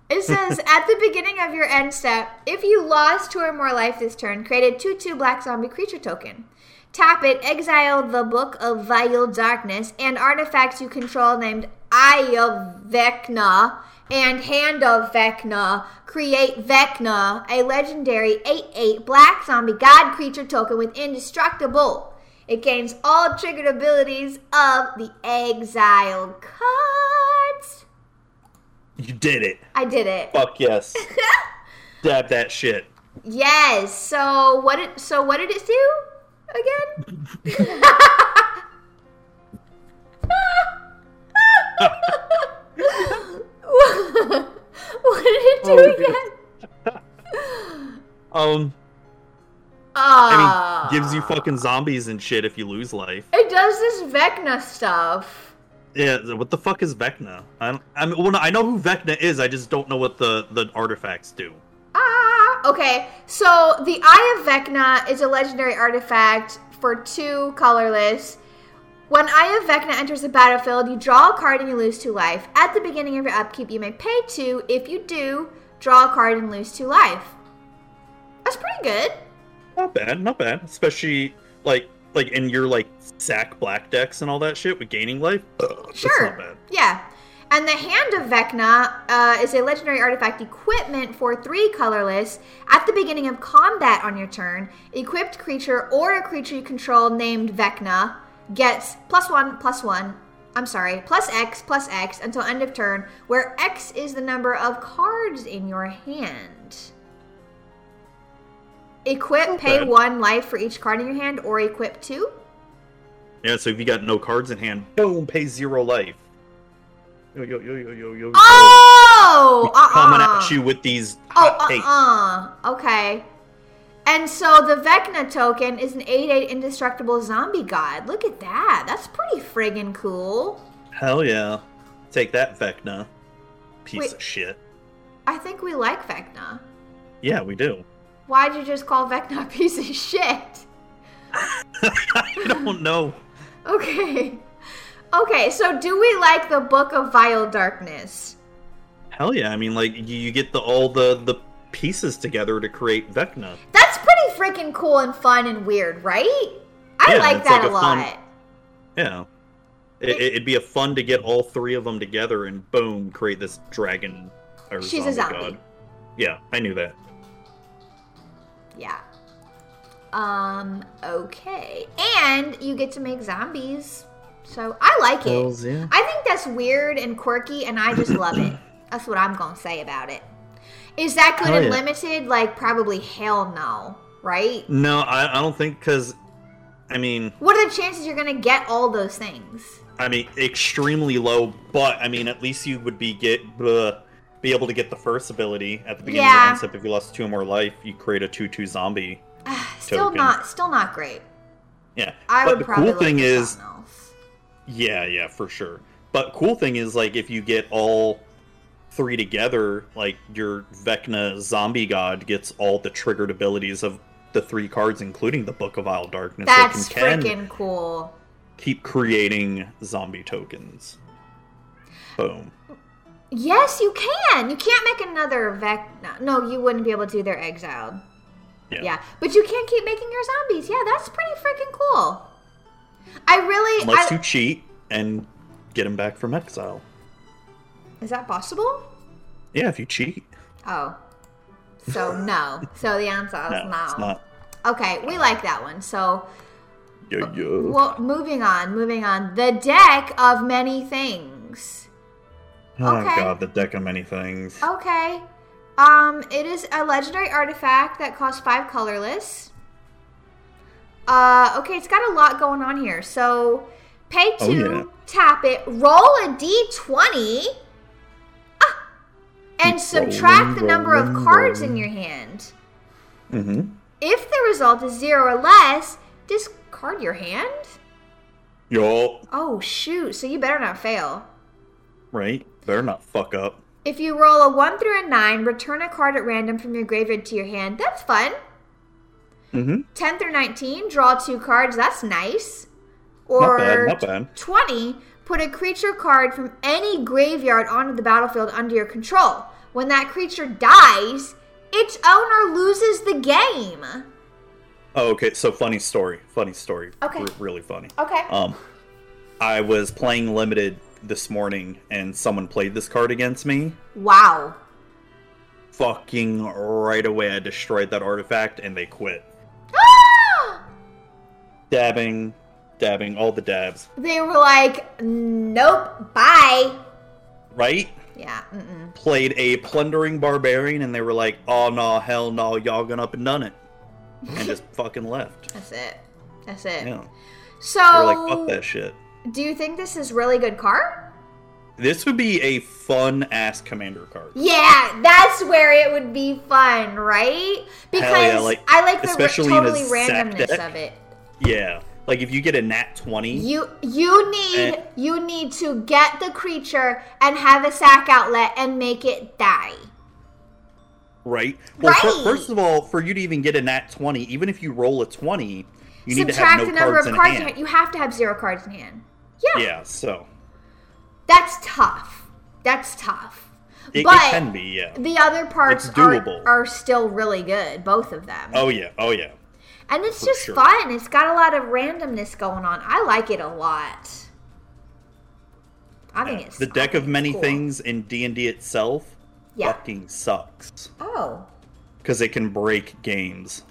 Speaker 1: It says at the beginning of your end step, if you lost two or more life this turn, create a two-two black zombie creature token. Tap it, exile the Book of Vile Darkness and artifacts you control named Eye of Vecna and Hand of Vecna create Vecna, a legendary 8 8 black zombie god creature token with indestructible. It gains all triggered abilities of the exile cards.
Speaker 2: You did it.
Speaker 1: I did it.
Speaker 2: Fuck yes. Dab that shit.
Speaker 1: Yes. So what? It, so what did it do again? what did it do
Speaker 2: Oh,
Speaker 1: again?
Speaker 2: Um,
Speaker 1: Ah,
Speaker 2: I mean, gives you fucking zombies and shit if you lose life.
Speaker 1: It does this Vecna stuff.
Speaker 2: Yeah, what the fuck is Vecna? I don't, I mean, well, no, I know who Vecna is. I just don't know what the the artifacts do.
Speaker 1: Ah, okay. So the Eye of Vecna is a legendary artifact for two colorless. When Eye of Vecna enters the battlefield, you draw a card and you lose two life. At the beginning of your upkeep, you may pay two. If you do, draw a card and lose two life. That's pretty good.
Speaker 2: Not bad, not bad. Especially like like in your like sack black decks and all that shit with gaining life. Ugh,
Speaker 1: Sure.
Speaker 2: That's not bad.
Speaker 1: Yeah. And the Hand of Vecna uh, is a legendary artifact equipment for three colorless. At the beginning of combat on your turn, equipped creature or a creature you control named Vecna gets plus one, plus one. I'm sorry, plus X, plus X until end of turn, where X is the number of cards in your hand. Equip, pay
Speaker 2: bad.
Speaker 1: one life for each card in your hand, or equip two.
Speaker 2: Yeah, so if you got no cards in hand, boom, pay zero life. Yo yo yo yo yo yo.
Speaker 1: Oh! Uh-uh.
Speaker 2: Coming at you with these
Speaker 1: Oh,
Speaker 2: hot
Speaker 1: uh,
Speaker 2: takes.
Speaker 1: uh, okay. And so the Vecna token is an 8 8 indestructible zombie god. Look at that. That's pretty friggin' cool.
Speaker 2: Hell yeah. Take that, Vecna. Piece
Speaker 1: Wait.
Speaker 2: of shit.
Speaker 1: I think we like Vecna.
Speaker 2: Yeah, we do.
Speaker 1: Why'd you just call Vecna a piece of shit?
Speaker 2: I don't know.
Speaker 1: Okay. Okay, so do we like the Book of Vile Darkness?
Speaker 2: Hell yeah. I mean, like, you, you get the all the the pieces together to create Vecna.
Speaker 1: That's pretty freaking cool and fun and weird, right? I
Speaker 2: Yeah,
Speaker 1: like
Speaker 2: it's
Speaker 1: that
Speaker 2: like
Speaker 1: a
Speaker 2: a fun-
Speaker 1: lot.
Speaker 2: Yeah. It, it, would be a fun to get all three of them together and boom, create this dragon. Or
Speaker 1: She's a zombie.
Speaker 2: god. Yeah, I knew that.
Speaker 1: Yeah. Um, okay. And you get to make zombies. So I like it.
Speaker 2: yeah.
Speaker 1: I think that's weird and quirky and I just love it. That's what I'm gonna say about it. Is that good
Speaker 2: Hell
Speaker 1: and
Speaker 2: yeah.
Speaker 1: limited? Like probably hell no, right?
Speaker 2: No, I, I don't think because, I mean,
Speaker 1: What are the chances you're gonna get all those things?
Speaker 2: I mean, extremely low. But I mean, at least you would be get bleh, be able to get the first ability at the beginning
Speaker 1: Yeah.
Speaker 2: of your end step. If you lost two or more life, you create a two-two zombie.
Speaker 1: still
Speaker 2: Token.
Speaker 1: not still not great.
Speaker 2: Yeah,
Speaker 1: I
Speaker 2: but
Speaker 1: would
Speaker 2: the
Speaker 1: probably
Speaker 2: cool
Speaker 1: like
Speaker 2: thing
Speaker 1: the
Speaker 2: is,
Speaker 1: something else.
Speaker 2: yeah, yeah, for sure. But cool thing is, like, if you get all three together, like your Vecna zombie god gets all the triggered abilities of the three cards, including the Book of Vile Darkness. so it
Speaker 1: That's
Speaker 2: can- can
Speaker 1: freaking cool.
Speaker 2: keep creating zombie tokens. Boom.
Speaker 1: Yes, you can. You can't make another Vecna. No, you wouldn't be able to. They're exiled.
Speaker 2: Yeah.
Speaker 1: Yeah, but you can't keep making your zombies. Yeah, that's pretty freaking cool. I really.
Speaker 2: Unless
Speaker 1: I,
Speaker 2: you cheat and get him back from exile.
Speaker 1: Is that possible?
Speaker 2: Yeah, if you cheat.
Speaker 1: Oh. So, no. So the answer is
Speaker 2: no, it's not.
Speaker 1: Okay, we like that one. So,
Speaker 2: Yo, yo.
Speaker 1: Uh, well, moving on, moving on. The deck of many things.
Speaker 2: oh
Speaker 1: okay. Oh.
Speaker 2: god, the deck of many things.
Speaker 1: Okay. Um, it is a legendary artifact that costs five colorless. Uh, okay, it's got a lot going on here. So, pay two,
Speaker 2: Oh, yeah.
Speaker 1: tap it, roll a d20, ah, and
Speaker 2: Keep
Speaker 1: subtract the
Speaker 2: rolling,
Speaker 1: number of
Speaker 2: rolling,
Speaker 1: cards in
Speaker 2: rolling.
Speaker 1: your hand.
Speaker 2: Mm-hmm.
Speaker 1: If the result is zero or less, discard your hand.
Speaker 2: Yo,
Speaker 1: Oh, shoot. So, you better not fail.
Speaker 2: right? Better not fuck up.
Speaker 1: If you roll a 1 through a 9, return a card at random from your graveyard to your hand. That's fun.
Speaker 2: Mm-hmm.
Speaker 1: 10 through 19, draw two cards. That's nice.
Speaker 2: Not
Speaker 1: Or
Speaker 2: bad, not bad.
Speaker 1: 20, put a creature card from any graveyard onto the battlefield under your control. When that creature dies, its owner loses the game.
Speaker 2: Oh, okay, so funny story. Funny story.
Speaker 1: Okay.
Speaker 2: R- really funny.
Speaker 1: Okay.
Speaker 2: Um I was playing limited up this morning and someone played this card against me.
Speaker 1: Wow.
Speaker 2: Fucking right away, I destroyed that artifact and they quit. Dabbing, dabbing, all the dabs.
Speaker 1: they were like, nope, bye.
Speaker 2: Right?
Speaker 1: Yeah. Mm-mm.
Speaker 2: Played a plundering barbarian and they were like, oh no, hell no, y'all gone up and done it. And just fucking left.
Speaker 1: That's it. That's it.
Speaker 2: Yeah.
Speaker 1: So,
Speaker 2: They're like, fuck
Speaker 1: Oh.
Speaker 2: that shit.
Speaker 1: do you think this is really good card?
Speaker 2: This would be a fun ass commander card.
Speaker 1: Yeah, that's where it would be fun, right? Because
Speaker 2: like-
Speaker 1: I like the ra-
Speaker 2: especially in a
Speaker 1: totally
Speaker 2: zap
Speaker 1: randomness
Speaker 2: deck. Mm-hmm.
Speaker 1: of it.
Speaker 2: Yeah. Like if you get a nat 20,
Speaker 1: You you need
Speaker 2: Eh.
Speaker 1: you need to get the creature and have a sack outlet and make it die.
Speaker 2: right? Well, fir-
Speaker 1: Right.
Speaker 2: first of all, for you to even get a nat 20, even if you roll a 20, you need to have
Speaker 1: Subtract
Speaker 2: no
Speaker 1: the number
Speaker 2: cards
Speaker 1: of
Speaker 2: in
Speaker 1: cards
Speaker 2: hand.
Speaker 1: in hand. You have to have zero cards in hand. Yeah,
Speaker 2: yeah, so
Speaker 1: that's tough. That's tough.
Speaker 2: it, it
Speaker 1: but
Speaker 2: can be, yeah.
Speaker 1: the other parts
Speaker 2: It's
Speaker 1: are,
Speaker 2: doable.
Speaker 1: are still really good, both of them.
Speaker 2: Oh yeah, oh yeah.
Speaker 1: and it's just
Speaker 2: sure.
Speaker 1: fun. It's got a lot of randomness going on. I like it a lot. I think it's
Speaker 2: The
Speaker 1: I
Speaker 2: deck
Speaker 1: think
Speaker 2: of
Speaker 1: it's
Speaker 2: many
Speaker 1: cool.
Speaker 2: things in D&D itself
Speaker 1: Yeah.
Speaker 2: fucking sucks
Speaker 1: Oh,
Speaker 2: cuz it can break games.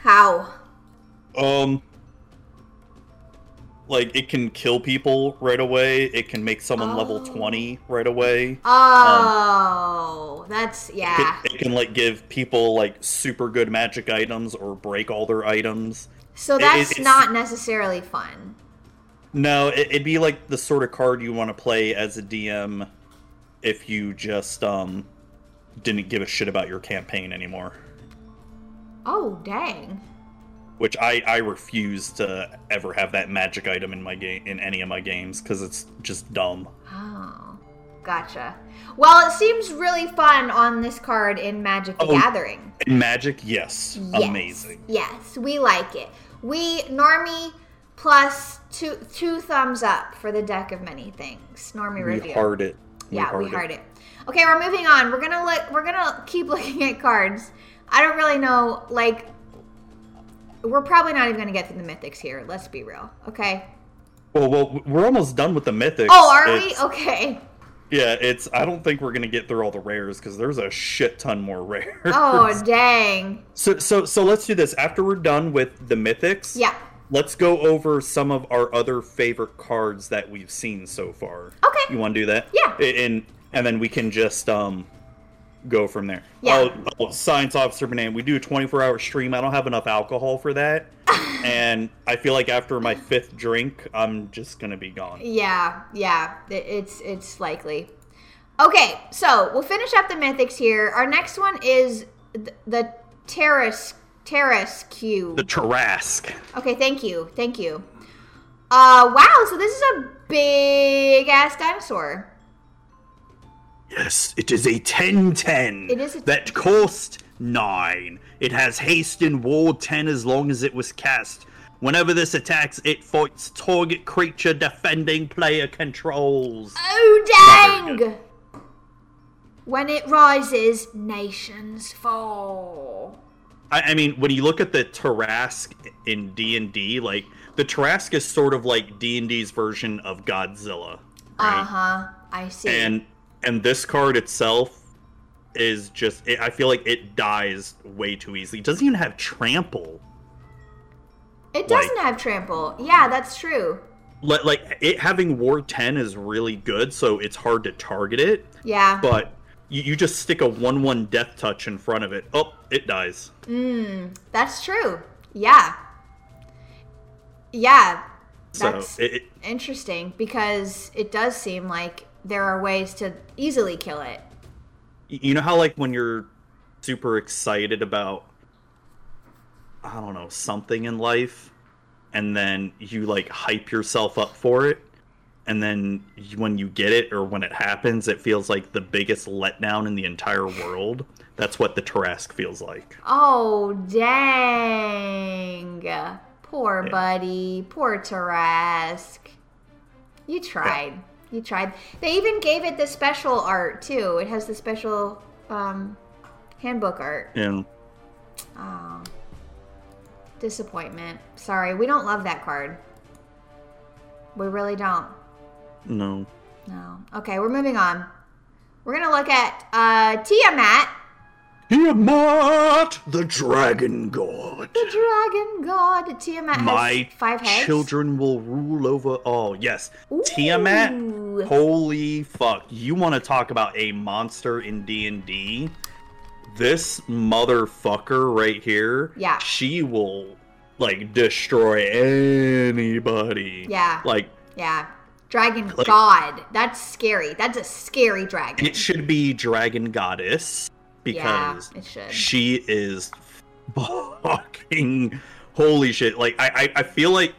Speaker 1: how?
Speaker 2: Um like it can kill people right away, it can make someone level
Speaker 1: Oh.
Speaker 2: 20 right away.
Speaker 1: Oh, that's
Speaker 2: It-
Speaker 1: yeah.
Speaker 2: Um, It, can like give people like super good magic items or break all their items.
Speaker 1: so
Speaker 2: it-
Speaker 1: that's
Speaker 2: it's-
Speaker 1: not necessarily fun.
Speaker 2: No, it, it'd be like the sort of card you want to play as a DM if you just um didn't give a shit about your campaign anymore,
Speaker 1: Oh, dang.
Speaker 2: which I I refuse to ever have that magic item in my game in any of my games because it's just dumb.
Speaker 1: Oh, gotcha. Well, it seems really fun on this card in Magic the
Speaker 2: Oh,
Speaker 1: Gathering.
Speaker 2: Magic, yes,
Speaker 1: Yes.
Speaker 2: amazing.
Speaker 1: Yes, we like it. We normie plus two two thumbs up for the deck of many things. Normie
Speaker 2: We
Speaker 1: review.
Speaker 2: hard it.
Speaker 1: yeah, we hard it. Okay, we're moving on. We're gonna look. We're gonna keep looking at cards. I don't really know. Like, we're probably not even gonna get through the mythics here. Let's be real. Okay.
Speaker 2: Well, well, we're almost done with the mythics.
Speaker 1: Oh, are we?
Speaker 2: It's-
Speaker 1: Okay.
Speaker 2: Yeah, it's. I don't think we're gonna get through all the rares because there's a shit ton more rares.
Speaker 1: Oh, dang.
Speaker 2: So, so, so let's do this. After we're done with the mythics,
Speaker 1: Yeah.
Speaker 2: let's go over some of our other favorite cards that we've seen so far.
Speaker 1: Okay.
Speaker 2: You want to do that?
Speaker 1: Yeah.
Speaker 2: A- And and then we can just um go from there.
Speaker 1: Yeah.
Speaker 2: Oh, oh, science officer banana. We do a 24-hour stream. I don't have enough alcohol for that, and I feel like after my fifth drink, I'm just gonna be gone.
Speaker 1: Yeah, yeah, it- it's it's likely. Okay, so we'll finish up the mythics here. Our next one is th- the terrace terrace
Speaker 2: The
Speaker 1: cube.
Speaker 2: Tarask.
Speaker 1: Okay, thank you, thank you. Uh, wow, so this is a big ass dinosaur.
Speaker 2: Yes, it is a 1010.
Speaker 1: It is a
Speaker 2: That cost 9. It has haste and ward 10 as long as it was cast. Whenever this attacks, it fights target creature defending player controls.
Speaker 1: Oh
Speaker 2: Not very
Speaker 1: dang! When it rises, nations fall.
Speaker 2: I, I mean, when you look at the Tarask in D&D, like, the Tarask is sort of like D&D's version of Godzilla. Right?
Speaker 1: Uh huh. I see.
Speaker 2: and and this card itself is just it, i feel like it dies way too easily it doesn't even have trample
Speaker 1: it
Speaker 2: like-
Speaker 1: doesn't have trample. Yeah, that's true.
Speaker 2: like, like it having ward 10 is really good so it's hard to target it
Speaker 1: Yeah.
Speaker 2: but you, you just stick a 1-1 death touch in front of it oh it dies
Speaker 1: That's true. Yeah. Yeah.
Speaker 2: so
Speaker 1: That's
Speaker 2: it, it,
Speaker 1: interesting because it does seem like there are ways to easily kill it.
Speaker 2: you know how like when you're super excited about i don't know something in life and then you like hype yourself up for it and then you- when you get it or when it happens it feels like the biggest letdown in the entire world that's what the Tarask feels like
Speaker 1: Oh, dang. Poor buddy. Poor Tarask. You tried. You tried. They even gave it the special art, too. It has the special um, handbook art.
Speaker 2: yeah
Speaker 1: Oh. Disappointment. Sorry, we don't love that card. We really don't.
Speaker 2: No.
Speaker 1: No. Okay, we're moving on. We're gonna look at uh, Tiamat,
Speaker 2: Tiamat, the dragon god.
Speaker 1: the dragon god. Tiamat
Speaker 2: My
Speaker 1: has five heads.
Speaker 2: Children will rule over all. Yes.
Speaker 1: Ooh.
Speaker 2: Tiamat. Holy fuck. You want to talk about a monster in D&D? This motherfucker right here.
Speaker 1: Yeah.
Speaker 2: She will like destroy anybody.
Speaker 1: Yeah.
Speaker 2: Like
Speaker 1: Yeah. Dragon
Speaker 2: Like-
Speaker 1: god. That's scary. That's a scary dragon.
Speaker 2: it should be dragon goddess because
Speaker 1: yeah, it should.
Speaker 2: she is fucking holy shit like I, I i feel like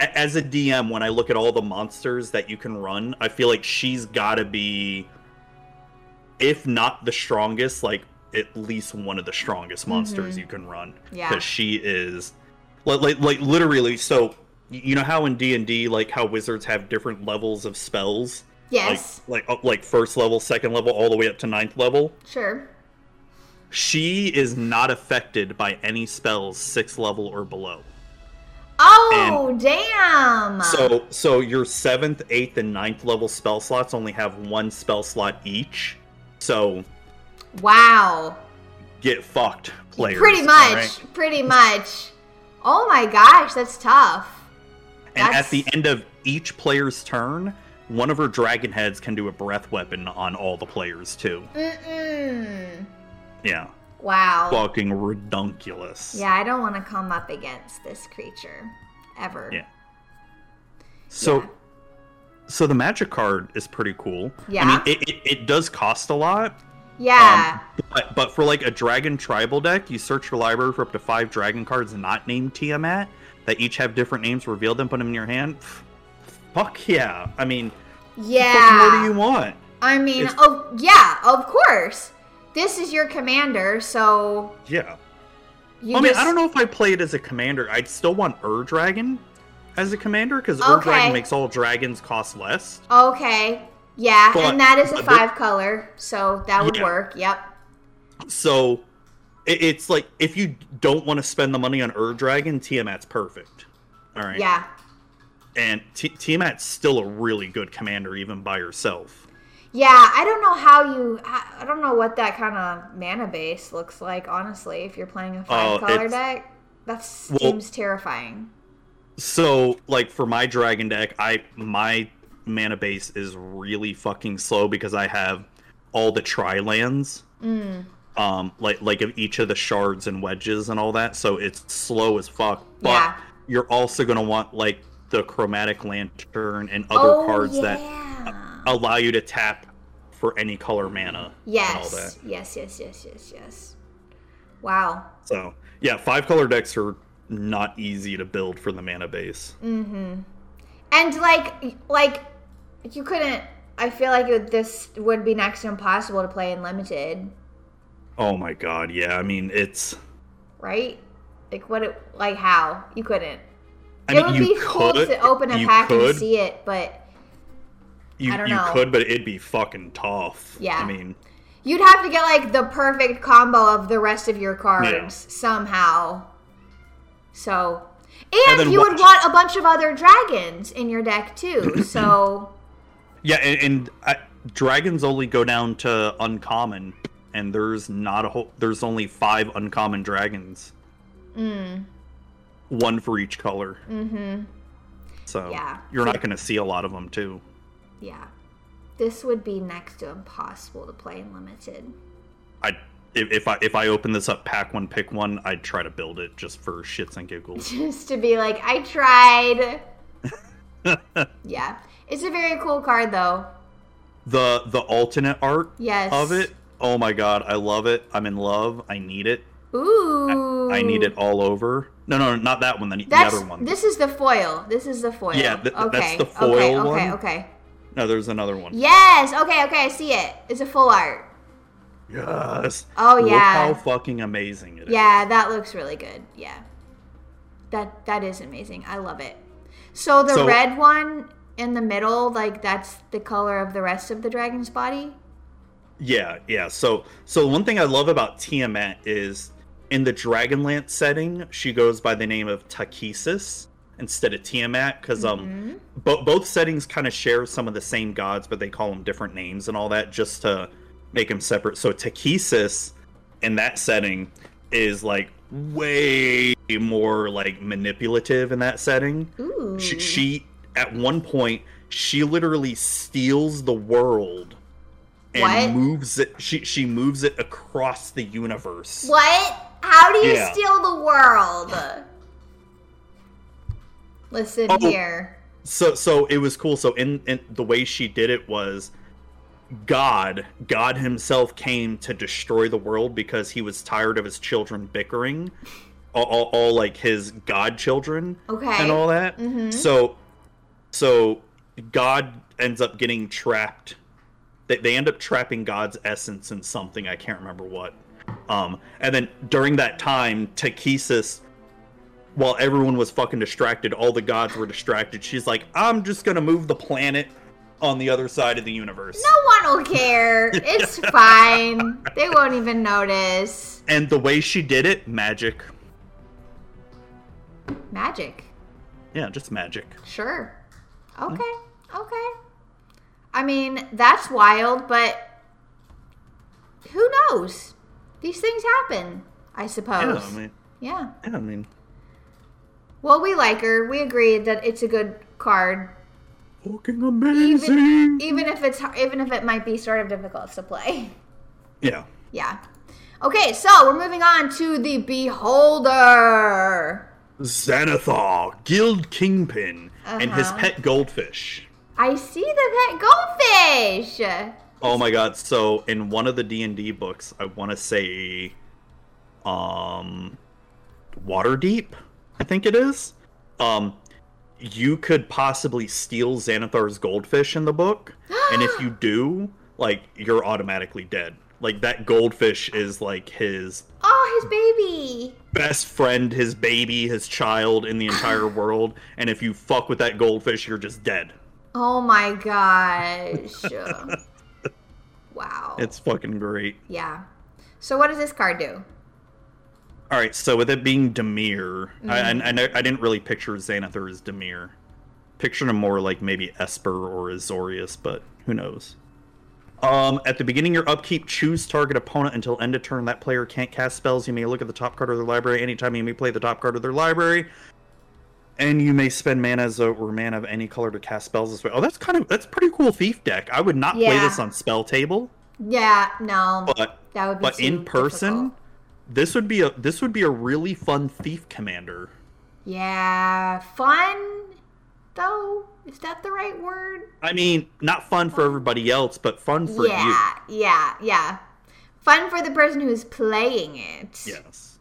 Speaker 2: a- as a dm when i look at all the monsters that you can run i feel like she's gotta be if not the strongest like at least one of the strongest monsters
Speaker 1: Mhm.
Speaker 2: you can run
Speaker 1: Yeah.
Speaker 2: because she is like, like like literally so y- you know how in d&d like how wizards have different levels of spells
Speaker 1: Yes.
Speaker 2: like like uh, like first level second level all the way up to ninth level
Speaker 1: sure.
Speaker 2: she is not affected by any spells sixth level or below.
Speaker 1: Oh damn.
Speaker 2: So so your seventh, eighth, and ninth level spell slots only have one spell slot each. So
Speaker 1: wow.
Speaker 2: get fucked, players.
Speaker 1: Pretty much.
Speaker 2: alright?
Speaker 1: Pretty much. Oh my gosh, that's tough.
Speaker 2: And at
Speaker 1: That's-
Speaker 2: the end of each player's turn, one of her dragon heads can do a breath weapon on all the players too.
Speaker 1: Mm-mm.
Speaker 2: Yeah.
Speaker 1: Wow.
Speaker 2: Fucking redunculous.
Speaker 1: yeah, I don't want to come up against this creature ever.
Speaker 2: Yeah. So,
Speaker 1: Yeah.
Speaker 2: so the magic card is pretty cool. I
Speaker 1: Yeah.
Speaker 2: mean, it, it, it does cost a lot.
Speaker 1: Yeah.
Speaker 2: Um, but, but for like a dragon tribal deck, you search your library for up to five dragon cards not named Tiamat that each have different names. Reveal them, put them in your hand. Pff, Fuck yeah! I mean, Um, what
Speaker 1: yeah.
Speaker 2: fucking more do you want?
Speaker 1: I mean,
Speaker 2: It's-
Speaker 1: oh yeah, of course. This is your commander, so
Speaker 2: Yeah.
Speaker 1: you.
Speaker 2: I mean, I
Speaker 1: just-
Speaker 2: don't know if I play it as a commander. I'd still want Ur Dragon as a commander because Ur
Speaker 1: Okay.
Speaker 2: Dragon makes all dragons cost less.
Speaker 1: Okay, yeah,
Speaker 2: But-
Speaker 1: and that is a
Speaker 2: but-
Speaker 1: five color, so that would
Speaker 2: Yeah.
Speaker 1: work. Yep.
Speaker 2: So it, it's like if you don't want to spend the money on Ur Dragon, Tiamat's perfect. All right.
Speaker 1: Yeah.
Speaker 2: and T- Tiamat's still a really good commander even by herself.
Speaker 1: Yeah, I don't know how you. I I don't know what that kind of mana base looks like, honestly. If you're playing a five color
Speaker 2: Oh, it's-
Speaker 1: deck, that
Speaker 2: Well-
Speaker 1: seems terrifying.
Speaker 2: So, like for my dragon deck, I my mana base is really fucking slow because I have all the tri lands,
Speaker 1: Mm.
Speaker 2: um, like like of each of the shards and wedges and all that. So it's slow as fuck. But
Speaker 1: Yeah.
Speaker 2: you're also gonna want like the chromatic lantern and other
Speaker 1: oh,
Speaker 2: cards
Speaker 1: yeah.
Speaker 2: that allow you to tap for any color mana.
Speaker 1: yes.
Speaker 2: that.
Speaker 1: Yes. Yes. Yes. Yes. Yes. Wow.
Speaker 2: So yeah, five color decks are not easy to build for the mana base.
Speaker 1: Mm. And like, like, you couldn't. I feel like it, this would be next to impossible to play in limited,
Speaker 2: Oh my god, yeah. I mean, it's.
Speaker 1: right? Like what? It, like how you couldn't.
Speaker 2: I
Speaker 1: it
Speaker 2: mean,
Speaker 1: would
Speaker 2: you
Speaker 1: be cool
Speaker 2: could,
Speaker 1: to open a
Speaker 2: you
Speaker 1: pack
Speaker 2: could,
Speaker 1: and see it, but
Speaker 2: You,
Speaker 1: I don't
Speaker 2: you
Speaker 1: know.
Speaker 2: could, but it'd be fucking tough.
Speaker 1: Yeah.
Speaker 2: I mean,
Speaker 1: you'd have to get like the perfect combo of the rest of your cards
Speaker 2: Yeah.
Speaker 1: somehow. So,
Speaker 2: And
Speaker 1: and,
Speaker 2: then
Speaker 1: you
Speaker 2: watch.
Speaker 1: would want a bunch of other dragons in your deck too. So,
Speaker 2: yeah, and, and I, dragons only go down to uncommon, and there's not a whole. There's only five uncommon dragons,
Speaker 1: mm,
Speaker 2: one for each color.
Speaker 1: mm-hmm.
Speaker 2: So
Speaker 1: Yeah.
Speaker 2: you're not gonna see a lot of them too.
Speaker 1: Yeah. This would be next to impossible to play in limited.
Speaker 2: I if, if I if I open this up, pack one, pick one, I'd try to build it just for shits and giggles.
Speaker 1: Just to be like, I tried. yeah. It's a very cool card though.
Speaker 2: the the alternate art
Speaker 1: Yes.
Speaker 2: of it. Oh my god, I love it. I'm in love. I need it.
Speaker 1: Ooh.
Speaker 2: I need it all over. No, no, not that one. The, the
Speaker 1: That's
Speaker 2: other one.
Speaker 1: this is the foil. This is the foil.
Speaker 2: Yeah, th- th- that's
Speaker 1: okay.
Speaker 2: the foil
Speaker 1: okay,
Speaker 2: one.
Speaker 1: Okay, okay.
Speaker 2: No, there's another one.
Speaker 1: Yes. Okay, okay. I see it. It's a full art.
Speaker 2: Yes.
Speaker 1: Oh,
Speaker 2: Look
Speaker 1: yeah.
Speaker 2: how fucking amazing it is.
Speaker 1: Yeah, that looks really good. Yeah. That that is amazing. I love it. So the
Speaker 2: So-
Speaker 1: red one in the middle, like that's the color of the rest of the dragon's body.
Speaker 2: Yeah, yeah. So, so one thing I love about Tiamat is in the Dragonlance setting, she goes by the name of Takisis, instead of Tiamat because um bo- both settings kind of share some of the same gods, but they call them different names and all that just to make them separate. So Takesis in that setting is like way more like manipulative in that setting.
Speaker 1: Ooh.
Speaker 2: She, she at one point she literally steals the world and
Speaker 1: What?
Speaker 2: moves it she she moves it across the universe.
Speaker 1: What? How do you
Speaker 2: Yeah.
Speaker 1: steal the world? Listen
Speaker 2: Oh.
Speaker 1: here.
Speaker 2: so so it was cool so in, in the way she did it was god god himself came to destroy the world because he was tired of his children bickering all, all, all like his god children
Speaker 1: Okay.
Speaker 2: and all that
Speaker 1: Mhm.
Speaker 2: so so god ends up getting trapped they, they end up trapping god's essence in something i can't remember what um and then during that time takesis while everyone was fucking distracted, all the gods were distracted. She's like, I'm just gonna move the planet on the other side of the universe.
Speaker 1: No one will care. It's fine. They won't even notice.
Speaker 2: And the way she did it, magic.
Speaker 1: Magic.
Speaker 2: Yeah, just magic.
Speaker 1: Sure.
Speaker 2: Hmm?
Speaker 1: Okay. Okay. I mean, that's wild, but who knows? These things happen, I
Speaker 2: Yeah,
Speaker 1: suppose.
Speaker 2: I mean,
Speaker 1: yeah.
Speaker 2: yeah, I mean,
Speaker 1: Well, we like her. We agreed that it's a good card,
Speaker 2: fucking amazing.
Speaker 1: even if it's even if it might be sort of difficult to play.
Speaker 2: Yeah.
Speaker 1: Yeah. Okay, so we're moving on to the Beholder.
Speaker 2: Xanathar, Guild Kingpin, and his
Speaker 1: Uh-huh.
Speaker 2: pet goldfish.
Speaker 1: I see the pet goldfish.
Speaker 2: Oh my god, so in one of the D&D books, I want to say um Waterdeep, I think it is. Um you could possibly steal Xanathar's goldfish in the book, and if you do, like you're automatically dead. Like that goldfish is like his
Speaker 1: Oh, his baby.
Speaker 2: best friend, his baby, his child in the entire world, and if you fuck with that goldfish, you're just dead.
Speaker 1: Oh my gosh. wow.
Speaker 2: It's fucking great.
Speaker 1: yeah. So what does this card do?
Speaker 2: All right, so with it being Demir, I, I, I, know- I didn't really picture Xanathar as Demir. Pictured him more like maybe Esper or Azorius, but who knows. Um, at the beginning of your upkeep, choose target opponent until end of turn. That player can't cast spells. You may look at the top card of their library anytime you may play the top card of their library, and you may spend mana as a, or mana of any color to cast spells this way. Oh, that's kind of that's pretty cool thief deck. I would not play
Speaker 1: Yeah.
Speaker 2: this on spell table,
Speaker 1: Yeah, no.
Speaker 2: but
Speaker 1: that would be
Speaker 2: but
Speaker 1: too
Speaker 2: in person
Speaker 1: difficult.
Speaker 2: this would be a this would be a really fun thief commander
Speaker 1: Yeah, fun though. Is that the right word?
Speaker 2: i mean not fun for everybody else but fun for
Speaker 1: yeah, yeah, yeah. Fun for the person who's playing it.
Speaker 2: you yes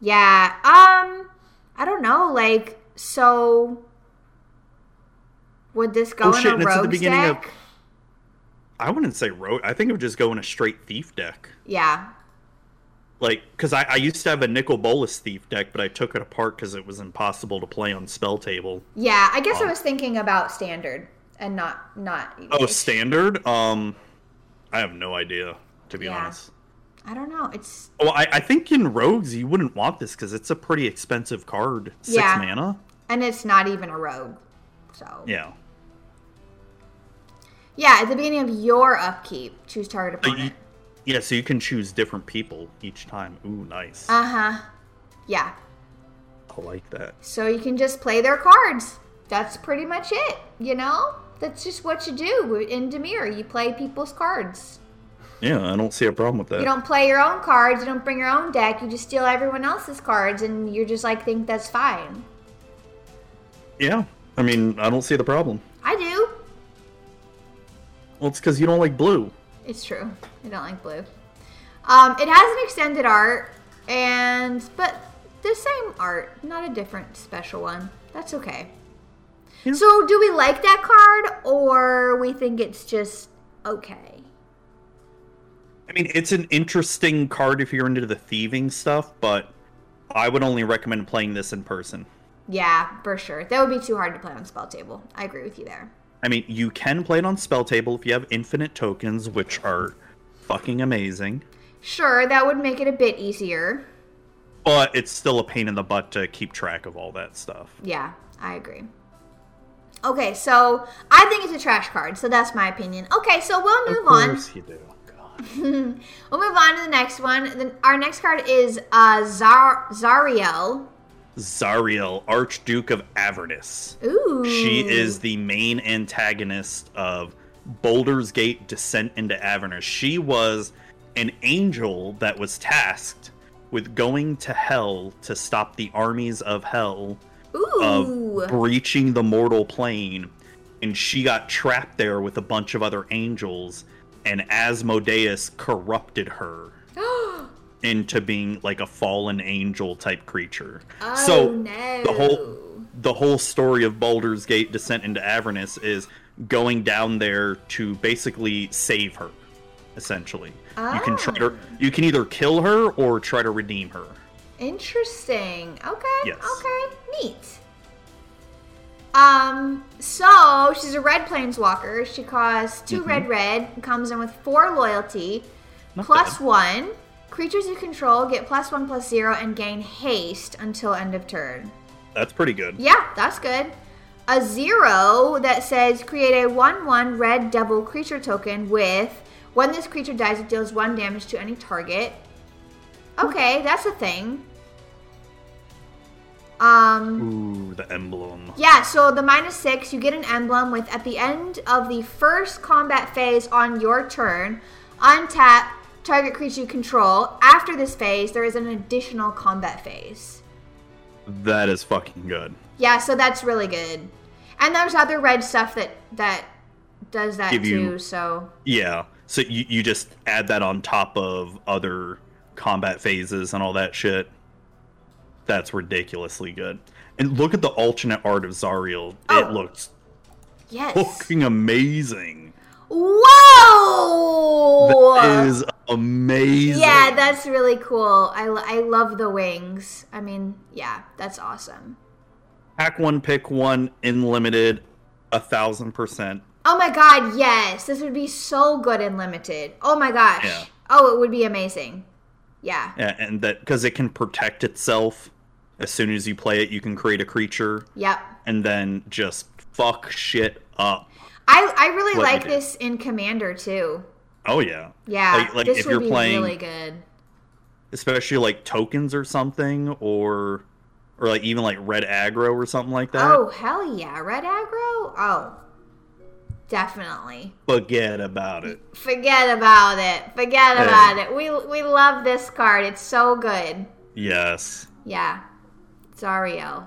Speaker 1: Yeah. Um I don't know, like so would this go
Speaker 2: Oh,
Speaker 1: in
Speaker 2: shit,
Speaker 1: a
Speaker 2: and it's at the
Speaker 1: rogues
Speaker 2: beginning of-
Speaker 1: deck?
Speaker 2: i wouldn't say rogue i think it would just go in a straight thief deck
Speaker 1: Yeah.
Speaker 2: like because I, I used to have a nicol bolus thief deck but i took it apart because it was impossible to play on spell table
Speaker 1: Yeah, I guess I
Speaker 2: Um,
Speaker 1: was thinking about standard and not not.
Speaker 2: oh standard um i have no idea to be
Speaker 1: Yeah.
Speaker 2: honest
Speaker 1: I don't know. It's
Speaker 2: well I, I think in rogues you wouldn't want this because it's a pretty expensive card six
Speaker 1: Yeah.
Speaker 2: mana
Speaker 1: and it's not even a rogue, so
Speaker 2: yeah
Speaker 1: Yeah, at the beginning of your upkeep, choose target
Speaker 2: But you-
Speaker 1: opponent.
Speaker 2: yeah, so you can choose different people each time. Ooh, nice.
Speaker 1: Uh huh. Yeah.
Speaker 2: I like that.
Speaker 1: So you can just play their cards. That's pretty much it. You know, that's just what you do in Demir. You play people's cards.
Speaker 2: Yeah, I don't see a problem with that.
Speaker 1: You don't play your own cards. You don't bring your own deck. You just steal everyone else's cards, and you're just like think that's fine.
Speaker 2: yeah, I mean, I don't see the problem.
Speaker 1: I do.
Speaker 2: Well, it's because you don't like blue.
Speaker 1: It's true. I don't like blue. Um, it has an extended art, and but the same art, not a different special one. That's okay.
Speaker 2: Yeah.
Speaker 1: So, do we like that card, or we think it's just okay?
Speaker 2: I mean, it's an interesting card if you're into the thieving stuff, but I would only recommend playing this in person.
Speaker 1: Yeah, for sure. That would be too hard to play on spell table. I agree with you there.
Speaker 2: I mean, you can play it on spell table if you have infinite tokens, which are fucking amazing,
Speaker 1: Sure, that would make it a bit easier.
Speaker 2: but it's still a pain in the butt to keep track of all that stuff.
Speaker 1: Yeah, I agree. Okay, so I think it's a trash card, so that's my opinion. Okay, so we'll move
Speaker 2: of
Speaker 1: on.
Speaker 2: course you do. Oh, God.
Speaker 1: We'll move on to the next one. The, our next card is uh, Zar- Zariel.
Speaker 2: Zariel, Archduke of Avernus.
Speaker 1: Ooh.
Speaker 2: She is the main antagonist of Boulder's Gate Descent into Avernus. She was an angel that was tasked with going to hell to stop the armies of hell
Speaker 1: Ooh.
Speaker 2: of breaching the mortal plane and she got trapped there with a bunch of other angels and asmodeus corrupted her
Speaker 1: Oh,
Speaker 2: into being like a fallen angel type creature
Speaker 1: oh,
Speaker 2: so
Speaker 1: no.
Speaker 2: the whole the whole story of Baldur's Gate Descent into Avernus is going down there to basically save her essentially you can try to you can either kill her or try to redeem her
Speaker 1: Interesting. Okay.
Speaker 2: Yes.
Speaker 1: Okay. Neat. Um, so she's a red planeswalker. She costs 2 red red, comes in with four loyalty,
Speaker 2: Mm-hmm. Not
Speaker 1: plus
Speaker 2: bad.
Speaker 1: one. Creatures you control get plus one plus zero and gain haste until end of turn.
Speaker 2: that's pretty good
Speaker 1: Yeah, that's good. A zero that says create a 1 1 red devil creature token with when this creature dies, it deals one damage to any target. Okay, that's a thing. Um.
Speaker 2: ooh the emblem
Speaker 1: Yeah, so the minus six, you get an emblem with at the end of the first combat phase on your turn, untap target creature you control. After this phase, there is an additional combat phase.
Speaker 2: that is fucking good
Speaker 1: Yeah, so that's really good. And there's other red stuff that that does that
Speaker 2: Give
Speaker 1: too.
Speaker 2: you-
Speaker 1: So
Speaker 2: Yeah. So you, you just add that on top of other combat phases and all that shit. That's ridiculously good. And look at the alternate art of Zariel.
Speaker 1: Oh.
Speaker 2: It looks
Speaker 1: yes.
Speaker 2: fucking amazing.
Speaker 1: Whoa!
Speaker 2: That is amazing.
Speaker 1: yeah, that's really cool. I, lo- I love the wings. I mean, yeah, that's awesome.
Speaker 2: Pack one, pick one, in limited, a thousand percent.
Speaker 1: Oh my god, yes. This would be so good in limited. Oh my gosh.
Speaker 2: Yeah.
Speaker 1: Oh, it would be amazing. Yeah.
Speaker 2: A- And that because it can protect itself. As soon as you play it, you can create a creature
Speaker 1: Yep.
Speaker 2: and then just fuck shit up.
Speaker 1: I, I really
Speaker 2: What you
Speaker 1: like
Speaker 2: do.
Speaker 1: this in Commander too.
Speaker 2: Oh, yeah.
Speaker 1: Yeah.
Speaker 2: Like- like
Speaker 1: this
Speaker 2: if
Speaker 1: would
Speaker 2: you're
Speaker 1: be
Speaker 2: playing-
Speaker 1: really good.
Speaker 2: especially like tokens or something or or like even like red aggro or something like that
Speaker 1: Oh hell yeah, red aggro. Oh, definitely.
Speaker 2: forget about it
Speaker 1: Forget about it. Forget
Speaker 2: Yeah.
Speaker 1: about it. We we love this card. It's so good.
Speaker 2: yes
Speaker 1: Yeah, Zario.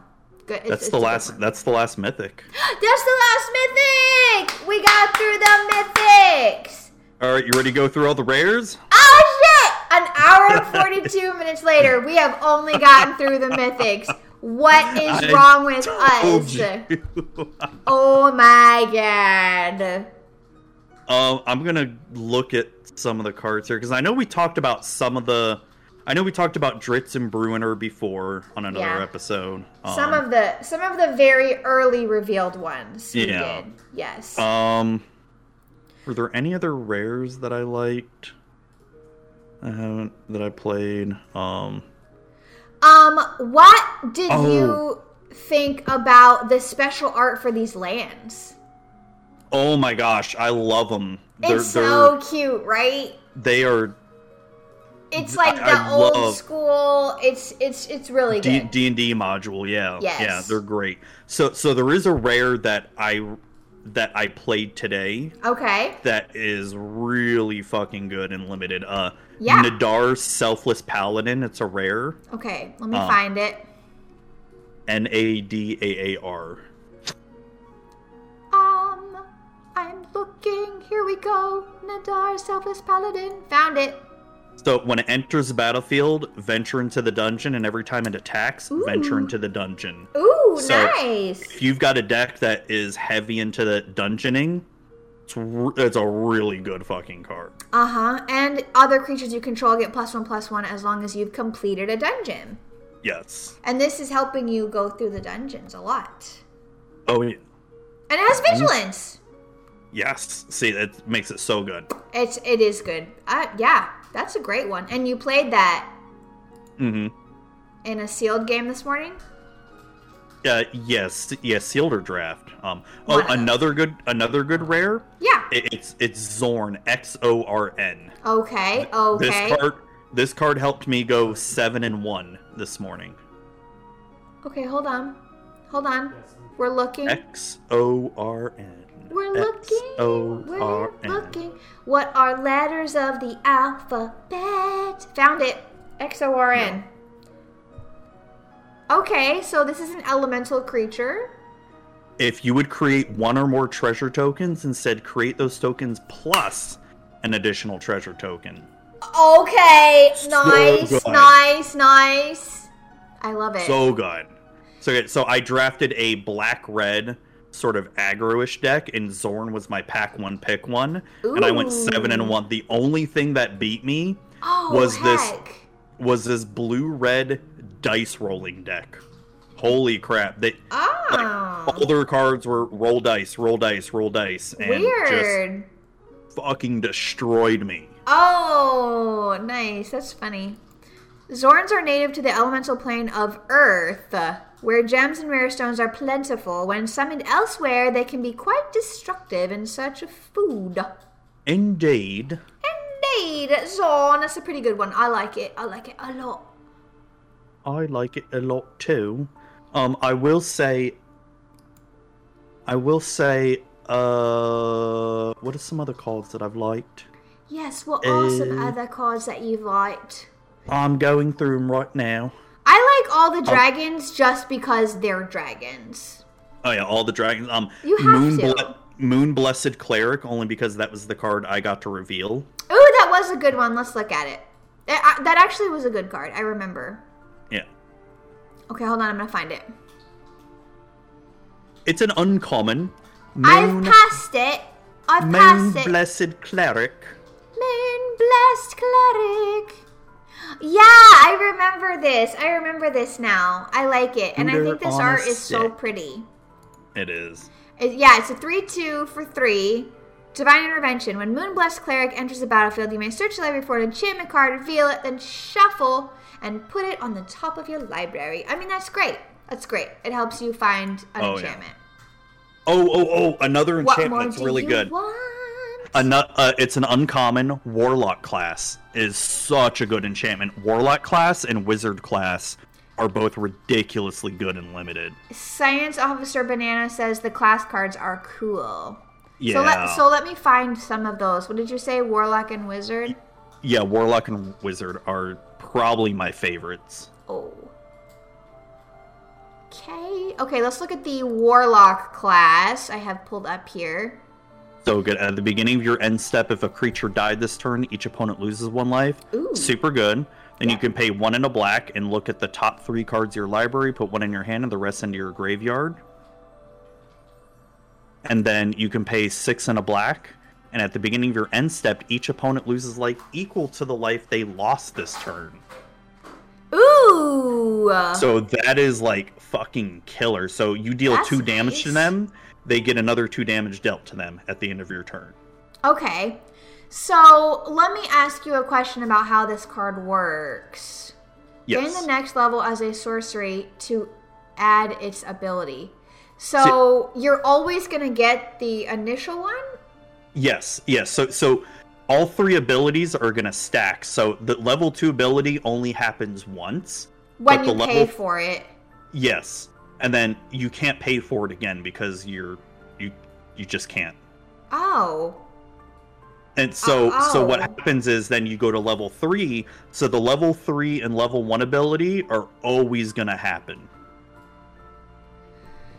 Speaker 1: Good. it's-
Speaker 2: that's
Speaker 1: it's
Speaker 2: the
Speaker 1: a good
Speaker 2: last
Speaker 1: one.
Speaker 2: that's the last mythic
Speaker 1: That's the last mythic. We got through the mythics.
Speaker 2: all right you ready to go through all the rares
Speaker 1: Oh shit! An hour and forty-two minutes later, we have only gotten through the mythics. What is
Speaker 2: I
Speaker 1: wrong with
Speaker 2: Told
Speaker 1: us?
Speaker 2: you.
Speaker 1: Oh my god.
Speaker 2: um i'm gonna look at some of the cards here because i know we talked about some of the i know we talked about dritz and bruiner before on another
Speaker 1: Yeah.
Speaker 2: episode
Speaker 1: some
Speaker 2: Um,
Speaker 1: of the some of the very early revealed ones. We
Speaker 2: Yeah.
Speaker 1: Did. Yes.
Speaker 2: Um, were there any other rares that I liked? I haven't that I played. Um,
Speaker 1: um. What did
Speaker 2: Oh.
Speaker 1: you think about the special art for these lands?
Speaker 2: oh my gosh, I love them. They're,
Speaker 1: It's so cute, right?
Speaker 2: they're they are
Speaker 1: It's
Speaker 2: I-
Speaker 1: like the
Speaker 2: I
Speaker 1: old
Speaker 2: love-
Speaker 1: school. It's it's it's really
Speaker 2: D
Speaker 1: good.
Speaker 2: D and D module. Yeah, yeah,
Speaker 1: Yes.
Speaker 2: they're great. So so there is a rare that I that I played today
Speaker 1: okay.
Speaker 2: that is really fucking good and limited. Uh,
Speaker 1: Yeah.
Speaker 2: Nadar's Selfless Paladin. It's a rare.
Speaker 1: Okay. Let me
Speaker 2: Um,
Speaker 1: find it.
Speaker 2: N A D A A R.
Speaker 1: Um. I'm looking. Here we go. Nadar, selfless paladin. Found it.
Speaker 2: So when it enters the battlefield, venture into the dungeon, and every time it attacks, venture
Speaker 1: Ooh.
Speaker 2: into the dungeon.
Speaker 1: Ooh,
Speaker 2: So,
Speaker 1: nice.
Speaker 2: If you've got a deck that is heavy into the dungeoning, it's, re- it's a really good fucking card.
Speaker 1: Uh huh. And other creatures you control get plus one plus one as long as you've completed a dungeon.
Speaker 2: Yes.
Speaker 1: And this is helping you go through the dungeons a lot.
Speaker 2: Oh yeah.
Speaker 1: And it has vigilance.
Speaker 2: Yes. See, that makes it so good.
Speaker 1: It's it is good. Uh, yeah, that's a great one. And you played that
Speaker 2: Mm-hmm.
Speaker 1: in a sealed game this morning.
Speaker 2: Uh, yes, yes, Sealder Draft. Um, oh,
Speaker 1: Wow.
Speaker 2: another good, another good rare.
Speaker 1: Yeah.
Speaker 2: It, it's it's Zorn X O R N.
Speaker 1: Okay. Okay.
Speaker 2: This card, this card helped me go seven and one this morning.
Speaker 1: Okay, hold on. Hold on. We're looking.
Speaker 2: X O R N.
Speaker 1: We're looking.
Speaker 2: X O R
Speaker 1: We're
Speaker 2: N.
Speaker 1: looking. What are letters of the alphabet? Found it. X O R N. Okay, so this is an elemental creature.
Speaker 2: If you would create one or more treasure tokens, instead create those tokens plus an additional treasure token.
Speaker 1: Okay,
Speaker 2: So
Speaker 1: nice,
Speaker 2: good.
Speaker 1: nice, nice. I love it.
Speaker 2: So good. So good. So I drafted a black red sort of aggro-ish deck, and Zorn was my pack one pick one, and I went seven and
Speaker 1: Ooh.
Speaker 2: one. The only thing that beat me
Speaker 1: oh,
Speaker 2: was this-
Speaker 1: heck.
Speaker 2: was this blue-red dice rolling deck. Holy crap! They
Speaker 1: Oh,
Speaker 2: all their cards were roll dice, roll dice, roll dice, and
Speaker 1: weird.
Speaker 2: just fucking destroyed me.
Speaker 1: Oh, nice. That's funny. Zorns are native to the elemental plane of Earth, where gems and rare stones are plentiful. When summoned elsewhere, they can be quite destructive in search of food.
Speaker 2: Indeed.
Speaker 1: Indeed, Zorn. That's a pretty good one. I like it. I like it a lot.
Speaker 2: I like it a lot too. Um, I will say, I will say, uh, what are some other cards that I've liked?
Speaker 1: Yes, what are some
Speaker 2: Uh,
Speaker 1: other cards that you've liked?
Speaker 2: I'm going through them right now.
Speaker 1: I like all the dragons just because they're dragons.
Speaker 2: Oh yeah, all the dragons. Um,
Speaker 1: You have
Speaker 2: Moon,
Speaker 1: to.
Speaker 2: Moon Blessed Cleric, only because that was the card I got to reveal.
Speaker 1: Ooh, that was a good one. Let's look at it. That uh, that actually was a good card. I remember.
Speaker 2: Yeah,
Speaker 1: Okay, hold on. I'm gonna find it.
Speaker 2: it's an uncommon.
Speaker 1: I've
Speaker 2: Moon,
Speaker 1: passed it. I've
Speaker 2: Moon
Speaker 1: passed it.
Speaker 2: Blessed Cleric.
Speaker 1: Moon blessed cleric. Yeah, I remember this. I remember this now. I like it, and I
Speaker 2: Shooter
Speaker 1: think this
Speaker 2: on a
Speaker 1: art is so
Speaker 2: stick.
Speaker 1: pretty.
Speaker 2: It is.
Speaker 1: It- yeah, it's a 3 2 for 3. Divine Intervention. When Moonblessed Cleric enters the battlefield, you may search your library for an enchantment card, reveal it, then shuffle and put it on the top of your library. I mean, that's great. That's great. It helps you find an
Speaker 2: Oh, yeah.
Speaker 1: enchantment.
Speaker 2: Oh oh oh! Another
Speaker 1: What more
Speaker 2: enchantment's
Speaker 1: do
Speaker 2: really
Speaker 1: you
Speaker 2: good.
Speaker 1: want?
Speaker 2: An- uh, it's an uncommon warlock class is such a good enchantment. Warlock class and wizard class are both ridiculously good and limited.
Speaker 1: Science Officer Banana says the class cards are cool.
Speaker 2: Yeah.
Speaker 1: So, let, so let me find some of those. What did you say? Warlock and Wizard?
Speaker 2: yeah, warlock and wizard are probably my favorites.
Speaker 1: Oh. Okay. Okay, let's look at the warlock class I have pulled up here.
Speaker 2: So good. At the beginning of your end step, if a creature died this turn, each opponent loses one life.
Speaker 1: Ooh.
Speaker 2: Super good. Then you can pay one in a black and look at the top three cards of your library, put one in your hand and the rest into your graveyard. And then you can pay six in a black. And at the beginning of your end step, each opponent loses life equal to the life they lost this turn.
Speaker 1: Ooh.
Speaker 2: So that is like fucking killer. So you deal
Speaker 1: That's
Speaker 2: two damage to
Speaker 1: nice.
Speaker 2: them, they get another two damage dealt to them at the end of your turn.
Speaker 1: okay. So, let me ask you a question about how this card works.
Speaker 2: Yes.
Speaker 1: During the next level as a sorcery to add its ability. So, you're always going to get the initial one?
Speaker 2: Yes, yes. So so all three abilities are gonna stack. So the level two ability only happens once.
Speaker 1: When
Speaker 2: But
Speaker 1: you
Speaker 2: the
Speaker 1: pay
Speaker 2: level-
Speaker 1: for it.
Speaker 2: Yes. And then you can't pay for it again because you're you you just can't.
Speaker 1: Oh.
Speaker 2: And so so what
Speaker 1: Oh.
Speaker 2: happens is then you go to level three. So the level three and level one ability are always gonna happen. And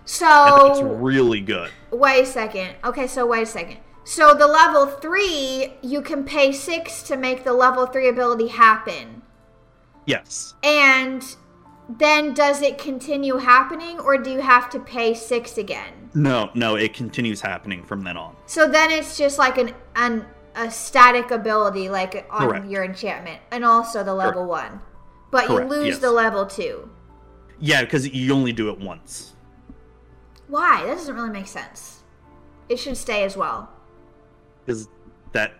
Speaker 2: that's
Speaker 1: So,
Speaker 2: really good.
Speaker 1: Wait a second. Okay, so wait a second. So the level three, you can pay six to make the level three ability happen.
Speaker 2: Yes.
Speaker 1: And then does it continue happening or do you have to pay six again?
Speaker 2: No, no, it continues happening from then on.
Speaker 1: So then it's just like an, an a static ability like on
Speaker 2: Correct.
Speaker 1: your enchantment and also the level one. But
Speaker 2: Correct,
Speaker 1: you lose
Speaker 2: yes.
Speaker 1: the level two.
Speaker 2: Yeah, because you only do it once.
Speaker 1: Why? That doesn't really make sense. It should stay as well.
Speaker 2: is that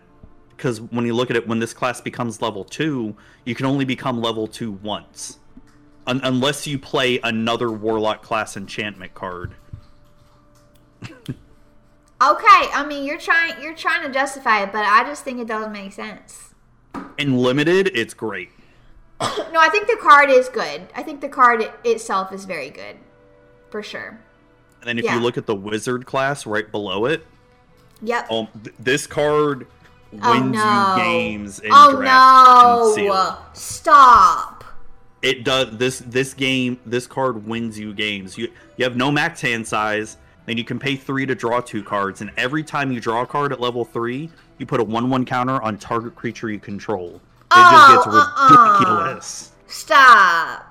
Speaker 2: because when you look at it, when this class becomes level two, you can only become level two once. un- unless you play another warlock class enchantment card.
Speaker 1: Okay, I mean you're trying you're trying to justify it, but I just think it doesn't make sense.
Speaker 2: In limited, it's great.
Speaker 1: No, I think the card is good. I think the card i- itself is very good, for sure.
Speaker 2: And then if
Speaker 1: Yeah.
Speaker 2: you look at the wizard class right below it,
Speaker 1: Yep.
Speaker 2: um, th- this card wins
Speaker 1: Oh, no.
Speaker 2: you games in
Speaker 1: oh
Speaker 2: draft and
Speaker 1: no!
Speaker 2: sealed.
Speaker 1: Stop.
Speaker 2: It does this this game this card wins you games. You you have no max hand size, then you can pay three to draw two cards, and every time you draw a card at level three, you put a one one counter on target creature you control. It
Speaker 1: Oh,
Speaker 2: just gets
Speaker 1: uh-uh.
Speaker 2: ridiculous.
Speaker 1: Stop.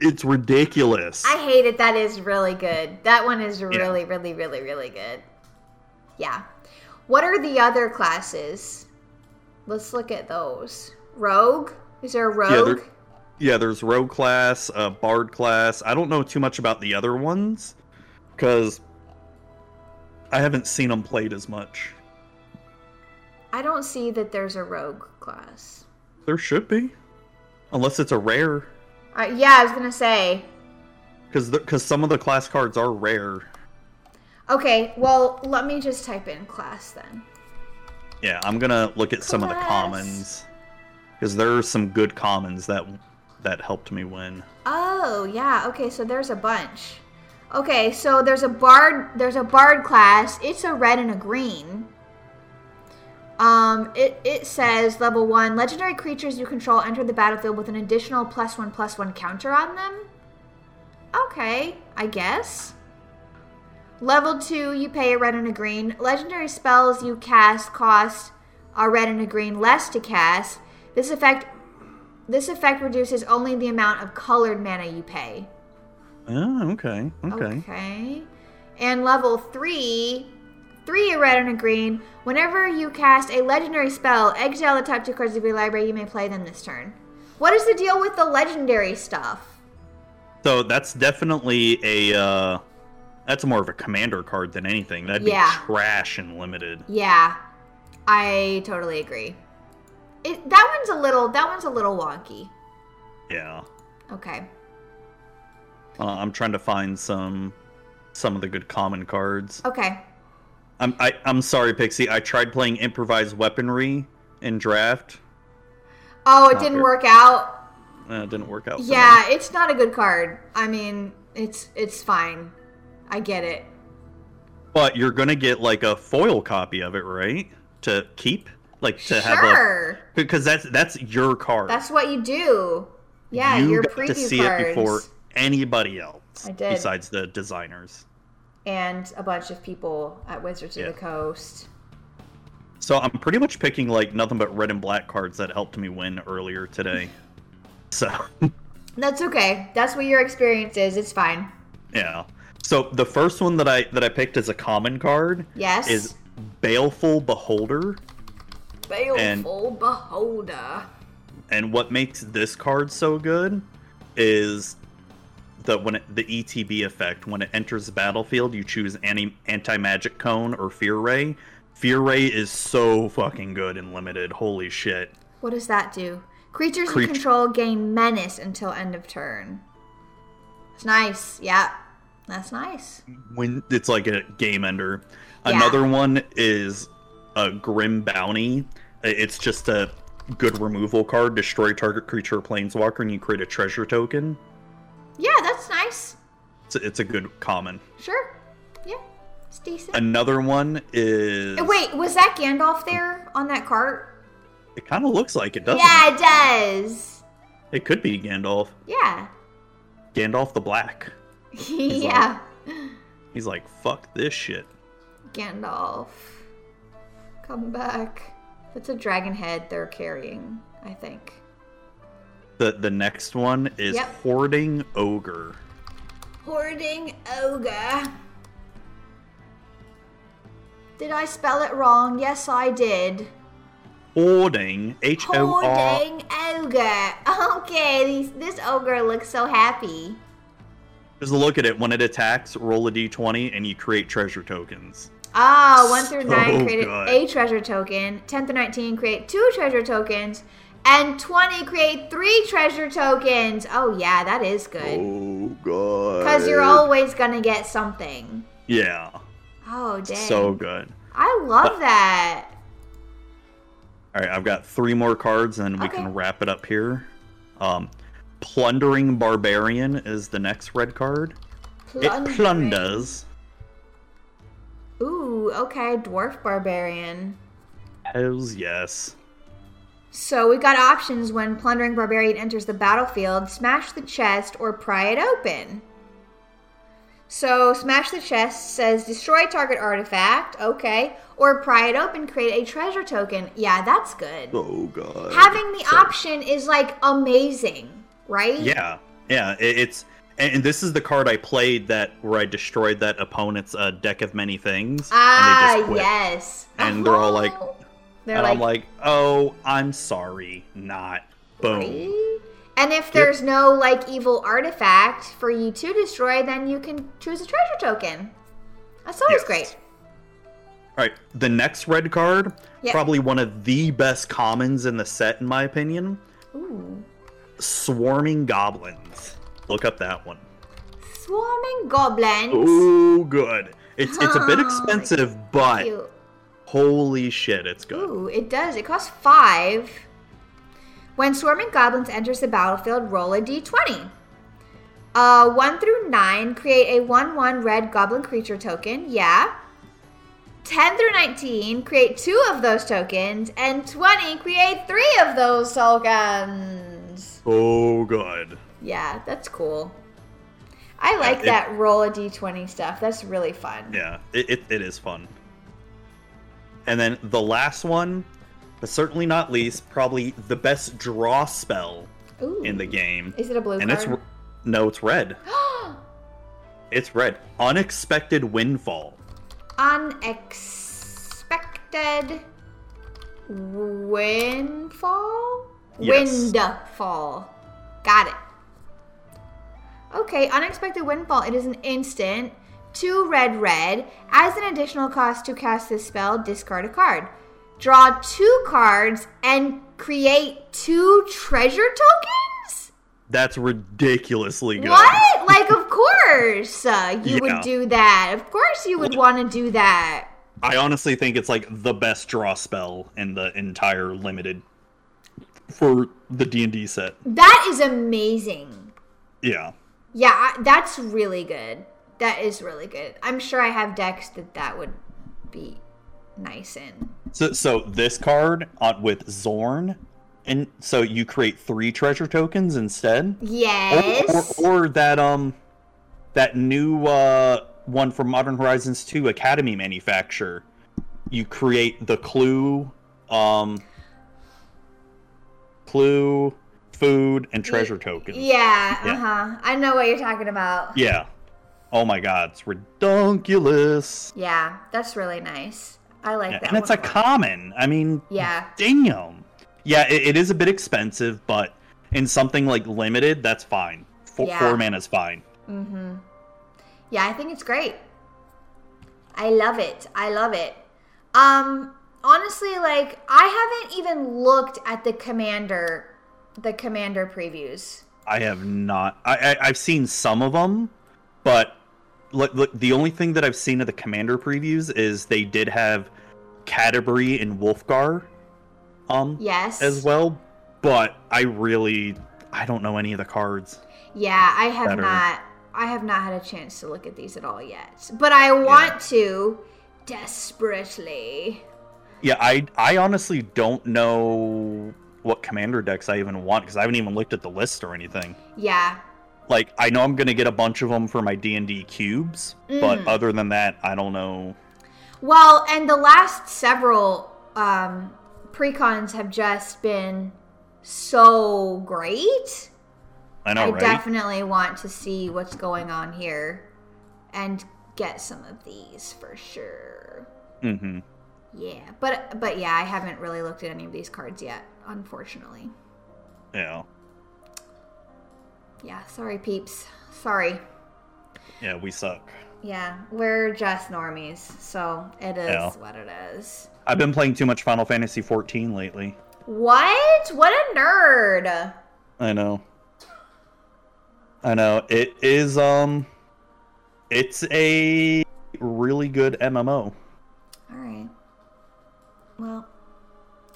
Speaker 2: It's ridiculous.
Speaker 1: uh-uh. I hate it. That is really good. That one is really, really, really, really good. Yeah. What are the other classes? Let's look at those. Rogue? Is there a
Speaker 2: Yeah,
Speaker 1: rogue?
Speaker 2: there- yeah, there's rogue class, uh, bard class. I don't know too much about the other ones because I haven't seen them played as much.
Speaker 1: I don't see that there's a rogue class.
Speaker 2: There should be, unless it's a rare,
Speaker 1: Uh, yeah, I was going to say.
Speaker 2: because because some of the class cards are rare.
Speaker 1: Okay, well, let me just type in class then.
Speaker 2: Yeah, I'm gonna look at some of the
Speaker 1: Class.
Speaker 2: commons because there are some good commons that that helped me win.
Speaker 1: Oh, yeah. Okay, so there's a bunch. Okay, so there's a bard there's a bard class. It's a red and a green. Um it it says level 1 legendary creatures you control enter the battlefield with an additional plus 1 plus 1 counter on them. Okay, I guess. Level 2 you pay a red and a green. Legendary spells you cast cost a red and a green less to cast. This effect this effect reduces only the amount of colored mana you pay.
Speaker 2: Oh, okay, okay.
Speaker 1: Okay. And level three, three a red and a green. Whenever you cast a legendary spell, exile the top two cards of your library. You may play them this turn. What is the deal with the legendary stuff?
Speaker 2: So that's definitely a. Uh, that's more of a commander card than anything. That'd
Speaker 1: Yeah.
Speaker 2: be trash and limited.
Speaker 1: Yeah, I totally agree. It, that one's a little. That one's a little wonky.
Speaker 2: Yeah.
Speaker 1: Okay.
Speaker 2: Uh, I'm trying to find some some of the good common cards.
Speaker 1: Okay.
Speaker 2: I'm I, I'm sorry, Pixie. I tried playing improvised weaponry in draft.
Speaker 1: Oh, it
Speaker 2: Not
Speaker 1: didn't
Speaker 2: good.
Speaker 1: work out.
Speaker 2: Uh, it didn't work out. for me.
Speaker 1: Yeah, it's not a good card. I mean, it's it's fine. I get it.
Speaker 2: But you're gonna get like a foil copy of it, right? To keep, like to have a
Speaker 1: sure.
Speaker 2: because that's that's your card.
Speaker 1: That's what you do. Yeah,
Speaker 2: you
Speaker 1: your
Speaker 2: got
Speaker 1: preview
Speaker 2: to see
Speaker 1: cards.
Speaker 2: it before anybody else
Speaker 1: I did.
Speaker 2: besides the designers.
Speaker 1: And a bunch of people at Wizards
Speaker 2: Yeah.
Speaker 1: of the Coast.
Speaker 2: So I'm pretty much picking like nothing but red and black cards that helped me win earlier today. So
Speaker 1: That's okay. That's what your experience is. It's fine.
Speaker 2: yeah. So the first one that I that I picked as a common card
Speaker 1: Yes.
Speaker 2: is Baleful Beholder.
Speaker 1: Baleful Beholder.
Speaker 2: And what makes this card so good is the when it, the ETB effect when it enters the battlefield, you choose anti anti magic cone or fear ray. Fear ray is so fucking good and limited. Holy shit!
Speaker 1: What does that do? Creatures you
Speaker 2: Creature-
Speaker 1: control gain menace until end of turn. It's nice. Yeah. That's nice.
Speaker 2: When it's like a game ender.
Speaker 1: Yeah.
Speaker 2: Another one is a grim bounty. I- It's just a good removal card. Destroy target creature or planeswalker, and you create a treasure token.
Speaker 1: Yeah, that's nice.
Speaker 2: It's a, it's a good common.
Speaker 1: Sure. Yeah. It's decent.
Speaker 2: Another one is
Speaker 1: Wait, was that Gandalf there on that cart?
Speaker 2: It kind of looks like it, doesn't it?
Speaker 1: Yeah, it does.
Speaker 2: It could be Gandalf.
Speaker 1: Yeah.
Speaker 2: Gandalf the Black.
Speaker 1: yeah.
Speaker 2: He's like, fuck this shit.
Speaker 1: Gandalf. Come back. That's a dragon head they're carrying, I think.
Speaker 2: The the next one is
Speaker 1: Yep.
Speaker 2: Hoarding Ogre.
Speaker 1: Hoarding ogre. Did I spell it wrong? Yes, I did.
Speaker 2: Hoarding H O R
Speaker 1: Hoarding ogre. Okay, these, this ogre looks so happy.
Speaker 2: Just look at it. When it attacks, roll a D twenty and you create treasure tokens.
Speaker 1: Ah, 1 through 9
Speaker 2: So
Speaker 1: create
Speaker 2: good.
Speaker 1: a treasure token. 10 through 19 create two treasure tokens. And 20, create three treasure tokens. Oh, yeah, that is good.
Speaker 2: Oh god.
Speaker 1: Because you're always going to get something.
Speaker 2: Yeah.
Speaker 1: Oh, dang.
Speaker 2: So good.
Speaker 1: I love that.
Speaker 2: All right, I've got three more cards, and we
Speaker 1: Okay.
Speaker 2: can wrap it up here. Um, plundering barbarian is the next red card. It
Speaker 1: Plundering.
Speaker 2: plunders.
Speaker 1: Ooh, okay, dwarf barbarian.
Speaker 2: Hells yes.
Speaker 1: So we've got options when plundering barbarian enters the battlefield: smash the chest or pry it open. So smash the chest says destroy target artifact, okay, or pry it open, create a treasure token. Yeah, that's good.
Speaker 2: Oh god.
Speaker 1: Having the
Speaker 2: So-
Speaker 1: option is like amazing, right?
Speaker 2: Yeah, yeah. It, it's and and this is the card I played that where I destroyed that opponent's uh, deck of many things.
Speaker 1: Ah,
Speaker 2: and they just quit.
Speaker 1: yes. Uh-huh.
Speaker 2: And they're all like-
Speaker 1: they're
Speaker 2: and
Speaker 1: like,
Speaker 2: I'm like, oh, I'm sorry, not. Boom.
Speaker 1: Right? And if there's no like evil artifact for you to destroy, then you can choose a treasure token. That's always
Speaker 2: Yes.
Speaker 1: great.
Speaker 2: All right, the next red card,
Speaker 1: Yeah.
Speaker 2: probably one of the best commons in the set, in my opinion.
Speaker 1: Ooh.
Speaker 2: Swarming goblins. Look up that one.
Speaker 1: Swarming goblins.
Speaker 2: Oh, good. It's it's a bit
Speaker 1: Oh,
Speaker 2: expensive, but
Speaker 1: Cute.
Speaker 2: holy shit, it's good.
Speaker 1: Ooh, it does. It costs five. When swarming goblins enters the battlefield, roll a d20. Uh, one through nine, create a one-one red goblin creature token. Yeah. Ten through nineteen, create two of those tokens, and twenty, create three of those tokens.
Speaker 2: Oh, good.
Speaker 1: Yeah, that's cool. I like
Speaker 2: it-
Speaker 1: that roll a d20 stuff. That's really fun.
Speaker 2: Yeah, it, it, it is fun. And then the last one, but certainly not least, probably the best draw spell
Speaker 1: Ooh.
Speaker 2: in the game.
Speaker 1: Is it a blue
Speaker 2: And it's
Speaker 1: card?
Speaker 2: r- no, it's red. It's red. Unexpected windfall.
Speaker 1: unexpected windfall
Speaker 2: Yes.
Speaker 1: windfall got it okay unexpected windfall it is an instant two red red as an additional cost to cast this spell discard a card draw two cards and create two treasure tokens
Speaker 2: That's ridiculously good.
Speaker 1: what like of course uh, you would
Speaker 2: Yeah.
Speaker 1: do that of course you would want to do that
Speaker 2: I honestly think it's like the best draw spell in the entire limited for the D and D set.
Speaker 1: That is amazing.
Speaker 2: Yeah.
Speaker 1: Yeah, I- that's really good. That is really good. I'm sure I have decks that that would be nice in.
Speaker 2: So, so this card uh, with Zorn, and so you create three treasure tokens instead.
Speaker 1: Yes.
Speaker 2: Or, or, or that um, that new uh one from Modern Horizons Two Academy manufacturer. You create the clue, um, clue, food, and treasure tokens.
Speaker 1: yeah,
Speaker 2: Yeah.
Speaker 1: uh huh. I know what you're talking about. Yeah.
Speaker 2: Yeah. Oh my god, it's redonkulous.
Speaker 1: that's really nice. I like that.
Speaker 2: and it's a
Speaker 1: one lot.
Speaker 2: common. I mean,
Speaker 1: Yeah.
Speaker 2: damn. Yeah, it, it is a bit expensive, but in something like limited, that's fine. Four,
Speaker 1: Yeah.
Speaker 2: four mana's fine.
Speaker 1: Mm-hmm. Yeah, I think it's great. I love it. I love it. Um, honestly, like I haven't even looked at the commander, the commander previews.
Speaker 2: I have not. I, I I've seen some of them, but look, look, the only thing that I've seen of the commander previews is they did have Canterbury and Wolfgar, um,
Speaker 1: Yes.
Speaker 2: as well. But I really, I don't know any of the cards.
Speaker 1: Yeah, I have
Speaker 2: better.
Speaker 1: not. I have not had a chance to look at these at all yet, but I want to desperately.
Speaker 2: Yeah, I I honestly don't know what commander decks I even want because I haven't even looked at the list or anything.
Speaker 1: Yeah,
Speaker 2: Like I know I'm gonna get a bunch of them for my D and D cubes,
Speaker 1: Mm.
Speaker 2: but other than that, I don't know.
Speaker 1: Well, and the last several um, precons have just been so great.
Speaker 2: I know,
Speaker 1: I
Speaker 2: right?
Speaker 1: definitely want to see what's going on here and get some of these for sure.
Speaker 2: mm-hmm.
Speaker 1: Yeah, but but yeah, I haven't really looked at any of these cards yet, unfortunately.
Speaker 2: Yeah,
Speaker 1: Yeah, sorry peeps. Sorry.
Speaker 2: yeah, we suck.
Speaker 1: Yeah, we're just normies, so it is
Speaker 2: Yeah.
Speaker 1: what it is.
Speaker 2: I've been playing too much Final Fantasy 14 lately.
Speaker 1: What? What a nerd.
Speaker 2: I know. I know. It is um it's a really good MMO.
Speaker 1: All right. Well,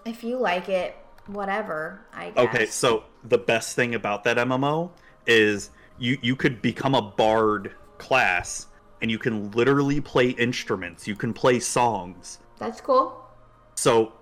Speaker 1: if you like it, whatever, I guess.
Speaker 2: Okay, so the best thing about that MMO is you you could become a bard class and you can literally play instruments. You can play songs.
Speaker 1: That's cool.
Speaker 2: So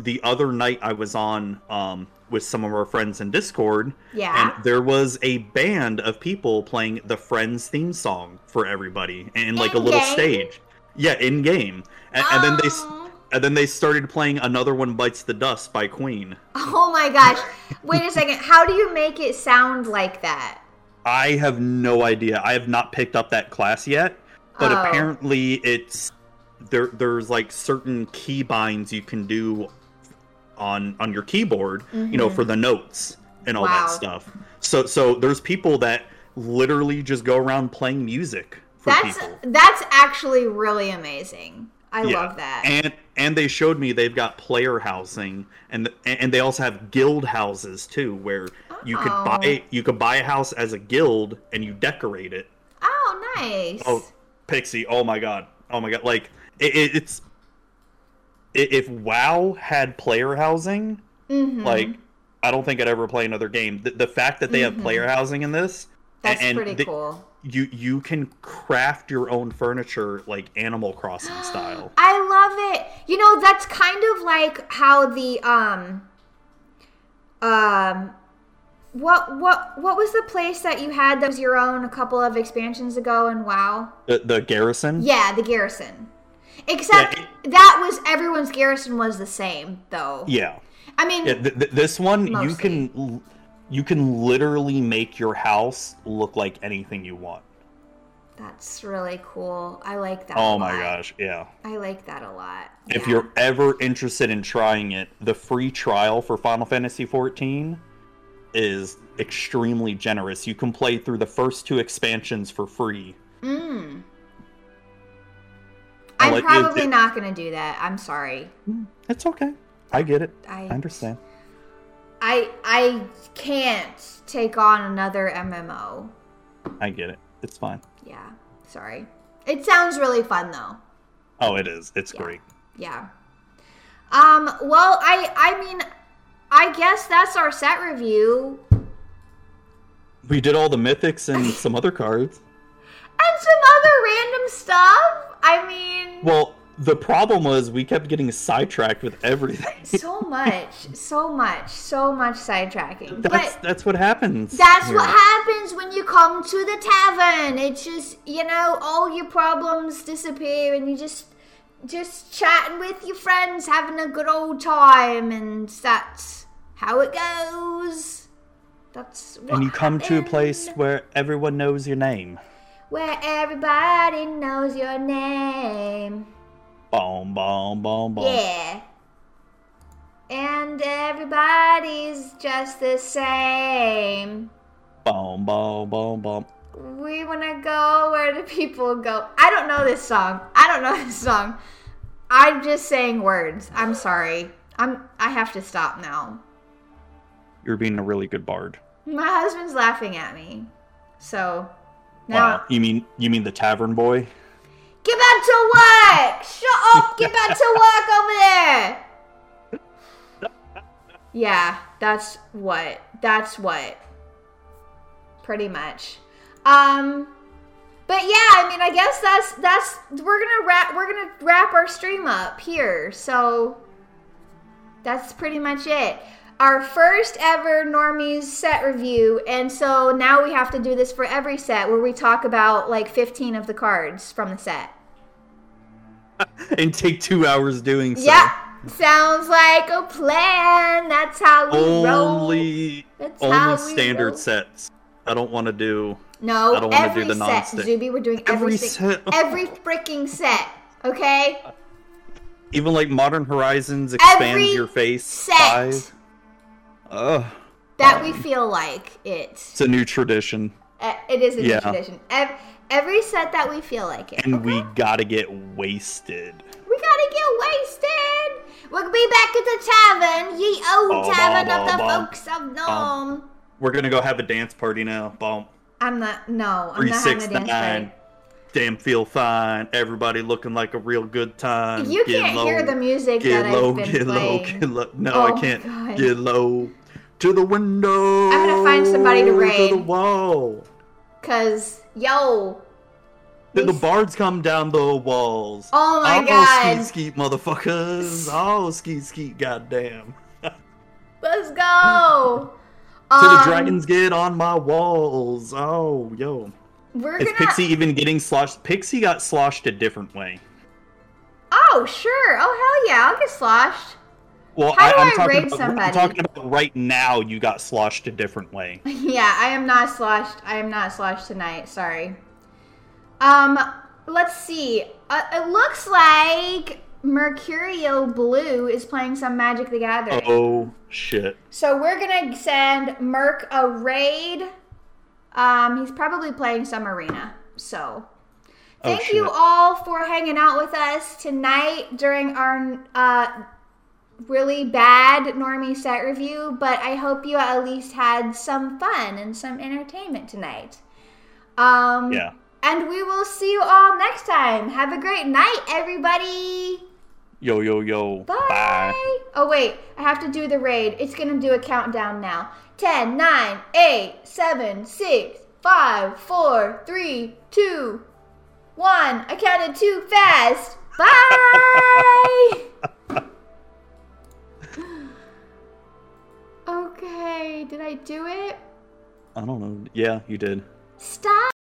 Speaker 2: the other night I was on um, with some of our friends in Discord,
Speaker 1: Yeah.
Speaker 2: and there was a band of people playing the Friends theme song for everybody, and like a little
Speaker 1: In-game?
Speaker 2: stage. Yeah, in game, and, and then they s-
Speaker 1: Um,
Speaker 2: and then they started playing "Another One Bites the Dust" by Queen.
Speaker 1: Oh my gosh. Wait a second. How do you make it sound like that?
Speaker 2: I have no idea. I have not picked up that class yet, but
Speaker 1: Oh.
Speaker 2: apparently it's there. There's like certain key binds you can do on on your keyboard, you know, for the notes and all
Speaker 1: Mm-hmm. Wow.
Speaker 2: that stuff. So so there's people that literally just go around playing music for
Speaker 1: That's
Speaker 2: people.
Speaker 1: that's actually really amazing. I
Speaker 2: Yeah.
Speaker 1: love that.
Speaker 2: And and they showed me they've got player housing and and they also have guild houses too where you could
Speaker 1: Oh.
Speaker 2: buy you could buy a house as a guild and you decorate it.
Speaker 1: oh, nice.
Speaker 2: Oh, Pixie! Oh my god! Oh my god! Like it, it, it's i if WoW had player housing,
Speaker 1: Mhm.
Speaker 2: like I don't think I'd ever play another game. The, the fact that they have player
Speaker 1: Mm-hmm.
Speaker 2: housing in this, a-
Speaker 1: that's
Speaker 2: and
Speaker 1: pretty
Speaker 2: the-
Speaker 1: cool.
Speaker 2: You you can craft your own furniture like Animal Crossing style.
Speaker 1: I love it. You know, that's kind of like how the um um what what what was the place that you had that was your own a couple of expansions ago and wow?
Speaker 2: The, the garrison.
Speaker 1: Yeah, the garrison. Except
Speaker 2: Yeah,
Speaker 1: that was everyone's garrison was the same though.
Speaker 2: Yeah.
Speaker 1: I mean,
Speaker 2: Yeah, th- th- this one you
Speaker 1: Mostly.
Speaker 2: can l- you can literally make your house look like anything you want.
Speaker 1: that's really cool. I like that.
Speaker 2: Oh
Speaker 1: a
Speaker 2: my
Speaker 1: lot.
Speaker 2: gosh! Yeah.
Speaker 1: I like that a lot.
Speaker 2: If
Speaker 1: Yeah.
Speaker 2: you're ever interested in trying it, the free trial for Final Fantasy XIV is extremely generous. You can play through the first two expansions for free.
Speaker 1: Mm.
Speaker 2: I
Speaker 1: I'm
Speaker 2: like it-
Speaker 1: probably
Speaker 2: it-
Speaker 1: not going to do that. I'm sorry.
Speaker 2: Hmm, It's okay. I get it.
Speaker 1: I
Speaker 2: I understand.
Speaker 1: I I can't take on another MMO.
Speaker 2: I get it. It's fine.
Speaker 1: Yeah. Sorry. It sounds really fun though.
Speaker 2: Oh, it is. It's great.
Speaker 1: Yeah. Um well, I I mean I guess that's our set review
Speaker 2: We did all the mythics and some other cards.
Speaker 1: and some other random stuff. I mean,
Speaker 2: Well, the problem was we kept getting sidetracked with everything.
Speaker 1: so much, so much, so much sidetracking.
Speaker 2: That's
Speaker 1: but
Speaker 2: that's what happens.
Speaker 1: That's what
Speaker 2: here.
Speaker 1: happens when you come to the tavern. It's just, you know, all your problems disappear and you just just chatting with your friends, having a good old time and that's how it goes. That's what
Speaker 2: And you come to a
Speaker 1: happened.
Speaker 2: place where everyone knows your name.
Speaker 1: where everybody knows your name.
Speaker 2: Boom, boom, boom, boom.
Speaker 1: Yeah. And everybody's just the same.
Speaker 2: Boom, boom, boom, boom.
Speaker 1: We wanna go where the people go. I don't know this song. I don't know this song. I'm just saying words. I'm sorry. I'm I have to stop now.
Speaker 2: You're being a really good bard.
Speaker 1: My husband's laughing at me. So now
Speaker 2: Wow. You mean you mean the tavern boy?
Speaker 1: get back to work! Shut up, get back to work over there. Yeah, that's what. That's what. Pretty much. Um but yeah, I mean, I guess that's that's we're gonna wrap we're gonna wrap our stream up here. So that's pretty much it. Our first ever Normies set review, and so now we have to do this for every set where we talk about like 15 of the cards from the set.
Speaker 2: And take two hours doing so.
Speaker 1: Yeah, sounds like a plan. That's how we roll.
Speaker 2: Only
Speaker 1: That's
Speaker 2: only
Speaker 1: how we
Speaker 2: standard
Speaker 1: roll.
Speaker 2: sets. I don't want to do
Speaker 1: No,
Speaker 2: I don't wanna do
Speaker 1: every
Speaker 2: the
Speaker 1: set,
Speaker 2: nonstick.
Speaker 1: Zuby. We're doing every
Speaker 2: every
Speaker 1: si-
Speaker 2: set.
Speaker 1: every freaking set. Okay.
Speaker 2: Even like Modern Horizons expands
Speaker 1: Every
Speaker 2: your face.
Speaker 1: set.
Speaker 2: Five. Ugh.
Speaker 1: that we feel like it.
Speaker 2: It's a new tradition,
Speaker 1: Uh, It is a new
Speaker 2: Yeah.
Speaker 1: tradition. Ev- Every set that we feel like it.
Speaker 2: and we gotta get wasted.
Speaker 1: We gotta get wasted. We'll be back at the tavern, ye old
Speaker 2: Bum,
Speaker 1: tavern
Speaker 2: bum,
Speaker 1: of the
Speaker 2: bum, bum.
Speaker 1: folks of Nome.
Speaker 2: We're gonna go have a dance party now. Boom.
Speaker 1: I'm not. No, I'm
Speaker 2: Three
Speaker 1: not
Speaker 2: six
Speaker 1: having a dance party.
Speaker 2: nine. Damn, feel fine. Everybody looking like a real good time.
Speaker 1: You
Speaker 2: Get
Speaker 1: can't
Speaker 2: low,
Speaker 1: hear the music
Speaker 2: Get
Speaker 1: that
Speaker 2: low,
Speaker 1: I've been
Speaker 2: get low,
Speaker 1: playing.
Speaker 2: get low. No,
Speaker 1: Oh
Speaker 2: I
Speaker 1: my
Speaker 2: can't.
Speaker 1: God.
Speaker 2: Get low to the window.
Speaker 1: I'm gonna find somebody to raid.
Speaker 2: To the wall.
Speaker 1: Cause yo,
Speaker 2: Then the
Speaker 1: These-
Speaker 2: bards come down the walls.
Speaker 1: Oh my
Speaker 2: oh,
Speaker 1: God.
Speaker 2: Skeet skeet motherfuckers. Oh skeet skeet goddamn.
Speaker 1: let's go.
Speaker 2: To the
Speaker 1: Um,
Speaker 2: dragons get on my walls. Oh yo.
Speaker 1: We're
Speaker 2: Is
Speaker 1: gonna.
Speaker 2: Pixie even getting sloshed? Pixie got sloshed a different way.
Speaker 1: Oh sure. Oh hell yeah. I'll get sloshed.
Speaker 2: Well,
Speaker 1: How
Speaker 2: I,
Speaker 1: do
Speaker 2: I'm
Speaker 1: I
Speaker 2: talking
Speaker 1: raid
Speaker 2: about,
Speaker 1: somebody?
Speaker 2: I'm talking about right now. You got sloshed a different way.
Speaker 1: yeah, I am not sloshed. I am not sloshed tonight. Sorry. Um, let's see. Uh, it looks like Mercurial Blue is playing some Magic the Gathering.
Speaker 2: Oh shit.
Speaker 1: So we're gonna send Merc a raid. Um, he's probably playing some arena. So
Speaker 2: Oh,
Speaker 1: thank you
Speaker 2: shit.
Speaker 1: all for hanging out with us tonight during our uh, really bad normie set review. But I hope you at least had some fun and some entertainment tonight. Um,
Speaker 2: Yeah.
Speaker 1: And we will see you all next time. Have a great night, everybody.
Speaker 2: Yo yo yo.
Speaker 1: Bye. Oh, wait. I have to do the raid. It's going to do a countdown now. 10, 9, 8, 7, 6, 5, 4, 3, 2, 1. I counted too fast. Bye. okay. Did I do it?
Speaker 2: I don't know. Yeah, you did.
Speaker 1: Stop.